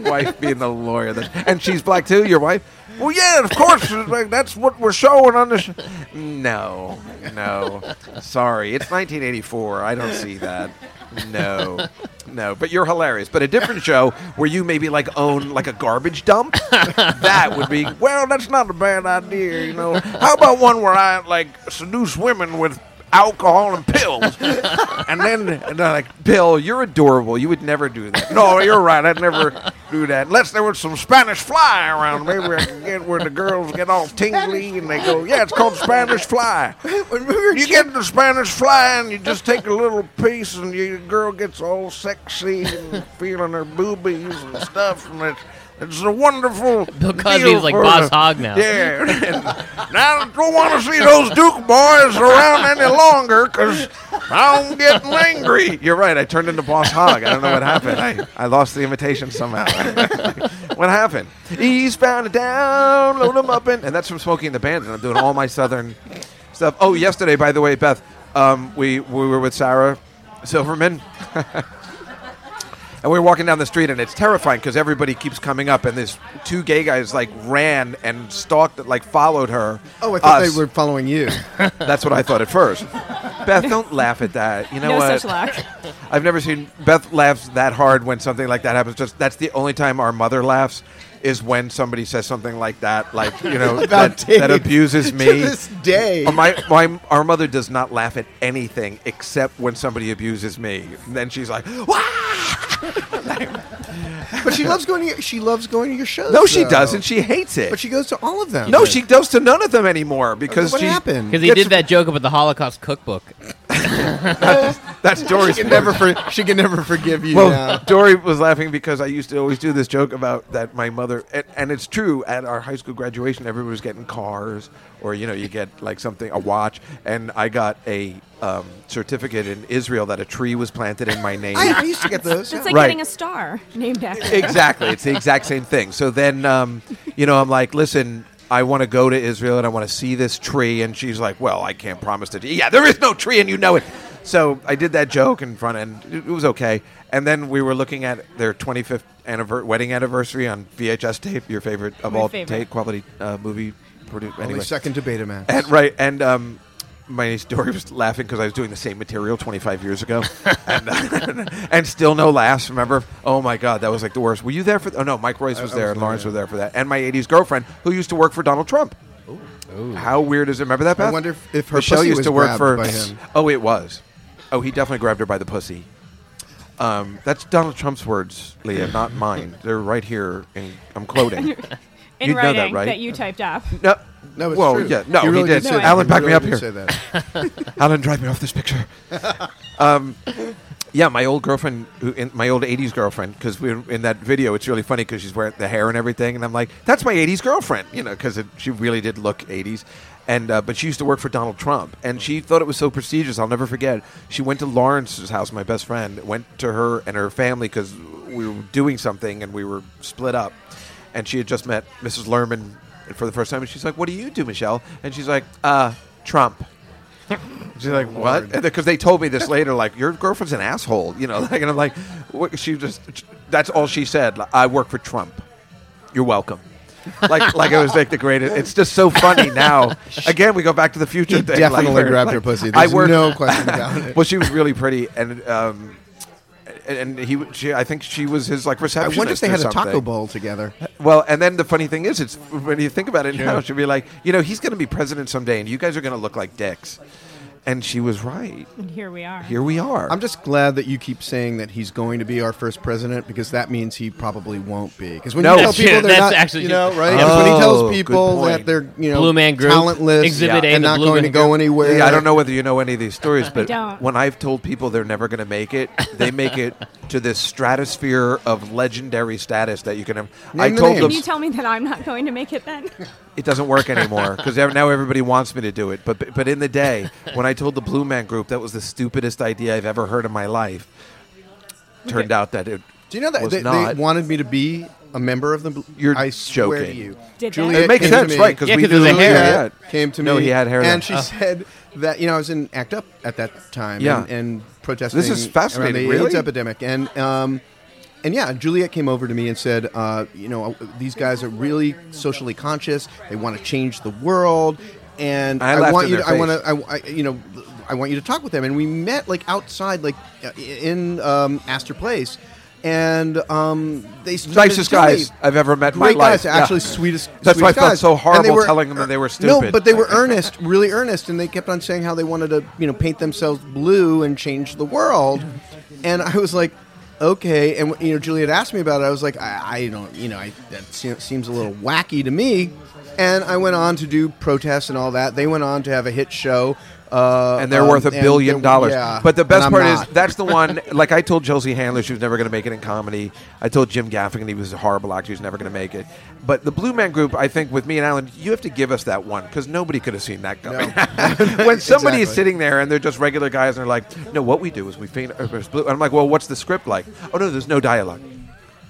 Speaker 3: wife being the lawyer, that, and she's black too. Your wife?
Speaker 12: well, yeah, of course, it's like, that's what we're showing on this.
Speaker 3: No, no. Sorry, it's 1984. I don't see that. No, no. But you're hilarious. But a different show where you maybe like own like a garbage dump. that would be
Speaker 12: Well, that's not a bad idea, you know. How about one where I like seduce women with alcohol and pills, and then and they're like,
Speaker 3: Bill. You're adorable. You would never do that.
Speaker 12: No, you're right. I'd never do that unless there was some Spanish fly around. Maybe I could get where the girls get all tingly and they go, "Yeah, it's called Spanish fly." you get the Spanish fly and you just take a little piece and your girl gets all sexy and feeling her boobies and stuff, and it's. It's a wonderful. Bill
Speaker 4: Cosby's like Boss Hogg now.
Speaker 12: Yeah. And now I don't want to see those Duke boys around any longer because I'm getting angry.
Speaker 3: You're right. I turned into Boss Hog. I don't know what happened. I, I lost the invitation somehow. what happened? Eastbound and down, load 'em up and, and that's from Smoking the Bandit. I'm doing all my Southern stuff. Oh, yesterday, by the way, Beth, um, we we were with Sarah Silverman. And we were walking down the street, and it's terrifying because everybody keeps coming up, and these two gay guys like ran and stalked, like followed her.
Speaker 9: Oh, I thought
Speaker 3: us.
Speaker 9: they were following you.
Speaker 3: That's what I thought at first. Beth, don't laugh at that. You know
Speaker 11: no
Speaker 3: what?
Speaker 11: such luck.
Speaker 3: I've never seen Beth laughs that hard when something like that happens. Just that's the only time our mother laughs is when somebody says something like that, like you know
Speaker 9: About
Speaker 3: that, that
Speaker 9: Dave.
Speaker 3: abuses
Speaker 9: To
Speaker 3: me.
Speaker 9: this day.
Speaker 3: Uh, my, my our mother does not laugh at anything except when somebody abuses me. And then she's like, "Wah!"
Speaker 9: But she loves going to your, she loves going to your shows.
Speaker 3: "No, she
Speaker 9: though.
Speaker 3: doesn't. She hates it."
Speaker 9: But she goes to all of them.
Speaker 3: no, she goes to none of them anymore because
Speaker 9: What
Speaker 3: she
Speaker 9: happened?
Speaker 4: because he
Speaker 3: gets-
Speaker 4: did that joke about the Holocaust cookbook.
Speaker 3: That's Dory's.
Speaker 9: She can never for, she can never forgive you.
Speaker 3: Well,
Speaker 9: now.
Speaker 3: Dory was laughing because I used to always do this joke about that my mother, and, and it's true. At our high school graduation, everybody was getting cars, or you know, you get like something, a watch, and I got a um, certificate in Israel that a tree was planted in my name.
Speaker 9: I, I used to get
Speaker 11: It's
Speaker 9: those. yeah.
Speaker 11: like
Speaker 3: Right.
Speaker 11: getting a star named after.
Speaker 3: exactly, it's the exact same thing. So then, um, you know, I'm like, listen. I want to go to Israel and I want to see this tree. And she's like, "Well, I can't promise to." do-" Yeah, there is no tree, and you know it. So I did that joke in front, and it it was okay. And then we were looking at their 25th anniver- wedding anniversary on VHS tape, your favorite of
Speaker 9: My
Speaker 3: all
Speaker 9: favorite.
Speaker 3: tape quality uh, movie. Produ-
Speaker 9: Only
Speaker 3: anyway.
Speaker 9: second to Betamax.
Speaker 3: And right, and um, my niece Dory was laughing because I was doing the same material 25 years ago, and, and still no laughs. Remember? Oh my God, that was like the worst. Were you there for? Oh no, Mike Royce
Speaker 9: I-
Speaker 3: was
Speaker 9: I
Speaker 3: there,
Speaker 9: was
Speaker 3: and
Speaker 9: there,
Speaker 3: Lawrence
Speaker 9: yeah.
Speaker 3: was there for that, and my 80s girlfriend who used to work for Donald Trump. How weird is it? Remember that?
Speaker 9: I
Speaker 3: Beth?
Speaker 9: wonder if- if her
Speaker 3: Michelle
Speaker 9: pussy
Speaker 3: used
Speaker 9: was
Speaker 3: to work
Speaker 9: grabbed
Speaker 3: for.
Speaker 9: by him.
Speaker 3: Oh, it was. Oh, he definitely grabbed her by the pussy. Um, that's Donald Trump's words, Leah, not mine. They're right here, and I'm quoting.
Speaker 11: In
Speaker 3: You'd know
Speaker 11: writing
Speaker 3: that, right?
Speaker 11: you typed up.
Speaker 3: No,
Speaker 9: No, it's
Speaker 3: well,
Speaker 9: true.
Speaker 3: yeah, no,
Speaker 9: You really
Speaker 3: he did.
Speaker 9: did say that.
Speaker 3: Alan,
Speaker 9: You
Speaker 3: back me
Speaker 9: really
Speaker 3: up
Speaker 9: did
Speaker 3: here.
Speaker 9: say that.
Speaker 3: Alan, drive me off this picture. um, yeah, my old girlfriend, who, in, my old '80s girlfriend, because we in that video, it's really funny because she's wearing the hair and everything, and I'm like, that's my '80s girlfriend, you know, because she really did look '80s. And uh, but she used to work for Donald Trump, and she thought it was so prestigious. I'll never forget. She went to Lawrence's house, my best friend, went to her and her family because we were doing something and we were split up, and she had just met Mrs. Lerman for the first time, and she's like, "What do you do, Michelle?" And she's like, "Uh, Trump." She's like, what? Because they told me this later, like, your girlfriend's an asshole, you know. Like, and I'm like, what? she just, that's all she said. Like, I work for Trump. You're welcome. like, like it was like the greatest. It's just so funny now. Again, we go back to the future.
Speaker 9: He
Speaker 3: thing,
Speaker 9: definitely
Speaker 3: like,
Speaker 9: grabbed
Speaker 3: like,
Speaker 9: her pussy. There's no question about it.
Speaker 3: well, she was really pretty, and um, and and he, she, I think she was his like
Speaker 9: I
Speaker 3: receptionist.
Speaker 9: wonder if they
Speaker 3: or
Speaker 9: had a
Speaker 3: something.
Speaker 9: taco bowl together.
Speaker 3: Well, and then the funny thing is, it's when you think about it now,
Speaker 9: Sure.
Speaker 3: she'll be like, you know, he's going to be president someday, and you guys are going to look like dicks. And she was right.
Speaker 11: And here we are.
Speaker 3: Here we are.
Speaker 9: I'm just glad that you keep saying that he's going to be our first president because that means he probably won't be. Because when
Speaker 3: No.
Speaker 9: you tell
Speaker 3: That's
Speaker 9: people
Speaker 3: true.
Speaker 9: they're
Speaker 3: That's
Speaker 9: not,
Speaker 3: actually
Speaker 9: you know,
Speaker 3: true.
Speaker 9: right?
Speaker 3: Yeah.
Speaker 9: Because when he
Speaker 3: Oh,
Speaker 9: tells
Speaker 3: good
Speaker 9: people that
Speaker 3: point.
Speaker 9: they're, you know,
Speaker 4: Blue Man Group,
Speaker 9: talentless
Speaker 4: Exhibit A,
Speaker 9: and
Speaker 4: the
Speaker 9: not
Speaker 4: Blue
Speaker 9: going
Speaker 4: Man
Speaker 9: to go
Speaker 4: Group.
Speaker 9: anywhere.
Speaker 3: Yeah, I don't know whether you know any of these stories, but
Speaker 11: don't.
Speaker 3: when I've told people they're never going to make it, they make it to this stratosphere of legendary status that you can. Have. I
Speaker 11: Name the
Speaker 3: told
Speaker 11: names.
Speaker 3: them
Speaker 11: Can you tell me that I'm not going to make it then?
Speaker 3: it doesn't work anymore because now everybody wants me to do it. But but in the day when I told the Blue Man Group that was the stupidest idea I've ever heard in my life, turned out that it.
Speaker 9: Do you know that
Speaker 3: was
Speaker 9: they, they
Speaker 3: not.
Speaker 9: wanted me to be a member of the? Bl-
Speaker 3: You're
Speaker 9: I swear
Speaker 3: joking.
Speaker 9: to you.
Speaker 11: Did
Speaker 9: Juliet
Speaker 11: they?
Speaker 3: It makes
Speaker 9: came to
Speaker 3: sense,
Speaker 9: me-
Speaker 3: right, 'cause Yeah, we 'cause of knew the hair.
Speaker 9: Juliet
Speaker 3: Yeah.
Speaker 9: Came to me.
Speaker 3: No, he had hair then.
Speaker 9: and she
Speaker 3: Oh.
Speaker 9: said that you know I was in ACT UP at that time.
Speaker 3: Yeah.
Speaker 9: and, and protesting.
Speaker 3: This is fascinating,
Speaker 9: Around the
Speaker 3: really?
Speaker 9: AIDS epidemic, and um, and yeah, Juliet came over to me and said, uh, you know, these guys are really socially conscious. They want to change the world, and
Speaker 3: I
Speaker 9: I,
Speaker 3: laughed
Speaker 9: want
Speaker 3: in
Speaker 9: you.
Speaker 3: their
Speaker 9: To, I want to. I, I- you know, I want you to talk with them. And we met like outside, like uh, in um, Astor Place. And um, they started
Speaker 3: Nicest
Speaker 9: to tell me-
Speaker 3: guys I've ever met in my
Speaker 9: Great guys,
Speaker 3: life.
Speaker 9: they're actually
Speaker 3: Yeah.
Speaker 9: sweetest.
Speaker 3: That's why I
Speaker 9: sweetest
Speaker 3: felt
Speaker 9: guys.
Speaker 3: so
Speaker 9: And they
Speaker 3: horrible
Speaker 9: were-
Speaker 3: telling them that they were
Speaker 9: No,
Speaker 3: stupid.
Speaker 9: but they were earnest, really earnest, and they kept on saying how they wanted to, you know, paint themselves blue and change the world. And I was like, okay. And you know, Juliet asked me about it. I was like, I, I don't, you know, I, that se- seems a little wacky to me. And I went on to do protests and all that. They went on to have a hit show. Uh,
Speaker 3: and they're
Speaker 9: um,
Speaker 3: worth a
Speaker 9: and
Speaker 3: billion
Speaker 9: they-
Speaker 3: dollars.
Speaker 9: yeah,
Speaker 3: but the
Speaker 9: and
Speaker 3: best
Speaker 9: I'm
Speaker 3: part
Speaker 9: not.
Speaker 3: is that's the one. Like I told Josie Handler, she was never going to make it in comedy. I told Jim Gaffigan he was a horrible actor; he was never going to make it. But the Blue Man Group, I think, with me and Alan, you have to give us that one because nobody could have seen that coming. when somebody is
Speaker 9: Exactly.
Speaker 3: sitting there and they're just regular guys and they're like, "No, what we do is we paint." uh, there's blue." And I'm like, "Well, what's the script like?" Oh no, there's no dialogue.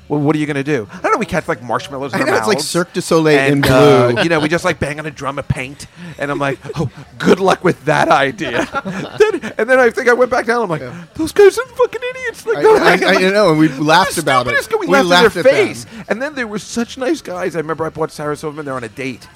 Speaker 3: Well, what are you going to do? I don't know. We catch like marshmallows. In
Speaker 9: I
Speaker 3: our
Speaker 9: know, it's like
Speaker 3: mouths.
Speaker 9: Cirque du Soleil
Speaker 3: And,
Speaker 9: in
Speaker 3: uh,
Speaker 9: blue.
Speaker 3: you know, we just like bang on a drum of paint, and I'm like, oh, good luck with that idea. then, and then I think I went back down. I'm like, those guys are fucking idiots. Like,
Speaker 9: I-
Speaker 3: they're
Speaker 9: I-
Speaker 3: like-
Speaker 9: I know, and we laughed
Speaker 3: "This
Speaker 9: about it.
Speaker 3: stupidest guy," We,
Speaker 9: We
Speaker 3: laughed,
Speaker 9: laughed
Speaker 3: in
Speaker 9: at
Speaker 3: their
Speaker 9: them.
Speaker 3: face. And then they were such nice guys. I remember I bought Sarah Silverman. They're on a date.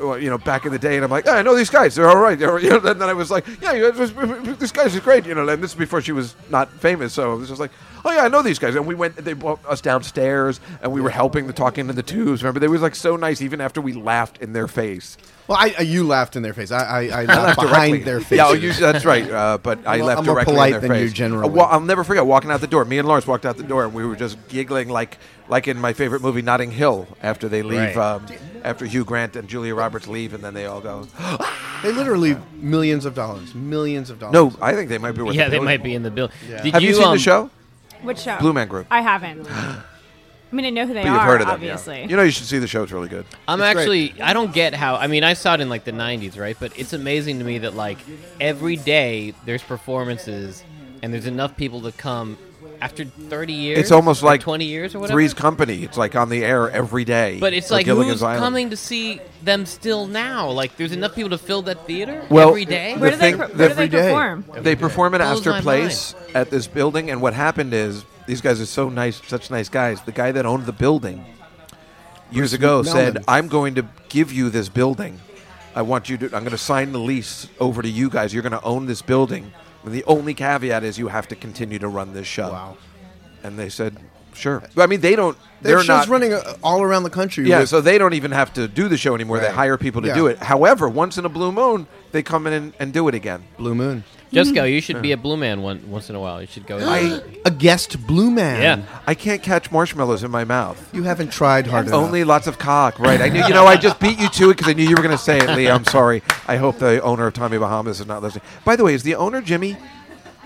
Speaker 3: uh, You know, back in the day, and I'm like, oh, I know these guys. They're all right. They're, you know, and then I was like, yeah, you know, these guys are great. You know, and this is before she was not famous, so it was just like, oh yeah, I know these guys. And we went. They brought us downstairs, and we were helping them talking to the tubes. Remember, they was like so nice, even after we laughed in their face.
Speaker 9: Well, I, I, you laughed in their face. I, I, I
Speaker 3: I
Speaker 9: laughed
Speaker 3: left
Speaker 9: behind
Speaker 3: directly.
Speaker 9: their face.
Speaker 3: Yeah, oh, you, that's right. Uh, but I
Speaker 9: I'm a-
Speaker 3: left
Speaker 9: I'm more
Speaker 3: directly
Speaker 9: polite
Speaker 3: in their
Speaker 9: than you
Speaker 3: face.
Speaker 9: generally.
Speaker 3: Uh, well, I'll never forget walking out the door. Me and Lawrence walked out the door, and we were just giggling like like in my favorite movie, Notting Hill, after they leave.
Speaker 9: Right.
Speaker 3: Um, after Hugh Grant and Julia Roberts leave, and then they all go.
Speaker 9: They literally millions of dollars, millions of dollars.
Speaker 3: No, I think they might be worth. a
Speaker 4: Yeah, they
Speaker 3: billion.
Speaker 4: might be in the bill.
Speaker 3: Yeah.
Speaker 4: Did
Speaker 3: Have you,
Speaker 4: you,
Speaker 3: seen
Speaker 4: um,
Speaker 3: the show?
Speaker 11: Which show?
Speaker 3: Blue Man Group.
Speaker 11: I haven't. I mean, I know who they
Speaker 3: But
Speaker 11: are,
Speaker 3: you've heard of them, yeah.
Speaker 11: obviously.
Speaker 3: You know, you should see the show. It's really good.
Speaker 4: I'm
Speaker 3: It's great.
Speaker 4: actually I don't get how I mean I saw it in like the 90s right but it's amazing to me that like every day there's performances and there's enough people to come after 30 years
Speaker 3: It's almost
Speaker 4: or
Speaker 3: like
Speaker 4: 20 years or whatever
Speaker 3: Three's Company. It's like on the air every day.
Speaker 4: but it's
Speaker 3: on
Speaker 4: like
Speaker 3: Gilligan's
Speaker 4: who's
Speaker 3: Island.
Speaker 4: coming to see them still now like there's enough people to fill that theater
Speaker 3: Well,
Speaker 4: every day
Speaker 3: the thing- the- They perform at
Speaker 4: Blows
Speaker 3: Astor
Speaker 4: my
Speaker 3: Place at this building, and what happened is these guys are so nice, such nice guys. The guy that owned the building years
Speaker 9: Bruce
Speaker 3: ago
Speaker 9: Melman.
Speaker 3: said, "I'm going to give you this building. I want you to. I'm going to sign the lease over to you guys. You're going to own this building. And the only caveat is you have to continue to run this show." Wow. And they said, "Sure." But, I mean, they don't.
Speaker 9: Their
Speaker 3: they're
Speaker 9: show's
Speaker 3: not
Speaker 9: running uh, all around the country.
Speaker 3: yeah,
Speaker 9: with-
Speaker 3: so they don't even have to do the show anymore. They
Speaker 9: Right.
Speaker 3: hire people to
Speaker 9: Yeah.
Speaker 3: do it. However, once in a blue moon, they come in and, and do it again.
Speaker 9: Blue moon.
Speaker 4: just go you should be a blue man one, once in a while you should go
Speaker 3: I-
Speaker 9: a guest blue man.
Speaker 4: Yeah.
Speaker 3: I can't catch marshmallows in my mouth.
Speaker 9: You haven't tried hard enough.
Speaker 3: Only lots of cock, right? I knew. You know, I just beat you to it because I knew you were going to say it, Lee. I'm sorry. I hope the owner of Tommy Bahamas is not listening. By the way, is the owner Jimmy,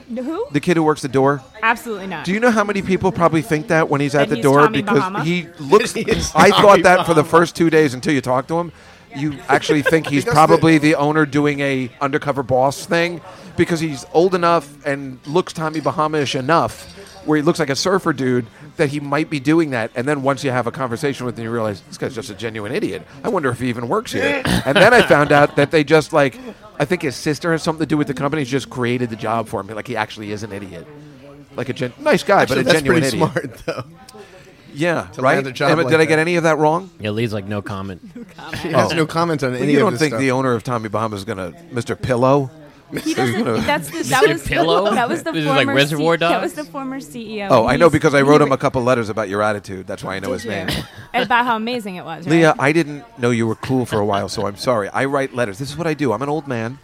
Speaker 11: Who?
Speaker 3: the kid who works the door?
Speaker 11: Absolutely not.
Speaker 3: Do you know how many people probably think that when he's
Speaker 11: That
Speaker 3: at the
Speaker 11: he's
Speaker 3: door
Speaker 11: Tommy
Speaker 3: because
Speaker 11: Bahama?
Speaker 3: he looks?
Speaker 11: is
Speaker 3: I
Speaker 11: Tommy
Speaker 3: thought that for the first two days until you talk to him. You actually think he's
Speaker 9: Because
Speaker 3: probably the, owner doing a undercover boss thing because he's old enough and looks Tommy Bahamish enough where he looks like a surfer dude that he might be doing that. And then once you have a conversation with him, you realize this guy's just a genuine idiot. I wonder if he even works here. and then I found out that they just like I think his sister has something to do with the company. She just created the job for him. Like he actually is an idiot. Like a gen- nice guy, but
Speaker 9: Actually,
Speaker 3: a
Speaker 9: that's
Speaker 3: genuine
Speaker 9: pretty
Speaker 3: idiot.
Speaker 9: smart, though.
Speaker 3: Yeah,
Speaker 9: To
Speaker 3: right.
Speaker 9: land a job
Speaker 3: Emma,
Speaker 9: like
Speaker 3: did I
Speaker 9: that.
Speaker 3: get any of that wrong?
Speaker 4: Yeah, Lee's like no comment.
Speaker 9: He has no comment on
Speaker 3: Well,
Speaker 9: any
Speaker 3: You
Speaker 9: of
Speaker 3: don't
Speaker 9: this
Speaker 3: think
Speaker 9: stuff.
Speaker 3: the owner of Tommy Bahama is gonna, Mister Pillow?
Speaker 11: He
Speaker 3: He's
Speaker 11: doesn't.
Speaker 3: gonna-
Speaker 11: That's the, that was
Speaker 4: Pillow?
Speaker 11: The, that was the
Speaker 4: This is
Speaker 11: former
Speaker 4: like Reservoir
Speaker 11: C- That
Speaker 4: Dogs?
Speaker 11: was the former E CEO.
Speaker 3: Oh, I know
Speaker 11: He's-
Speaker 3: because I wrote
Speaker 11: he-
Speaker 3: him a couple letters about your attitude. That's why I know his
Speaker 11: Yeah.
Speaker 3: name.
Speaker 11: And about how amazing it was. Right?
Speaker 3: Leah, I didn't know you were cool for a while, so Oh, I'm sorry. I write letters. This is what I do. I'm an old man,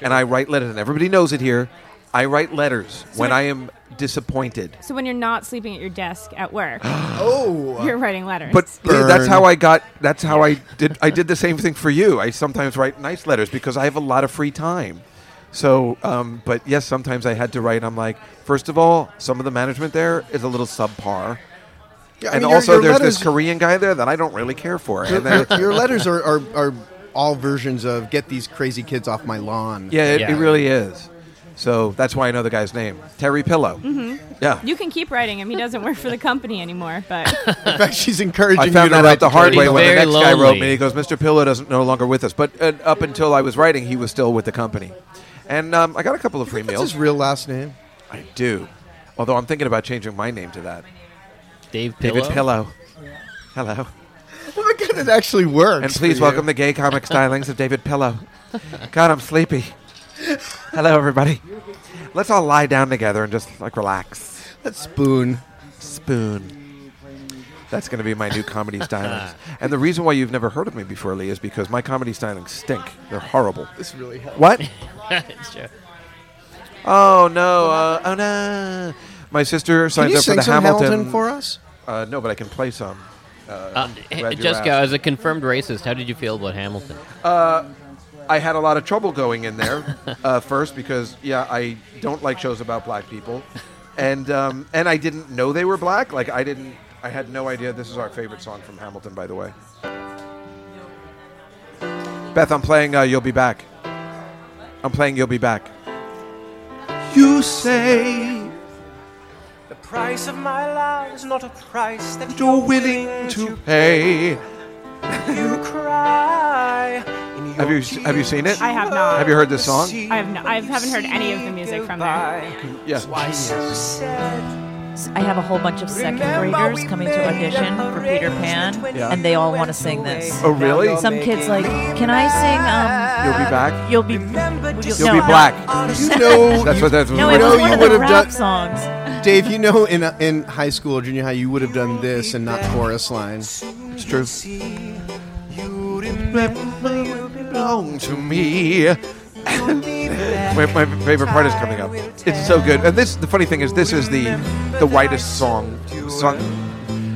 Speaker 3: and I write letters, and everybody knows it here. I write letters
Speaker 11: So
Speaker 3: when
Speaker 11: when-
Speaker 3: I am disappointed.
Speaker 11: So when you're not sleeping at your desk at work,
Speaker 9: oh,
Speaker 11: you're writing letters.
Speaker 3: But Leah, that's how I got. That's how I did. I did the same thing for you. I sometimes write nice letters because I have a lot of free time. So, um, but yes, sometimes I had to write. I'm like, first of all, some of the management there is a little subpar.
Speaker 9: Yeah, I
Speaker 3: and
Speaker 9: mean, your-
Speaker 3: also,
Speaker 9: your
Speaker 3: there's
Speaker 9: letters-
Speaker 3: this Korean guy there that I don't really care for.
Speaker 9: Your,
Speaker 3: And then-
Speaker 9: your- your letters are, are, are all versions of "Get these crazy kids off my lawn."
Speaker 3: Yeah, it, it really is. So that's why I know the guy's name, Terry Pillow.
Speaker 11: hmm
Speaker 3: Yeah.
Speaker 11: You can keep writing him. He doesn't work for the company anymore. But
Speaker 9: In fact, she's encouraging
Speaker 3: I found
Speaker 9: you
Speaker 3: that
Speaker 9: to write
Speaker 3: out the hard way
Speaker 9: Katie
Speaker 3: when the
Speaker 9: Bell.
Speaker 3: next guy wrote me. He goes, "Mr. Pillow doesn't no longer with us." But uh, up until I was writing, he was still with the company, and um, I got a couple of free
Speaker 9: That's
Speaker 3: meals.
Speaker 9: his real last name.
Speaker 3: I do, although I'm thinking about changing my name to that.
Speaker 4: Dave
Speaker 3: David
Speaker 4: Pillow?
Speaker 3: Pillow. Hello.
Speaker 9: Oh my god, it actually works.
Speaker 3: And please
Speaker 9: for you.
Speaker 3: welcome the gay comic stylings of David Pillow. God, I'm sleepy. Hello, everybody. Let's all lie down together and just like relax.
Speaker 9: Let's spoon.
Speaker 3: Spoon. That's going to be my new comedy stylings. and the reason why you've never heard of me before, Lee, is because my comedy stylings stink. They're horrible.
Speaker 9: This really helps.
Speaker 3: What?
Speaker 4: it's true.
Speaker 3: Oh no! Uh, oh no! My sister signs
Speaker 9: you
Speaker 3: up
Speaker 9: sing
Speaker 3: for the
Speaker 9: some
Speaker 3: Hamilton.
Speaker 9: Hamilton for us?
Speaker 3: Uh, no, but I can play some. Uh,
Speaker 4: Uh,
Speaker 3: I'm glad you
Speaker 4: Jessica,
Speaker 3: asked.
Speaker 4: as a confirmed racist, how did you feel about Hamilton?
Speaker 3: Uh, I had a lot of trouble going in there uh, first because yeah, I don't like shows about black people, and um, and I didn't know they were black. Like I didn't, I had no idea. This is our favorite song from Hamilton, by the way. Beth, I'm playing. Uh, You'll be back. I'm playing. You'll be back. You say
Speaker 13: The price of my love is not a price that
Speaker 3: you're willing to pay.
Speaker 13: you cry.
Speaker 3: Have you have you seen it?
Speaker 11: I have not.
Speaker 3: Have you heard this song?
Speaker 11: I have not. I haven't heard any of the music from there.
Speaker 3: Yeah.
Speaker 6: I have a whole bunch of second graders coming to audition for Peter Pan,
Speaker 3: Yeah.
Speaker 6: and they all want to sing this.
Speaker 3: Oh, really?
Speaker 6: Some kids like, can I sing? Um,
Speaker 3: You'll be back.
Speaker 6: you'll be,
Speaker 3: You'll be black.
Speaker 9: You know,
Speaker 3: That's
Speaker 9: you,
Speaker 3: what that's
Speaker 6: No,
Speaker 9: you
Speaker 6: it
Speaker 9: know
Speaker 6: was one
Speaker 9: you
Speaker 6: of
Speaker 9: would
Speaker 6: the
Speaker 9: have
Speaker 6: rap
Speaker 9: done.
Speaker 6: songs.
Speaker 9: Dave, you know, in uh, in high school or junior high, you would have done this and not chorus lines.
Speaker 3: It's true. You belong to me. my, my favorite part is coming up. It's so good. And this, the funny thing is, this is the the whitest song sung.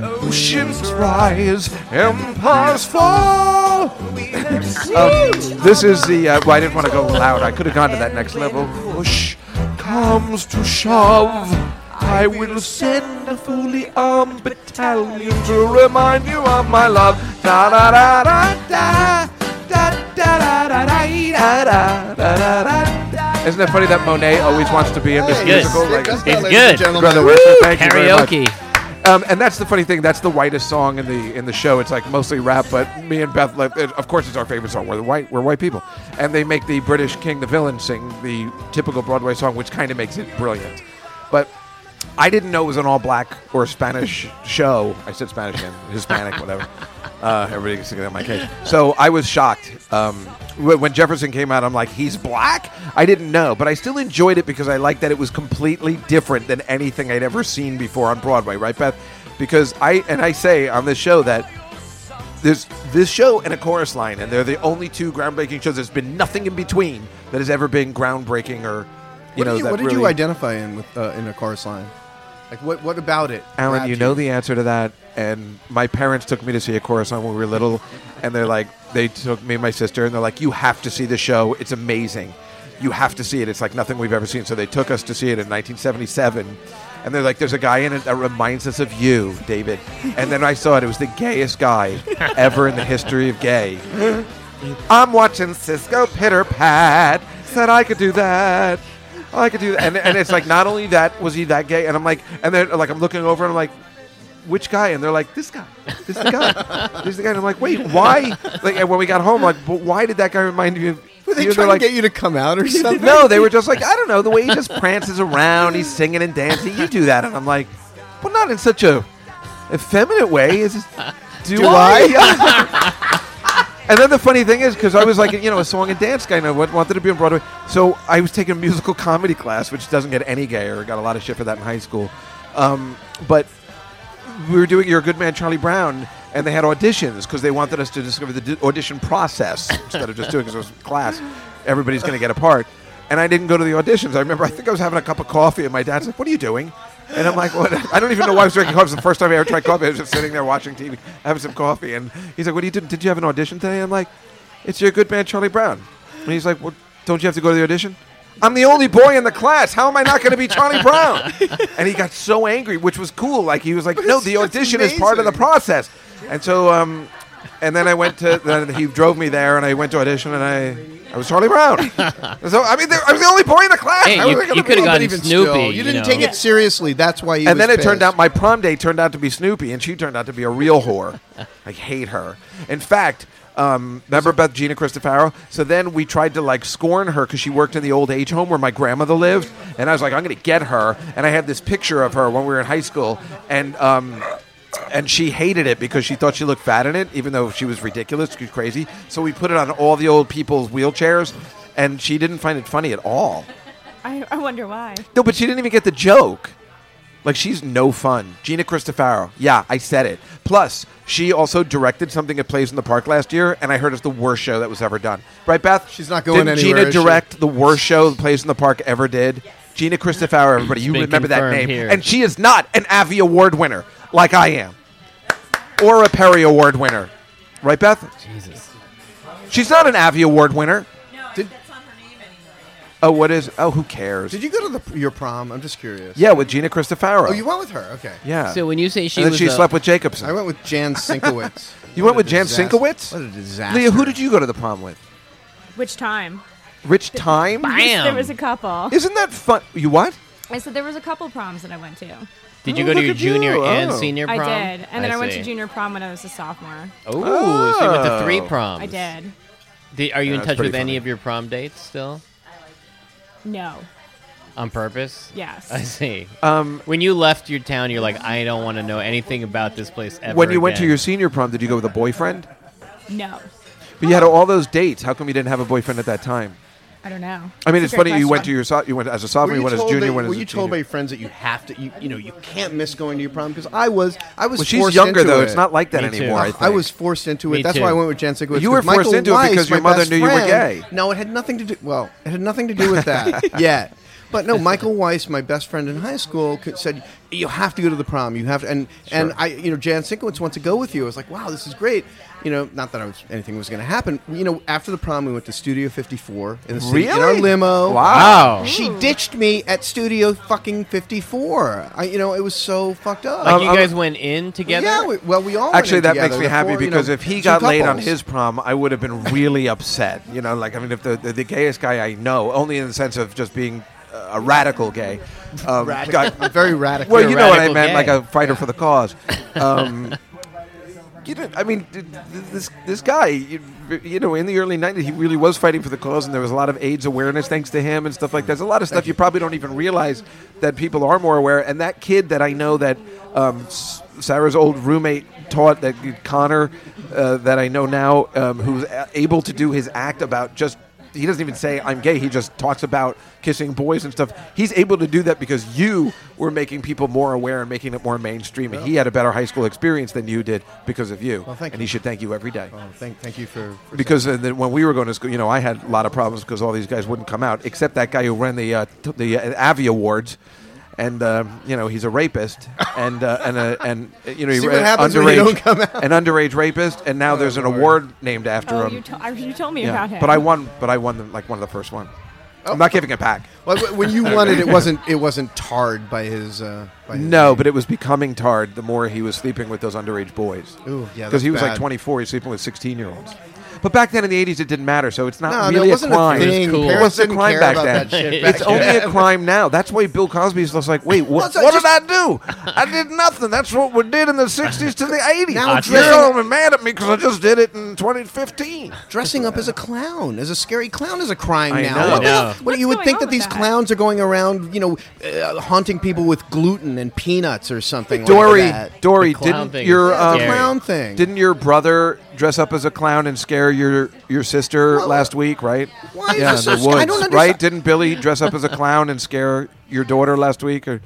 Speaker 3: Oceans rise, empires fall. um, this is the. Uh, well, I didn't want to go loud. I could have gone to that next level. Push comes to shove. I will send a fully armed battalion to remind you of my love. Da da da da da da da da da da da da da da. Isn't it funny that Monet always wants to be in this
Speaker 9: Hey,
Speaker 3: musical?
Speaker 9: it's-
Speaker 3: Like,
Speaker 9: it's It's good. good. gentlemen.
Speaker 3: Brother Weston,
Speaker 9: Woo!
Speaker 3: thank you very much.
Speaker 9: Karaoke.
Speaker 3: Um, and that's the funny thing. That's the whitest song in the in the show. It's like mostly rap, but me and Beth, like, it- of course, it's our favorite song. We're the white, we're white people, and they make the British king, the villain, sing the typical Broadway song, which kind of makes it brilliant. But I didn't know it was an all black or Spanish show. I said Spanish and Hispanic, whatever. Uh, everybody gets to get on my case. So I was shocked um, wh- when Jefferson came out. I'm like, he's black. I didn't know, but I still enjoyed it because I liked that it was completely different than anything I'd ever seen before on Broadway, right, Beth? Because I and I say on this show that there's this show and a chorus line, and they're the only two groundbreaking shows. There's been nothing in between that has ever been groundbreaking or. You
Speaker 9: What
Speaker 3: know
Speaker 9: did you,
Speaker 3: that
Speaker 9: what did
Speaker 3: really
Speaker 9: you identify in with uh, in a chorus line? Like what what about it?
Speaker 3: Alan,
Speaker 9: grabbed
Speaker 3: you know the answer to that. And my parents took me to see a chorus on when we were little, and they're like, they took me and my sister, and they're like, you have to see the show. It's amazing. You have to see it. It's like nothing we've ever seen. So they took us to see it in 1977. And they're like, there's a guy in it that reminds us of you, David. And then I saw it. It was the gayest guy ever in the history of gay. I'm watching Cisco Pitter Pat. Said I could do that. I could do that. And, and it's like, not only that, was he that gay? And I'm like, and then like, I'm looking over and I'm like, which guy? And they're like, this guy. This is the guy. this is the guy. And I'm like, wait, why? Like, and when we got home, like, but why did that guy remind you of
Speaker 9: they
Speaker 3: You're
Speaker 9: trying to
Speaker 3: like-
Speaker 9: get you to come out or something?
Speaker 3: No, they were just like, I don't know, the way he just prances around, he's singing and dancing. You do that, and I'm like, well, not in such a effeminate way. Is do,
Speaker 9: Do
Speaker 3: I? and then the funny thing is, because I was like, you know, a song and dance guy, and I wa- wanted to be on Broadway, so I was taking a musical comedy class, which doesn't get any gayer. Got a lot of shit for that in high school, um, but we were doing You're a Good Man, Charlie Brown, and they had auditions because they wanted us to discover the d- audition process instead of just doing 'cause it was class. Everybody's going to get a part. And I didn't go to the auditions. I remember, I think I was having a cup of coffee, and my dad's like, What are you doing? And I'm like, What? I don't even know why I was drinking coffee. It was the first time I ever tried coffee. I was just sitting there watching TV, having some coffee. And he's like, What are you doing? Did you have an audition today? I'm like, It's You're a Good Man, Charlie Brown. And he's like, Well, don't you have to go to the audition? I'm the only boy in the class. How am I not going to be Charlie Brown? and he got so angry, which was cool. Like he was like, "No, the audition is part of the process." And so, um, and then I went to. Then he drove me there, and I went to audition, and I, I was Charlie Brown. so I mean, there, I was the only boy in the class.
Speaker 4: Hey,
Speaker 3: I was
Speaker 4: you-
Speaker 3: like,
Speaker 4: you
Speaker 3: gonna be-
Speaker 4: could've
Speaker 3: but
Speaker 4: gotten
Speaker 3: even
Speaker 4: Snoopy,
Speaker 3: still,
Speaker 4: you
Speaker 9: You didn't
Speaker 4: know.
Speaker 9: take it seriously. That's why you.
Speaker 3: and then it turned out my prom day turned out to be Snoopy, and she turned out to be a real whore. I hate her. In fact, um, remember about Gina Cristofaro? So then we tried to like scorn her because she worked in the old age home where my grandmother lived, and I was like, I'm going to get her. And I had this picture of her when we were in high school, and. Um, and she hated it because she thought she looked fat in it, even though she was ridiculous, she was crazy. So we put it on all the old people's wheelchairs, and she didn't find it funny at all.
Speaker 11: I, I wonder why.
Speaker 3: No, but she didn't even get the joke. Like she's no fun. Gina Cristofaro. Yeah, I said it. Plus, she also directed something at Plays in the Park last year, and I heard it's the worst show that was ever done. Right, Beth? She's
Speaker 9: not going
Speaker 3: Didn't
Speaker 9: anywhere,
Speaker 3: Gina
Speaker 9: is she?
Speaker 3: direct the worst show that Plays in the Park ever did? Gina Cristofaro, everybody, you
Speaker 9: been
Speaker 3: remember that
Speaker 9: confirmed
Speaker 3: name.
Speaker 9: here.
Speaker 3: And she is not an Avi Award winner like I am. Or a Perry Award winner. Right, Beth? Jesus. She's not an Avi Award winner. Oh, what is? Oh, who cares?
Speaker 9: Did you go to the, your prom? I'm just curious.
Speaker 3: Yeah, with Gina Cristofaro.
Speaker 9: Oh, you went with her. Okay.
Speaker 3: Yeah.
Speaker 4: So when you say she
Speaker 3: and then
Speaker 4: was
Speaker 3: she
Speaker 4: a-
Speaker 3: slept with Jacobson.
Speaker 9: I went with Jan Sinkowitz.
Speaker 3: you
Speaker 9: What
Speaker 3: went
Speaker 9: a
Speaker 3: with Jan
Speaker 9: disaster.
Speaker 3: Sinkowitz.
Speaker 9: What a disaster.
Speaker 3: Leah, who did you go to the prom with?
Speaker 11: Which time?
Speaker 3: Rich Time.
Speaker 11: There was a couple.
Speaker 3: Isn't that fun? You what?
Speaker 11: Um, I said there was a couple proms that I went to.
Speaker 4: Did you go to your junior and
Speaker 3: Oh.
Speaker 4: senior prom?
Speaker 11: I did, and then I, went to
Speaker 4: see.
Speaker 11: junior prom when I was a sophomore.
Speaker 4: Oh, so you went to three
Speaker 3: Oh.
Speaker 4: proms.
Speaker 11: I did.
Speaker 4: Did- are you
Speaker 3: Yeah,
Speaker 4: in
Speaker 3: that's
Speaker 4: touch with
Speaker 3: pretty
Speaker 4: any of your prom dates still?
Speaker 11: No.
Speaker 4: On purpose?
Speaker 11: Yes.
Speaker 4: I see.
Speaker 3: Um,
Speaker 4: when you left your town, you're like, I don't want to know anything about this place ever.
Speaker 3: When you went to
Speaker 4: again."
Speaker 3: your senior prom, did you go with a boyfriend?
Speaker 11: No.
Speaker 3: But you had all those dates. How come you didn't have a boyfriend at that time?
Speaker 11: I don't know.
Speaker 3: I mean,
Speaker 11: That's
Speaker 3: it's
Speaker 11: a great
Speaker 3: funny. You went to
Speaker 11: question.
Speaker 3: your so- you went as a sophomore, you, went as a
Speaker 9: told
Speaker 3: junior,
Speaker 9: by-
Speaker 3: you went as
Speaker 9: were
Speaker 3: a
Speaker 9: you told
Speaker 3: junior.
Speaker 9: by your friends that you have to, you, you know, you can't miss going to your prom? Because I was, I was.
Speaker 3: Well, she's
Speaker 9: forced
Speaker 3: younger,
Speaker 9: into
Speaker 3: though.
Speaker 9: it.
Speaker 3: It's not like that Me too. anymore, I think.
Speaker 9: was forced into it.
Speaker 3: Me
Speaker 9: That's
Speaker 3: too.
Speaker 9: why I went with Jan Sinkowitz.
Speaker 3: You were
Speaker 9: 'cause Michael
Speaker 3: forced into it
Speaker 9: Weiss,
Speaker 3: because your
Speaker 9: my
Speaker 3: mother
Speaker 9: best
Speaker 3: knew you were
Speaker 9: friend-
Speaker 3: gay.
Speaker 9: No, it had nothing to do. Well, it had nothing to do with that. yeah. But no, Michael Weiss, my best friend in high school, co- said you have to go to the prom. You have to, and and I, you know, Jan Sinkowitz wants to go with you. I was like, wow, this is great. You know, not that I was, anything was going to happen. You know, after the prom, we went to Studio 54 in the city, in our
Speaker 3: Really?
Speaker 9: limo.
Speaker 3: Wow. Wow.
Speaker 9: She ditched me at Studio fucking 54. I, you know, it was so fucked up.
Speaker 4: Like, you guys went in together?
Speaker 9: Yeah, we, well, we all went
Speaker 3: Um, Actually,
Speaker 9: in
Speaker 3: that
Speaker 9: together,
Speaker 3: makes me
Speaker 9: the
Speaker 3: happy
Speaker 9: four, you
Speaker 3: because
Speaker 9: know,
Speaker 3: if he
Speaker 9: two
Speaker 3: got laid on
Speaker 9: couples.
Speaker 3: his prom, I would have been really upset. You know, like I mean, if the the, the gayest guy I know, only in the sense of just being uh, a radical gay, um,
Speaker 9: Radical.
Speaker 3: got-
Speaker 9: I'm very radical.
Speaker 3: Well,
Speaker 9: You're
Speaker 3: you
Speaker 9: a
Speaker 3: know what I
Speaker 9: radical
Speaker 3: meant,
Speaker 9: gay.
Speaker 3: like a fighter for the cause. Um, you know, I mean, th- th- this this guy, you, you know, in the early '90s, he really was fighting for the cause, and there was a lot of AIDS awareness thanks to him and stuff like that. There's a lot of stuff you probably don't even realize that people are more aware. And that kid that I know that um, S- Sarah's old roommate taught that Connor uh, that I know now, um, who's a- able to do his act about just. He doesn't even say I'm gay. He just talks about kissing boys and stuff. He's able to do that because you were making people more aware and making it more mainstream. And he had a better high school experience than you did because of you.
Speaker 9: Well, thank
Speaker 3: and
Speaker 9: you.
Speaker 3: he should thank you every day.
Speaker 9: Oh, thank, thank you for, for
Speaker 3: Because uh, then when we were going to school, you know, I had a lot of problems because all these guys wouldn't come out, except that guy who ran the uh, t- the uh, Avi Awards, and uh, you know he's a rapist, and uh, and uh, and uh, you know he
Speaker 9: See
Speaker 3: ran
Speaker 9: what happens when you don't come
Speaker 3: an underage rapist, and now there's an award named after
Speaker 11: Oh,
Speaker 3: him.
Speaker 11: you, to- I- you told me
Speaker 3: Yeah.
Speaker 11: about him.
Speaker 3: But I won. But I won the, like one of the first one. I'm
Speaker 9: Oh.
Speaker 3: not giving it back.
Speaker 9: Well, w- when you won it, it wasn't it wasn't tarred by his. Uh, by his
Speaker 3: No, but it was becoming tarred the more he was sleeping with those underage boys.
Speaker 9: Ooh, yeah,
Speaker 3: because
Speaker 9: that's
Speaker 3: he was like
Speaker 9: bad.
Speaker 3: 24, he's sleeping with 16 year olds. But But back then in the 80s, it didn't matter, so it's not
Speaker 9: No, no, it
Speaker 3: really
Speaker 9: wasn't a
Speaker 3: a crime.
Speaker 9: thing. It was cool.
Speaker 3: It wasn't a
Speaker 9: Parents
Speaker 3: crime
Speaker 9: didn't
Speaker 3: back
Speaker 9: care
Speaker 3: then.
Speaker 9: about that shit back
Speaker 3: it's only
Speaker 9: then.
Speaker 3: a crime now. That's why Bill Cosby's just like, wait, what,
Speaker 12: What
Speaker 3: what
Speaker 12: did I do? I did nothing. That's what we did in the 60s to the 80s.
Speaker 9: Now
Speaker 12: Now
Speaker 9: it's
Speaker 12: You're all
Speaker 9: dressing-
Speaker 12: mad at me because I just did it in 2015.
Speaker 9: Dressing up as a clown, as a scary clown, is a crime
Speaker 12: I
Speaker 9: now.
Speaker 12: know.
Speaker 9: What, the-
Speaker 12: I know.
Speaker 9: what- you would think that these clowns are going around, you know, uh, haunting people with gluten and peanuts or something.
Speaker 3: Dory,
Speaker 9: like that.
Speaker 3: Dory, didn't your
Speaker 9: Yeah,
Speaker 3: um,
Speaker 9: the clown thing?
Speaker 3: Didn't your brother dress up as a clown and scare your your sister last week? Right?
Speaker 9: why is
Speaker 3: yeah,
Speaker 9: this
Speaker 3: in
Speaker 9: so
Speaker 3: the
Speaker 9: sc- I
Speaker 3: woods,
Speaker 9: don't understand.
Speaker 3: right? Didn't Billy dress up as a clown and scare your daughter last week? Or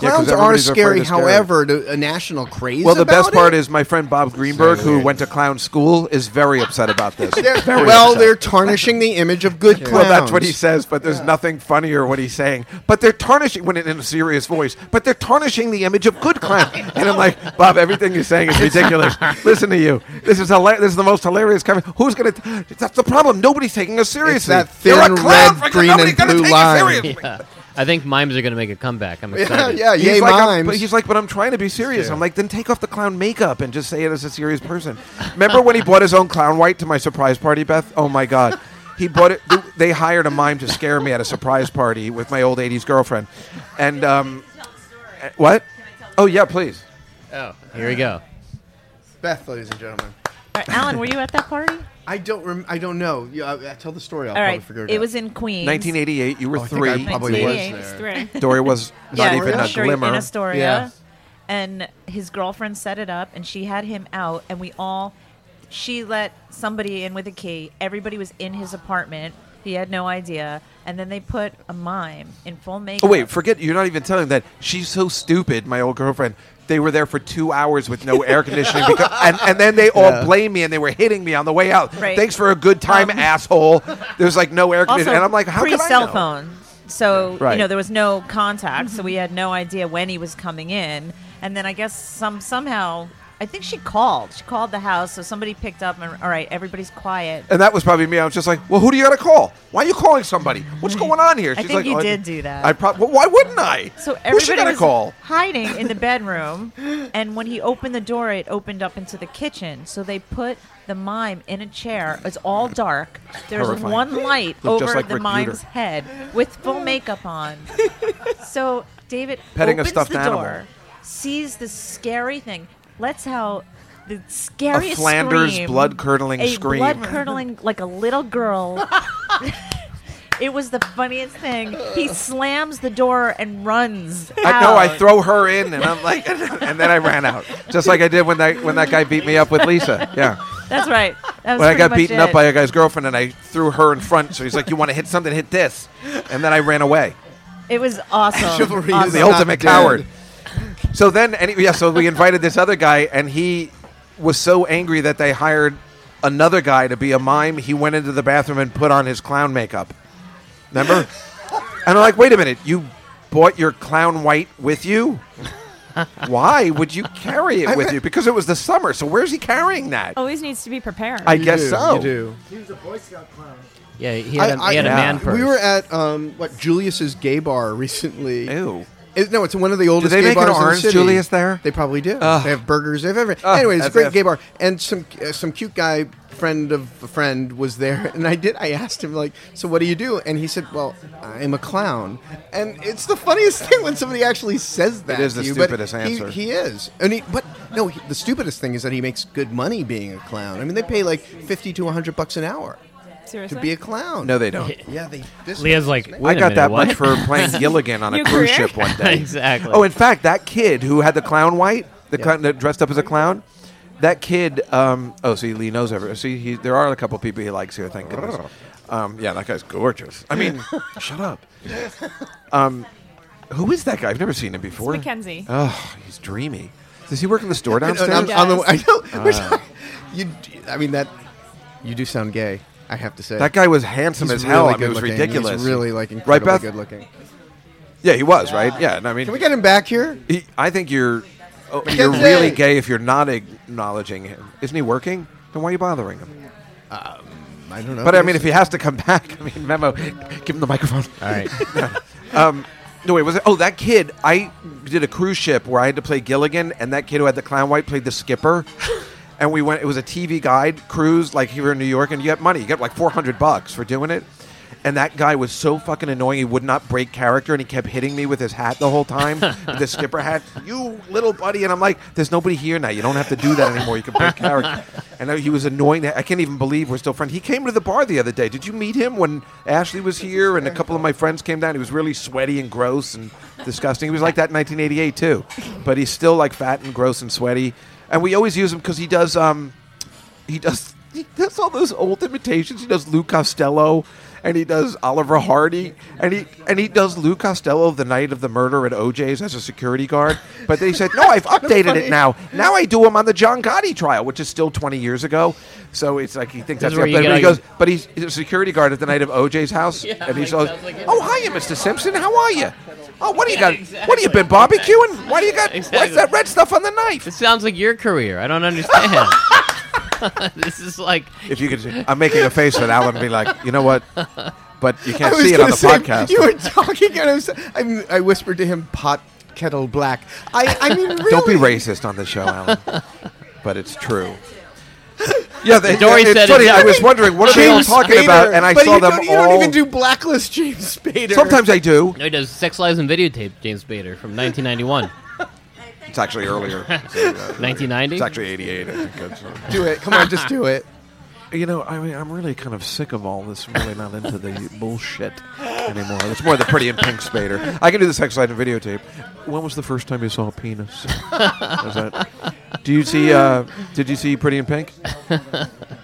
Speaker 3: Yeah, 'cause
Speaker 9: Clowns are
Speaker 3: everybody's afraid
Speaker 9: scary,
Speaker 3: of scary.
Speaker 9: however, to a national craze.
Speaker 3: Well, the
Speaker 9: about
Speaker 3: best
Speaker 9: it?
Speaker 3: part is my friend Bob Greenberg, who went to clown school, is very upset about this.
Speaker 9: They're-
Speaker 3: Very
Speaker 9: well,
Speaker 3: upset.
Speaker 9: they're tarnishing the image of good
Speaker 3: Well,
Speaker 9: clowns.
Speaker 3: that's what he says, but there's nothing funnier what he's saying. But they're tarnishing when it in a serious voice. But they're tarnishing the image of good clown. and I'm like, Bob, everything you're saying is ridiculous. Listen to you. This is hila- This is the most hilarious comment. Who's gonna? T- that's the problem. Nobody's taking us seriously.
Speaker 9: It's that
Speaker 3: You're a
Speaker 9: thin
Speaker 3: clown,
Speaker 9: red,
Speaker 3: Frank,
Speaker 9: green,
Speaker 3: nobody's
Speaker 9: and
Speaker 3: gonna
Speaker 9: blue
Speaker 3: take you
Speaker 9: line.
Speaker 3: seriously.
Speaker 4: I think mimes are going to make a comeback. I'm
Speaker 3: Yeah,
Speaker 4: excited.
Speaker 3: yeah,
Speaker 9: yay,
Speaker 3: he's like, I'm-
Speaker 9: mimes.
Speaker 3: but he's like, but I'm trying to be serious.
Speaker 9: Yeah.
Speaker 3: I'm like, then take off the clown makeup and just say it as a serious person. Remember when he bought his own clown white to my surprise party, Beth? Oh my god. He bought it. th- They hired a mime to scare me at a surprise party with my old '80s girlfriend, and um, eh, what? Oh yeah, please.
Speaker 4: Oh, here we go.
Speaker 9: Beth, ladies and gentlemen.
Speaker 6: All right, Alan, were you at that party?
Speaker 9: I don't. Rem- I don't know. Yeah, I, I tell the story. I'll
Speaker 6: All
Speaker 9: probably
Speaker 6: right,
Speaker 9: figure it,
Speaker 6: it
Speaker 9: out.
Speaker 6: was in Queens.
Speaker 3: 1988. You were
Speaker 9: Oh, I think
Speaker 3: three.
Speaker 9: I probably was
Speaker 6: 1988.
Speaker 9: there.
Speaker 6: It's three.
Speaker 3: Dory was not
Speaker 6: Yeah,
Speaker 3: even
Speaker 6: in
Speaker 3: a
Speaker 6: Astoria-
Speaker 3: glimmer.
Speaker 6: In Astoria,
Speaker 3: Yeah.
Speaker 6: and his girlfriend set it up, and she had him out, and we all. She let somebody in with a key. Everybody was in his apartment. He had no idea, and then they put a mime in full makeup.
Speaker 3: Oh wait, forget you're not even telling that she's so stupid. My old girlfriend. They were there for two hours with no air conditioning, because, and, and then they all
Speaker 12: Yeah.
Speaker 3: blamed me and they were hitting me on the way out.
Speaker 6: Right. Um,
Speaker 3: Thanks for a good time, asshole. There's like no air
Speaker 6: also,
Speaker 3: conditioning, and I'm like, how
Speaker 6: pre
Speaker 3: can I
Speaker 6: cell
Speaker 3: know?
Speaker 6: phone. So
Speaker 3: Right. Mm-hmm.
Speaker 6: you know there was no contact, so we had no idea when he was coming in. And then I guess some somehow I think she called. She called the house, so somebody picked up and all right, everybody's quiet.
Speaker 3: And that was probably me. I was just like, well, who do you got to call? Why are you calling somebody? What's going on here?
Speaker 6: I think
Speaker 3: like,
Speaker 6: you
Speaker 3: "Oh, I-
Speaker 6: did do that."
Speaker 3: I probably. Well, why wouldn't I?
Speaker 6: So
Speaker 3: Who's she
Speaker 6: everybody
Speaker 3: gonna
Speaker 6: was
Speaker 3: call?
Speaker 6: hiding in the bedroom, and when he opened the door, it opened up into the kitchen. So they put the mime in a chair. It's all dark. There's
Speaker 14: Horrifying.
Speaker 6: one light
Speaker 14: Looked
Speaker 6: over
Speaker 14: just like
Speaker 6: the
Speaker 14: Rick
Speaker 6: mime's
Speaker 14: Ruder.
Speaker 6: head with full makeup on. so David
Speaker 3: Petting a
Speaker 6: opens
Speaker 3: stuffed
Speaker 6: the
Speaker 3: animal.
Speaker 6: door, sees the scary thing. Let's how the scariest
Speaker 3: Flanders
Speaker 6: scream,
Speaker 3: blood-curdling
Speaker 6: a
Speaker 3: scream.
Speaker 6: blood-curdling like a little girl. It was the funniest thing. He slams the door and runs.
Speaker 3: I
Speaker 6: out.
Speaker 3: know I throw her in, and I'm like, and then I ran out, just like I did when that when that guy beat me up with Lisa. Yeah.
Speaker 6: That's right. That
Speaker 3: when
Speaker 6: was
Speaker 3: I
Speaker 6: pretty
Speaker 3: got
Speaker 6: much
Speaker 3: beaten
Speaker 6: it.
Speaker 3: up by a guy's girlfriend and I threw her in front, so he's like, "You want to hit something? Hit this," and then I ran away.
Speaker 6: It was awesome.
Speaker 3: He
Speaker 6: awesome.
Speaker 3: was the ultimate coward. So then, any, yeah, so we invited this other guy, and he was so angry that they hired another guy to be a mime. He went into the bathroom and put on his clown makeup. Remember? and I'm like, "Wait a minute, you bought your clown white with you?" Why would you carry it with you? Because it was the summer. So where's he carrying that?
Speaker 6: Oh.
Speaker 11: Always needs to be prepared.
Speaker 3: I guess so.
Speaker 10: He was a Boy Scout clown.
Speaker 4: Yeah, he
Speaker 9: I-
Speaker 4: had a
Speaker 9: I-
Speaker 4: he had a man purse.
Speaker 9: We were at um, what Julius's gay bar recently.
Speaker 3: Ew.
Speaker 9: It, no, it's one of the oldest.
Speaker 3: they
Speaker 9: gay
Speaker 3: make an
Speaker 9: bars in the
Speaker 3: orange
Speaker 9: city.
Speaker 3: Julius there?
Speaker 9: They probably do.
Speaker 3: Ugh.
Speaker 9: They have burgers. They have everything.
Speaker 3: Ugh,
Speaker 9: anyway, it's a
Speaker 3: that's
Speaker 9: great
Speaker 3: it.
Speaker 9: gay bar, and some uh, some cute guy friend of a friend was there, and I did. I asked him like, "So what do you do?" And he said, "Well, I'm a clown." And it's the funniest thing when somebody actually says that.
Speaker 3: is
Speaker 9: to
Speaker 3: the
Speaker 9: you, but
Speaker 3: stupidest
Speaker 9: he-
Speaker 3: answer.
Speaker 9: He is, and he, but no, he, the stupidest thing is that he makes good money being a clown. I mean, they pay like fifty to hundred bucks an hour
Speaker 11: Seriously?
Speaker 9: to be a clown.
Speaker 3: No, they don't.
Speaker 9: Yeah, they. This
Speaker 4: Leah's like,
Speaker 3: I
Speaker 4: "Wait a
Speaker 3: got
Speaker 4: minute,
Speaker 3: that
Speaker 4: what?"
Speaker 3: much for playing Gilligan on a
Speaker 4: New
Speaker 3: cruise
Speaker 4: career?
Speaker 3: ship one day.
Speaker 4: Exactly.
Speaker 3: Oh, in fact, that kid who had the clown white, the clown that dressed up as a clown, that kid. Um, oh, see, Lee knows everything. See, he, there are a couple people he likes here. Thank goodness.
Speaker 9: Oh.
Speaker 3: Um, yeah, that guy's gorgeous. I mean, shut up. Um, who is that guy? I've never seen him before.
Speaker 11: Mackenzie.
Speaker 3: Oh, he's dreamy. Does he work in the store
Speaker 9: And-
Speaker 3: downstairs?
Speaker 9: and I'm- I'm the- I know. We're
Speaker 3: Ah.
Speaker 9: sorry. You, d- I mean that. You do sound gay. I have to say
Speaker 3: That guy was handsome
Speaker 9: He's
Speaker 3: as hell.
Speaker 9: really
Speaker 3: I mean, it was
Speaker 9: good looking.
Speaker 3: ridiculous.
Speaker 9: He's really like
Speaker 3: liking.
Speaker 9: incredibly
Speaker 3: right, Beth?
Speaker 9: good looking.
Speaker 3: Yeah, he was right. Yeah, and I mean,
Speaker 9: Can we get him back here?
Speaker 3: He, I think you're oh,
Speaker 9: That's
Speaker 3: you're really
Speaker 9: it.
Speaker 3: gay if you're not acknowledging him. Isn't he working? Then why are you bothering him?
Speaker 9: Um, I don't know.
Speaker 3: but I mean, if he has to come back, I mean, Memo, give him the microphone.
Speaker 9: All right.
Speaker 3: um, no wait, was it? Oh, that kid. I did a cruise ship where I had to play Gilligan, and that kid who had the clown white played the skipper. and we went. It was a TV guide cruise, like here in New York, and you get money. You get like four hundred bucks for doing it. And that guy was so fucking annoying. He would not break character, and he kept hitting me with his hat the whole time, with the skipper hat. You little buddy, and I'm like, "There's nobody here now. You don't have to do that anymore. You can break character." And he was annoying. I can't even believe we're still friends. He came to the bar the other day. Did you meet him when Ashley was here and a couple of my friends came down? He was really sweaty and gross and disgusting. He was like that in 1988 too, but he's still like fat and gross and sweaty. And we always use him because he does. Um, he does. He does all those old imitations. He does Lou Costello, and he does Oliver Hardy, and he and he does Lou Costello the night of the murder at OJ's as a security guard. But they said, no, I've updated it now. Now I do him on the John Gotti trial, which is still 20 years ago. So it's like he thinks
Speaker 12: This
Speaker 3: that's
Speaker 12: is where
Speaker 3: the
Speaker 12: you
Speaker 3: updated.
Speaker 12: get
Speaker 3: But he
Speaker 12: all
Speaker 3: goes, but he's, he's a security guard at the night of OJ's house,
Speaker 12: Yeah,
Speaker 3: and he's
Speaker 12: like,
Speaker 3: always,
Speaker 12: sounds like it.
Speaker 3: oh hiya, Mr. Simpson, how are you? Oh, what do you got? What have you been
Speaker 4: Exactly.
Speaker 3: barbecuing? Why do you got? What's
Speaker 4: Exactly.
Speaker 3: that red stuff on the knife?
Speaker 4: It sounds like your career. I don't understand. this is like
Speaker 3: If you could, I'm making a face at Alan, and be like, you know what? But you can't
Speaker 9: I was
Speaker 3: see it on
Speaker 9: gonna
Speaker 3: the
Speaker 9: say,
Speaker 3: podcast.
Speaker 9: You were talking, and I, was, I, I whispered to him, "Pot kettle black." I, I mean, really,
Speaker 3: Don't be racist on the show, Alan. but it's true. Yeah, they,
Speaker 9: Dory
Speaker 3: it's
Speaker 9: said
Speaker 3: funny.
Speaker 9: it-
Speaker 3: I was wondering what are they all
Speaker 9: James
Speaker 3: talking about,
Speaker 9: Spader.
Speaker 3: and I
Speaker 9: But
Speaker 3: saw
Speaker 9: you
Speaker 3: them
Speaker 9: don't-
Speaker 3: all.
Speaker 9: you don't even do blacklist James Spader.
Speaker 3: Sometimes I do.
Speaker 4: No, he does Sex Lies and Videotape James Bader from 1991.
Speaker 3: It's actually earlier. uh,
Speaker 4: 1990?
Speaker 3: It's actually 88. I think that's right.
Speaker 9: Do it. Come on, just do it.
Speaker 3: You know, I mean, I'm really kind of sick of all this. I'm really not into the bullshit anymore. It's more the pretty and pink spader. I can do the sex slide and videotape. When was the first time you saw a penis? Was that- do you see? Uh, did you see Pretty in Pink?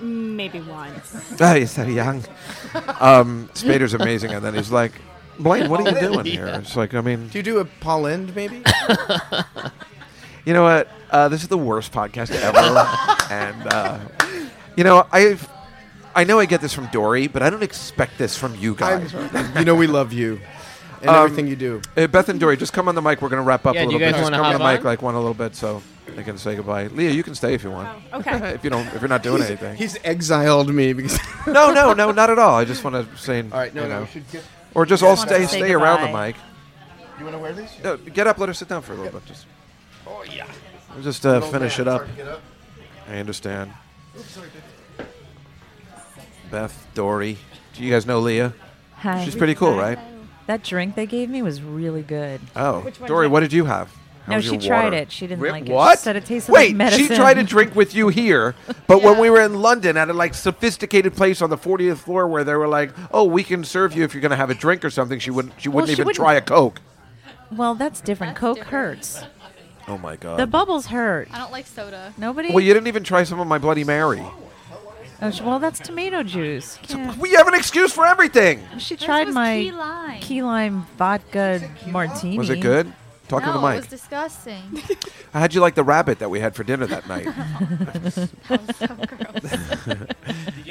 Speaker 11: Maybe once.
Speaker 3: Oh, he's so young. Um, Spader's amazing, and then he's like, "Blaine, what are you doing here?"
Speaker 9: Yeah.
Speaker 3: It's like, I mean,
Speaker 9: Do you do a Paul End maybe?
Speaker 3: you know what? Uh, this is the worst podcast ever, and uh, you know, I've, I know I get this from Dory, but I don't expect this from you guys.
Speaker 9: you know, we love you and everything you do.
Speaker 3: Uh, Beth and Dory, just come on the mic. We're going to wrap up
Speaker 9: Yeah,
Speaker 3: a
Speaker 9: do
Speaker 3: little
Speaker 9: you guys
Speaker 3: bit. Just
Speaker 9: wanna
Speaker 3: come on
Speaker 9: hop
Speaker 3: the mic
Speaker 9: on?
Speaker 3: like one a little bit, so they can say goodbye. Leah, you can stay if you want.
Speaker 11: okay.
Speaker 3: if you don't, if you're not doing
Speaker 9: Oh, He's-
Speaker 3: anything.
Speaker 9: He's exiled me because
Speaker 3: no, no, no, not at all. I just want to say,
Speaker 9: All right, no,
Speaker 3: you
Speaker 9: no,
Speaker 3: know,
Speaker 9: we should get-
Speaker 3: or just
Speaker 9: Just
Speaker 3: all stay,
Speaker 9: wanna say
Speaker 3: stay around the
Speaker 9: goodbye.
Speaker 3: mic.
Speaker 9: You want to wear these?
Speaker 3: No, get up. Let her sit down for a little bit. Just,
Speaker 9: Oh yeah.
Speaker 3: we'll just uh,
Speaker 9: Little
Speaker 3: finish
Speaker 9: man,
Speaker 3: it up.
Speaker 9: sorry to get up.
Speaker 3: I understand. Beth, Dory, do you guys know Leah?
Speaker 6: Hi.
Speaker 3: She's pretty cool, right?
Speaker 6: That drink they gave me was really good.
Speaker 3: Oh, Dory, what did you have? How
Speaker 6: No,
Speaker 3: was
Speaker 6: she
Speaker 3: your
Speaker 6: tried
Speaker 3: water?
Speaker 6: it. She didn't
Speaker 3: Wait,
Speaker 6: like it. She
Speaker 3: what?
Speaker 6: said it tasted like
Speaker 3: Wait, she
Speaker 6: medicine.
Speaker 3: tried to drink with you here, but when we were in London at a like sophisticated place on the 40th floor where they were like, "Oh, we can serve you if you're going to have a drink or something," she wouldn't. She
Speaker 6: Well,
Speaker 3: wouldn't
Speaker 6: she
Speaker 3: even
Speaker 6: wouldn't-
Speaker 3: try a Coke.
Speaker 6: Well, that's different. Coke hurts.
Speaker 3: Oh my god.
Speaker 6: The bubbles hurt.
Speaker 5: I don't like soda.
Speaker 6: Nobody.
Speaker 3: well, you didn't even try some of my Bloody Mary.
Speaker 6: Oh, sh- well, that's tomato juice. Can't-
Speaker 3: We have an excuse for everything.
Speaker 6: She tried
Speaker 5: was
Speaker 6: my
Speaker 5: key lime.
Speaker 6: key lime vodka martini.
Speaker 3: Was it good? Talking
Speaker 5: no,
Speaker 3: to the
Speaker 5: it
Speaker 3: mic.
Speaker 5: was disgusting.
Speaker 3: How'd you like the rabbit that we had for dinner that night?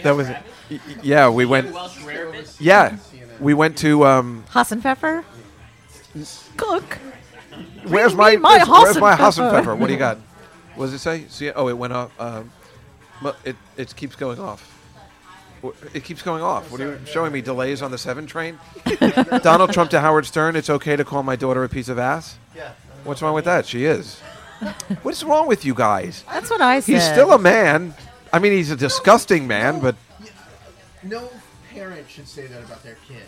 Speaker 3: that was, y- y- yeah. We went. Yeah, we went to. Um,
Speaker 6: Hassenpfeffer? Cook.
Speaker 3: where's
Speaker 6: Bring
Speaker 3: my,
Speaker 6: me my
Speaker 3: where's my Hassan
Speaker 6: Hassenpfeffer.
Speaker 3: pepper? What do you got? What does it say? See, oh, it went off. Um, but it it keeps going off. Wh- It keeps going off. What are you showing me? Delays on the seven train. Donald Trump to Howard Stern. It's okay to call my daughter a piece of ass. Yeah. What's wrong with that? She is. What's wrong with you guys?
Speaker 6: That's what I said.
Speaker 3: He's still a man. I mean, he's a disgusting man, but
Speaker 9: No parent should say that about their kid.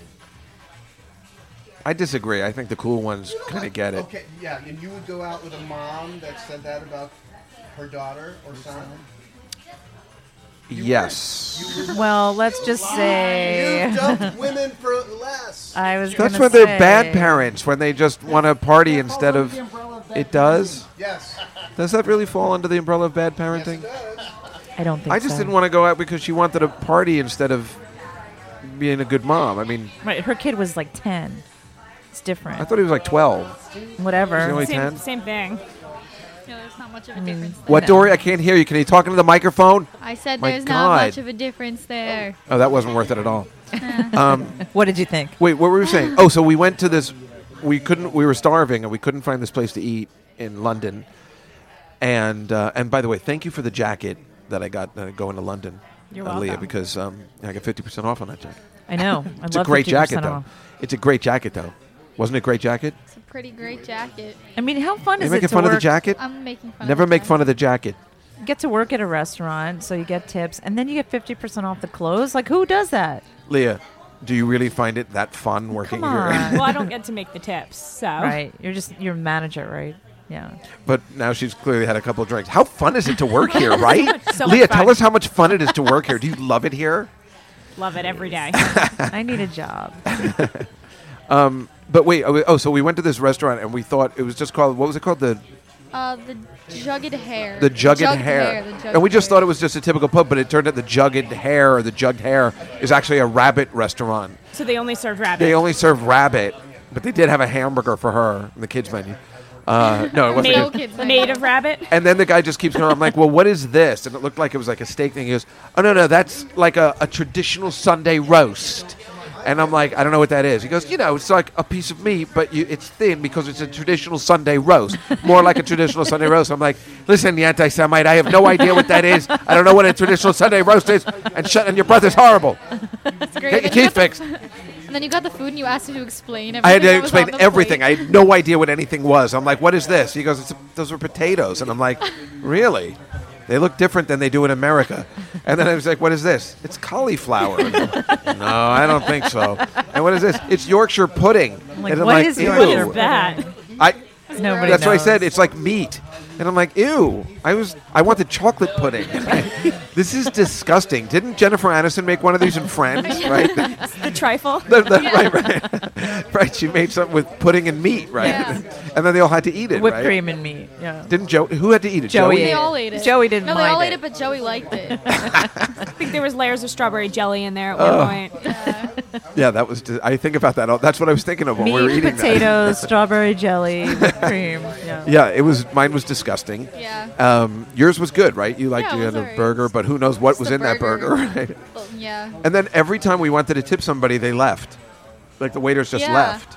Speaker 3: I disagree. I think the cool ones kind of get it.
Speaker 9: Okay, yeah, and you would go out with a mom that said that about her daughter or son.
Speaker 3: Yes.
Speaker 6: Well, let's just say.
Speaker 9: You dumped women for less.
Speaker 6: I was.
Speaker 3: That's
Speaker 6: gonna
Speaker 3: when they're
Speaker 6: say-
Speaker 3: bad parents, when they just want to party instead of. It does?
Speaker 9: Yes.
Speaker 3: Does that really fall under the umbrella of bad parenting?
Speaker 6: I don't think.
Speaker 3: I just
Speaker 6: so.
Speaker 3: didn't want to go out because she wanted to party instead of being a good mom. I mean,
Speaker 6: Right, her kid was like ten. It's different.
Speaker 3: I thought he was like 12.
Speaker 6: Whatever.
Speaker 3: She's only
Speaker 11: same,
Speaker 3: 10?
Speaker 11: same thing.
Speaker 5: No, there's not much of a difference.
Speaker 3: What, Dory? I can't hear you. Can you talk into the microphone?
Speaker 5: I said
Speaker 3: My
Speaker 5: there's
Speaker 3: God.
Speaker 5: not much of a difference there.
Speaker 3: Oh, that wasn't worth it at all. um,
Speaker 6: what did you think?
Speaker 3: Wait, what were we saying? Oh, so we went to this. We couldn't. We were starving, and we couldn't find this place to eat in London. And uh, and by the way, thank you for the jacket that I got uh, going to London,
Speaker 6: You're
Speaker 3: uh, Leah,
Speaker 6: welcome.
Speaker 3: because um, I got fifty percent off on that jacket.
Speaker 6: I know. I
Speaker 3: it's
Speaker 6: love
Speaker 3: a great jacket,
Speaker 6: 50%
Speaker 3: though.
Speaker 6: off.
Speaker 3: It's a great jacket, though. Wasn't it a great jacket?
Speaker 5: It's a pretty great jacket.
Speaker 6: I mean, how fun
Speaker 3: Are you
Speaker 6: is it
Speaker 3: making
Speaker 6: to
Speaker 3: fun of
Speaker 6: work-
Speaker 3: the jacket?
Speaker 5: I'm making fun.
Speaker 3: Never
Speaker 5: of the
Speaker 3: make
Speaker 5: jacket.
Speaker 3: fun of the jacket.
Speaker 6: get to work at a restaurant, so you get tips, and then you get fifty percent off the clothes. Like, who does that?
Speaker 3: Leah, do you really find it that fun working here?
Speaker 11: well, I don't get to make the tips, so
Speaker 6: Right? You're just your manager, right? Yeah.
Speaker 3: But now she's clearly had a couple of drinks. How fun is it to work here, right?
Speaker 11: So much
Speaker 3: Leah,
Speaker 11: fun.
Speaker 3: tell us how much fun it is to work here. Do you love it here?
Speaker 11: love it every day.
Speaker 6: I need a job.
Speaker 3: Um, but wait, oh, oh, so we went to this restaurant and we thought it was just called, what was it called? The
Speaker 5: Uh, the jugged hair.
Speaker 3: the Jugged Hair.
Speaker 5: the jugged
Speaker 3: and we just thought it was just a typical pub, but it turned out the Jugged Hair or the Jugged Hair is actually a rabbit restaurant.
Speaker 11: So they only serve rabbit.
Speaker 3: They only serve rabbit, but they did have a hamburger for her in the kids' menu. Uh, no, it wasn't. good.
Speaker 11: made, made of rabbit.
Speaker 3: And then the guy just keeps going. I'm like, well, what is this? And it looked like it was like a steak thing. He goes, oh, no, no, that's like a, a traditional Sunday roast. And I'm like, I don't know what that is. He goes, you know, it's like a piece of meat, but you, it's thin because it's a traditional Sunday roast, more like a traditional Sunday roast. I'm like, listen, you anti-Semite, I have no idea what that is. I don't know what a traditional Sunday roast is. And shut, and your breath is horrible.
Speaker 5: That's
Speaker 3: Get your teeth fixed.
Speaker 5: And then you got the food and you asked him to explain everything.
Speaker 3: I had to
Speaker 5: that was on
Speaker 3: explain
Speaker 5: the
Speaker 3: everything.
Speaker 5: plate.
Speaker 3: I had no idea what anything was. I'm like, what is this? He goes, it's, those are potatoes. And I'm like, really? They look different than they do in America. And then I was like, what is this? It's cauliflower. no, I don't think so. And what is this? It's Yorkshire pudding.
Speaker 6: I'm like,
Speaker 3: and
Speaker 6: what is Yorkshire
Speaker 3: ew.
Speaker 6: pudding?
Speaker 3: I,
Speaker 6: Nobody
Speaker 3: that's what I
Speaker 6: knows.
Speaker 3: said. It's like meat. And I'm like, ew. I was. I wanted chocolate pudding. this is disgusting. Didn't Jennifer Aniston make one of these in Friends? Right.
Speaker 11: the trifle.
Speaker 3: The- the- Right, right, right. She made something with pudding and meat, right? and then they all had to eat it.
Speaker 6: Whipped
Speaker 3: right?
Speaker 6: cream and meat. Yeah.
Speaker 3: Didn't Joe? Who had to eat it?
Speaker 6: Joey
Speaker 5: They all ate it.
Speaker 6: Joey didn't
Speaker 5: No, they all
Speaker 6: mind
Speaker 5: ate it, but Joey liked it.
Speaker 11: I think there was layers of strawberry jelly in there at
Speaker 3: Oh.
Speaker 11: one point.
Speaker 3: Yeah, that was. I think about that. all- That's what I was thinking of when we were
Speaker 6: Meat,
Speaker 3: eating that.
Speaker 6: potatoes, strawberry jelly, whipped cream. Yeah.
Speaker 3: Yeah, it was. Mine was disgusting.
Speaker 5: Yeah.
Speaker 3: Um, yours was good, right? You liked
Speaker 5: Yeah, it
Speaker 3: you
Speaker 5: was
Speaker 3: had a
Speaker 5: alright.
Speaker 3: burger, but who knows what
Speaker 5: Just
Speaker 3: was
Speaker 5: the
Speaker 3: in that burger? Right?
Speaker 5: Well, yeah.
Speaker 3: And then every time we wanted to tip somebody, they left. Like the waiters just
Speaker 5: Yeah.
Speaker 3: left.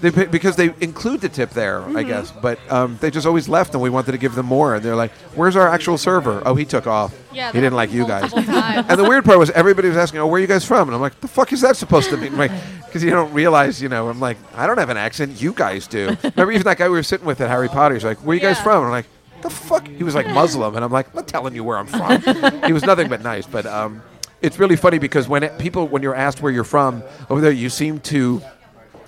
Speaker 3: They, pa- because they include the tip there, I
Speaker 5: Mhm.
Speaker 3: guess. But um, they just always left, and we wanted to give them more. And they're like, "Where's our actual server? Oh, he took off.
Speaker 5: Yeah,
Speaker 3: he
Speaker 5: that
Speaker 3: didn't like you guys."
Speaker 5: multiple times.
Speaker 3: and the weird part was everybody was asking, "Oh, where are you guys from?" And I'm like, "The fuck is that supposed to mean?" Because you don't realize, you know. I'm like, I don't have an accent. You guys do. Remember even that guy we were sitting with at Harry Potter? He's like, "Where are you guys from?" And I'm like, "The fuck." He was like Muslim, and I'm like, "I'm not telling you where I'm from." he was nothing but nice, but. Um, it's really funny because when it, people, when you're asked where you're from over there, you seem to,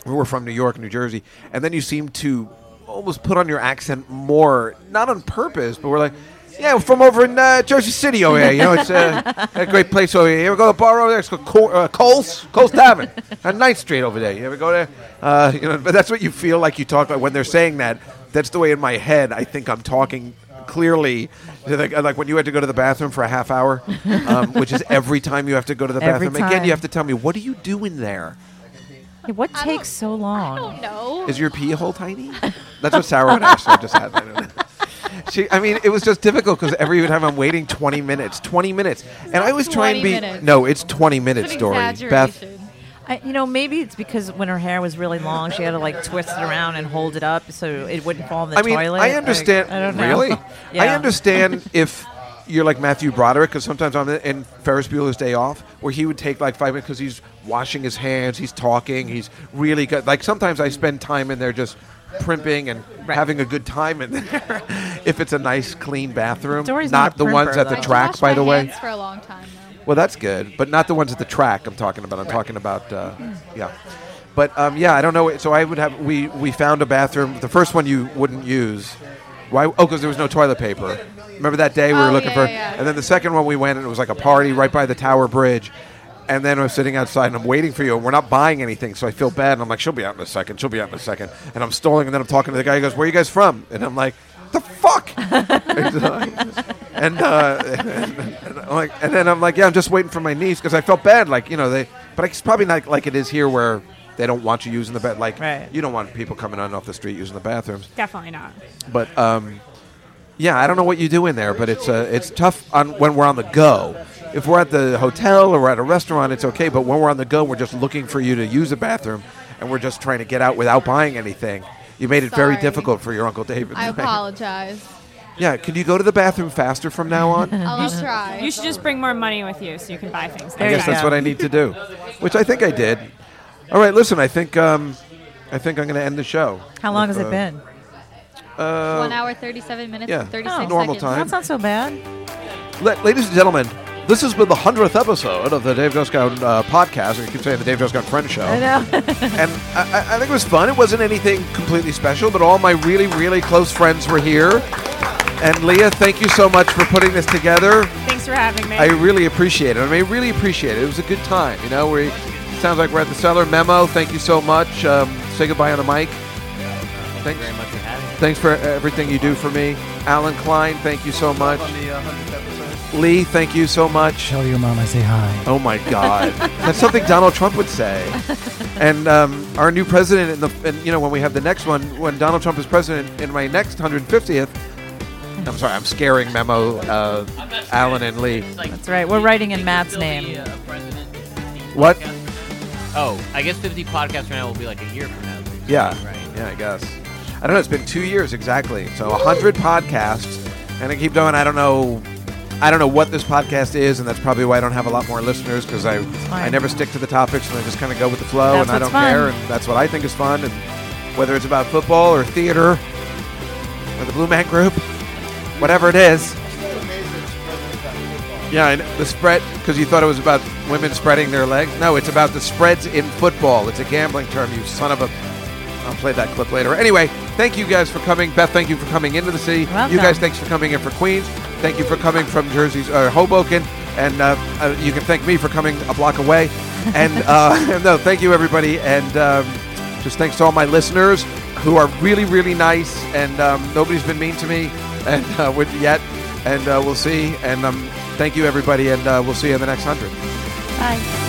Speaker 3: we were from New York, New Jersey, and then you seem to almost put on your accent more, not on purpose, but we're like, yeah, we're from over in uh, Jersey City over here. You know, it's uh, a great place over here. You ever go to the bar over there? It's called Col- uh, Cole's, Cole's Tavern on 9th Street over there. You ever go there? Uh, you know, but that's what you feel like you talk about when they're saying that. That's the way in my head I think I'm talking clearly. Like, like when you had to go to the bathroom for a half hour, um, which is every time you have to go to the
Speaker 6: Every
Speaker 3: bathroom. Again,
Speaker 6: time.
Speaker 3: you have to tell me, what do you do in there?
Speaker 6: Hey, what takes so long? I don't
Speaker 5: know.
Speaker 3: Is your pee hole tiny? That's what Sarah and Ashley just had. I don't know. She, I mean, it was just difficult because every time I'm waiting 20 minutes, 20 minutes, and I always try and
Speaker 6: 20
Speaker 3: be
Speaker 6: minutes.
Speaker 3: no, it's 20 minutes, Dory. Beth,
Speaker 6: I, you know, maybe it's because when her hair was really long, she had to like twist it around and hold it up so it wouldn't fall in the
Speaker 3: I mean,
Speaker 6: toilet.
Speaker 3: I understand.
Speaker 6: Like, I don't know.
Speaker 3: Really, I
Speaker 6: Yeah.
Speaker 3: understand if you're like Matthew Broderick because sometimes I'm in Ferris Bueller's Day Off, where he would take like five minutes because he's washing his hands, he's talking, he's really good. Like sometimes I spend time in there just primping and having a good time in there if it's a nice clean bathroom
Speaker 5: Dory's
Speaker 3: not
Speaker 5: not a
Speaker 3: the ones
Speaker 5: primper,
Speaker 3: at the
Speaker 5: though. I
Speaker 3: track
Speaker 5: washed
Speaker 3: by
Speaker 5: my
Speaker 3: the way
Speaker 5: hands for a long time,
Speaker 3: well that's good but not the ones at the track i'm talking about i'm talking about uh, yeah but um, yeah i don't know so i would have we we found a bathroom the first one you wouldn't use why oh because there was no toilet paper remember that day we were
Speaker 12: Oh,
Speaker 3: looking
Speaker 12: yeah,
Speaker 3: for
Speaker 12: yeah.
Speaker 3: and then the second one we went and it was like a party right by the tower bridge and then I'm sitting outside and I'm waiting for you, and we're not buying anything, so I feel bad. And I'm like, she'll be out in a second, she'll be out in a second. And I'm stalling, and then I'm talking to the guy, he goes, Where are you guys from? And I'm like, and, uh, and, and I'm like, and then I'm like, yeah, I'm just waiting for my niece because I felt bad, like you know they, but it's probably not like it is here where they don't want you using the bed, like you don't want people coming on off the street using the bathrooms.
Speaker 11: Definitely not.
Speaker 3: But um, yeah, I don't know what you do in there, but it's uh, it's tough on when we're on the go. If we're at the hotel or we're at a restaurant, it's okay. But when we're on the go, we're just looking for you to use a bathroom, and we're just trying to get out without buying anything. You made it very
Speaker 5: Sorry.
Speaker 3: difficult for your uncle David.
Speaker 5: I apologize.
Speaker 3: Yeah, can you go to the bathroom faster from now on?
Speaker 14: Uh-huh.
Speaker 5: I'll try.
Speaker 11: You should just bring more money with you so you can buy things.
Speaker 3: I guess that's what I need to do, which I think I did. All right, listen, I think um, I think I'm going to end the show.
Speaker 6: How long
Speaker 3: If,
Speaker 6: has it
Speaker 3: uh,
Speaker 6: been?
Speaker 3: Uh,
Speaker 14: One hour, 37 minutes,
Speaker 3: yeah.
Speaker 14: and 36
Speaker 3: Oh, normal
Speaker 14: seconds.
Speaker 3: time. That's not
Speaker 6: so bad.
Speaker 3: La- ladies and gentlemen, this has been the hundredth episode of the Dave Joscout uh, podcast, or you could say the Dave Joscout Friend Show.
Speaker 6: I know.
Speaker 3: and I, I- I think it was fun. It wasn't anything completely special, but all my really, really close friends were here. And Leah, thank you so much for putting this together.
Speaker 11: Thanks for having me.
Speaker 3: I really appreciate it. I mean, really appreciate it. It was a good time. You know, we sounds like we're at the cellar memo. Thank you so much. Um, say goodbye on the mic. Thanks.
Speaker 4: very much for having me.
Speaker 3: Thanks for everything you do for me, Alan Klein. Thank you so much.
Speaker 9: the, uh, 100th episode.
Speaker 3: Lee, thank you so much.
Speaker 10: Tell your mom I say hi.
Speaker 3: Oh my God, that's something Donald Trump would say. And um, our new president, in the, and you know, when we have the next one, when Donald Trump is president, in my next 150th, I'm sorry, I'm scaring Memo, uh, Alan, and Lee.
Speaker 6: That's right. We're writing in Matt's name.
Speaker 3: What?
Speaker 4: Oh, I guess 50 podcasts from now will be like a year from now.
Speaker 3: Yeah.
Speaker 4: Right.
Speaker 3: Yeah, I guess. I don't know. It's been two years exactly. So a hundred podcasts, and I keep going. I don't know. I don't know what this podcast is, and that's probably why I don't have a lot more listeners because I
Speaker 6: fine.
Speaker 3: I never stick to the topics and I just kind of go with the flow,
Speaker 6: That's
Speaker 3: and I
Speaker 6: what's
Speaker 3: don't care,
Speaker 6: fun.
Speaker 3: and that's what I think is fun, and whether it's about football or theater or the Blue Man Group, whatever it is. Yeah, and the spread because you thought it was about women spreading their legs. No, it's about the spreads in football. It's a gambling term. You son of a. I'll play that clip later. Anyway, thank you guys for coming. Beth, thank you for coming into the city. You
Speaker 12: welcome.
Speaker 3: guys, thanks for coming in for Queens. Thank you for coming from Jersey's uh, Hoboken, and uh, uh, you can thank me for coming a block away. And uh, no, thank you everybody, and um, just thanks to all my listeners who are really, really nice, and um, nobody's been mean to me, and uh, with yet, and uh, we'll see. And um, thank you everybody, and uh, we'll see you in the next hundred.
Speaker 6: Bye.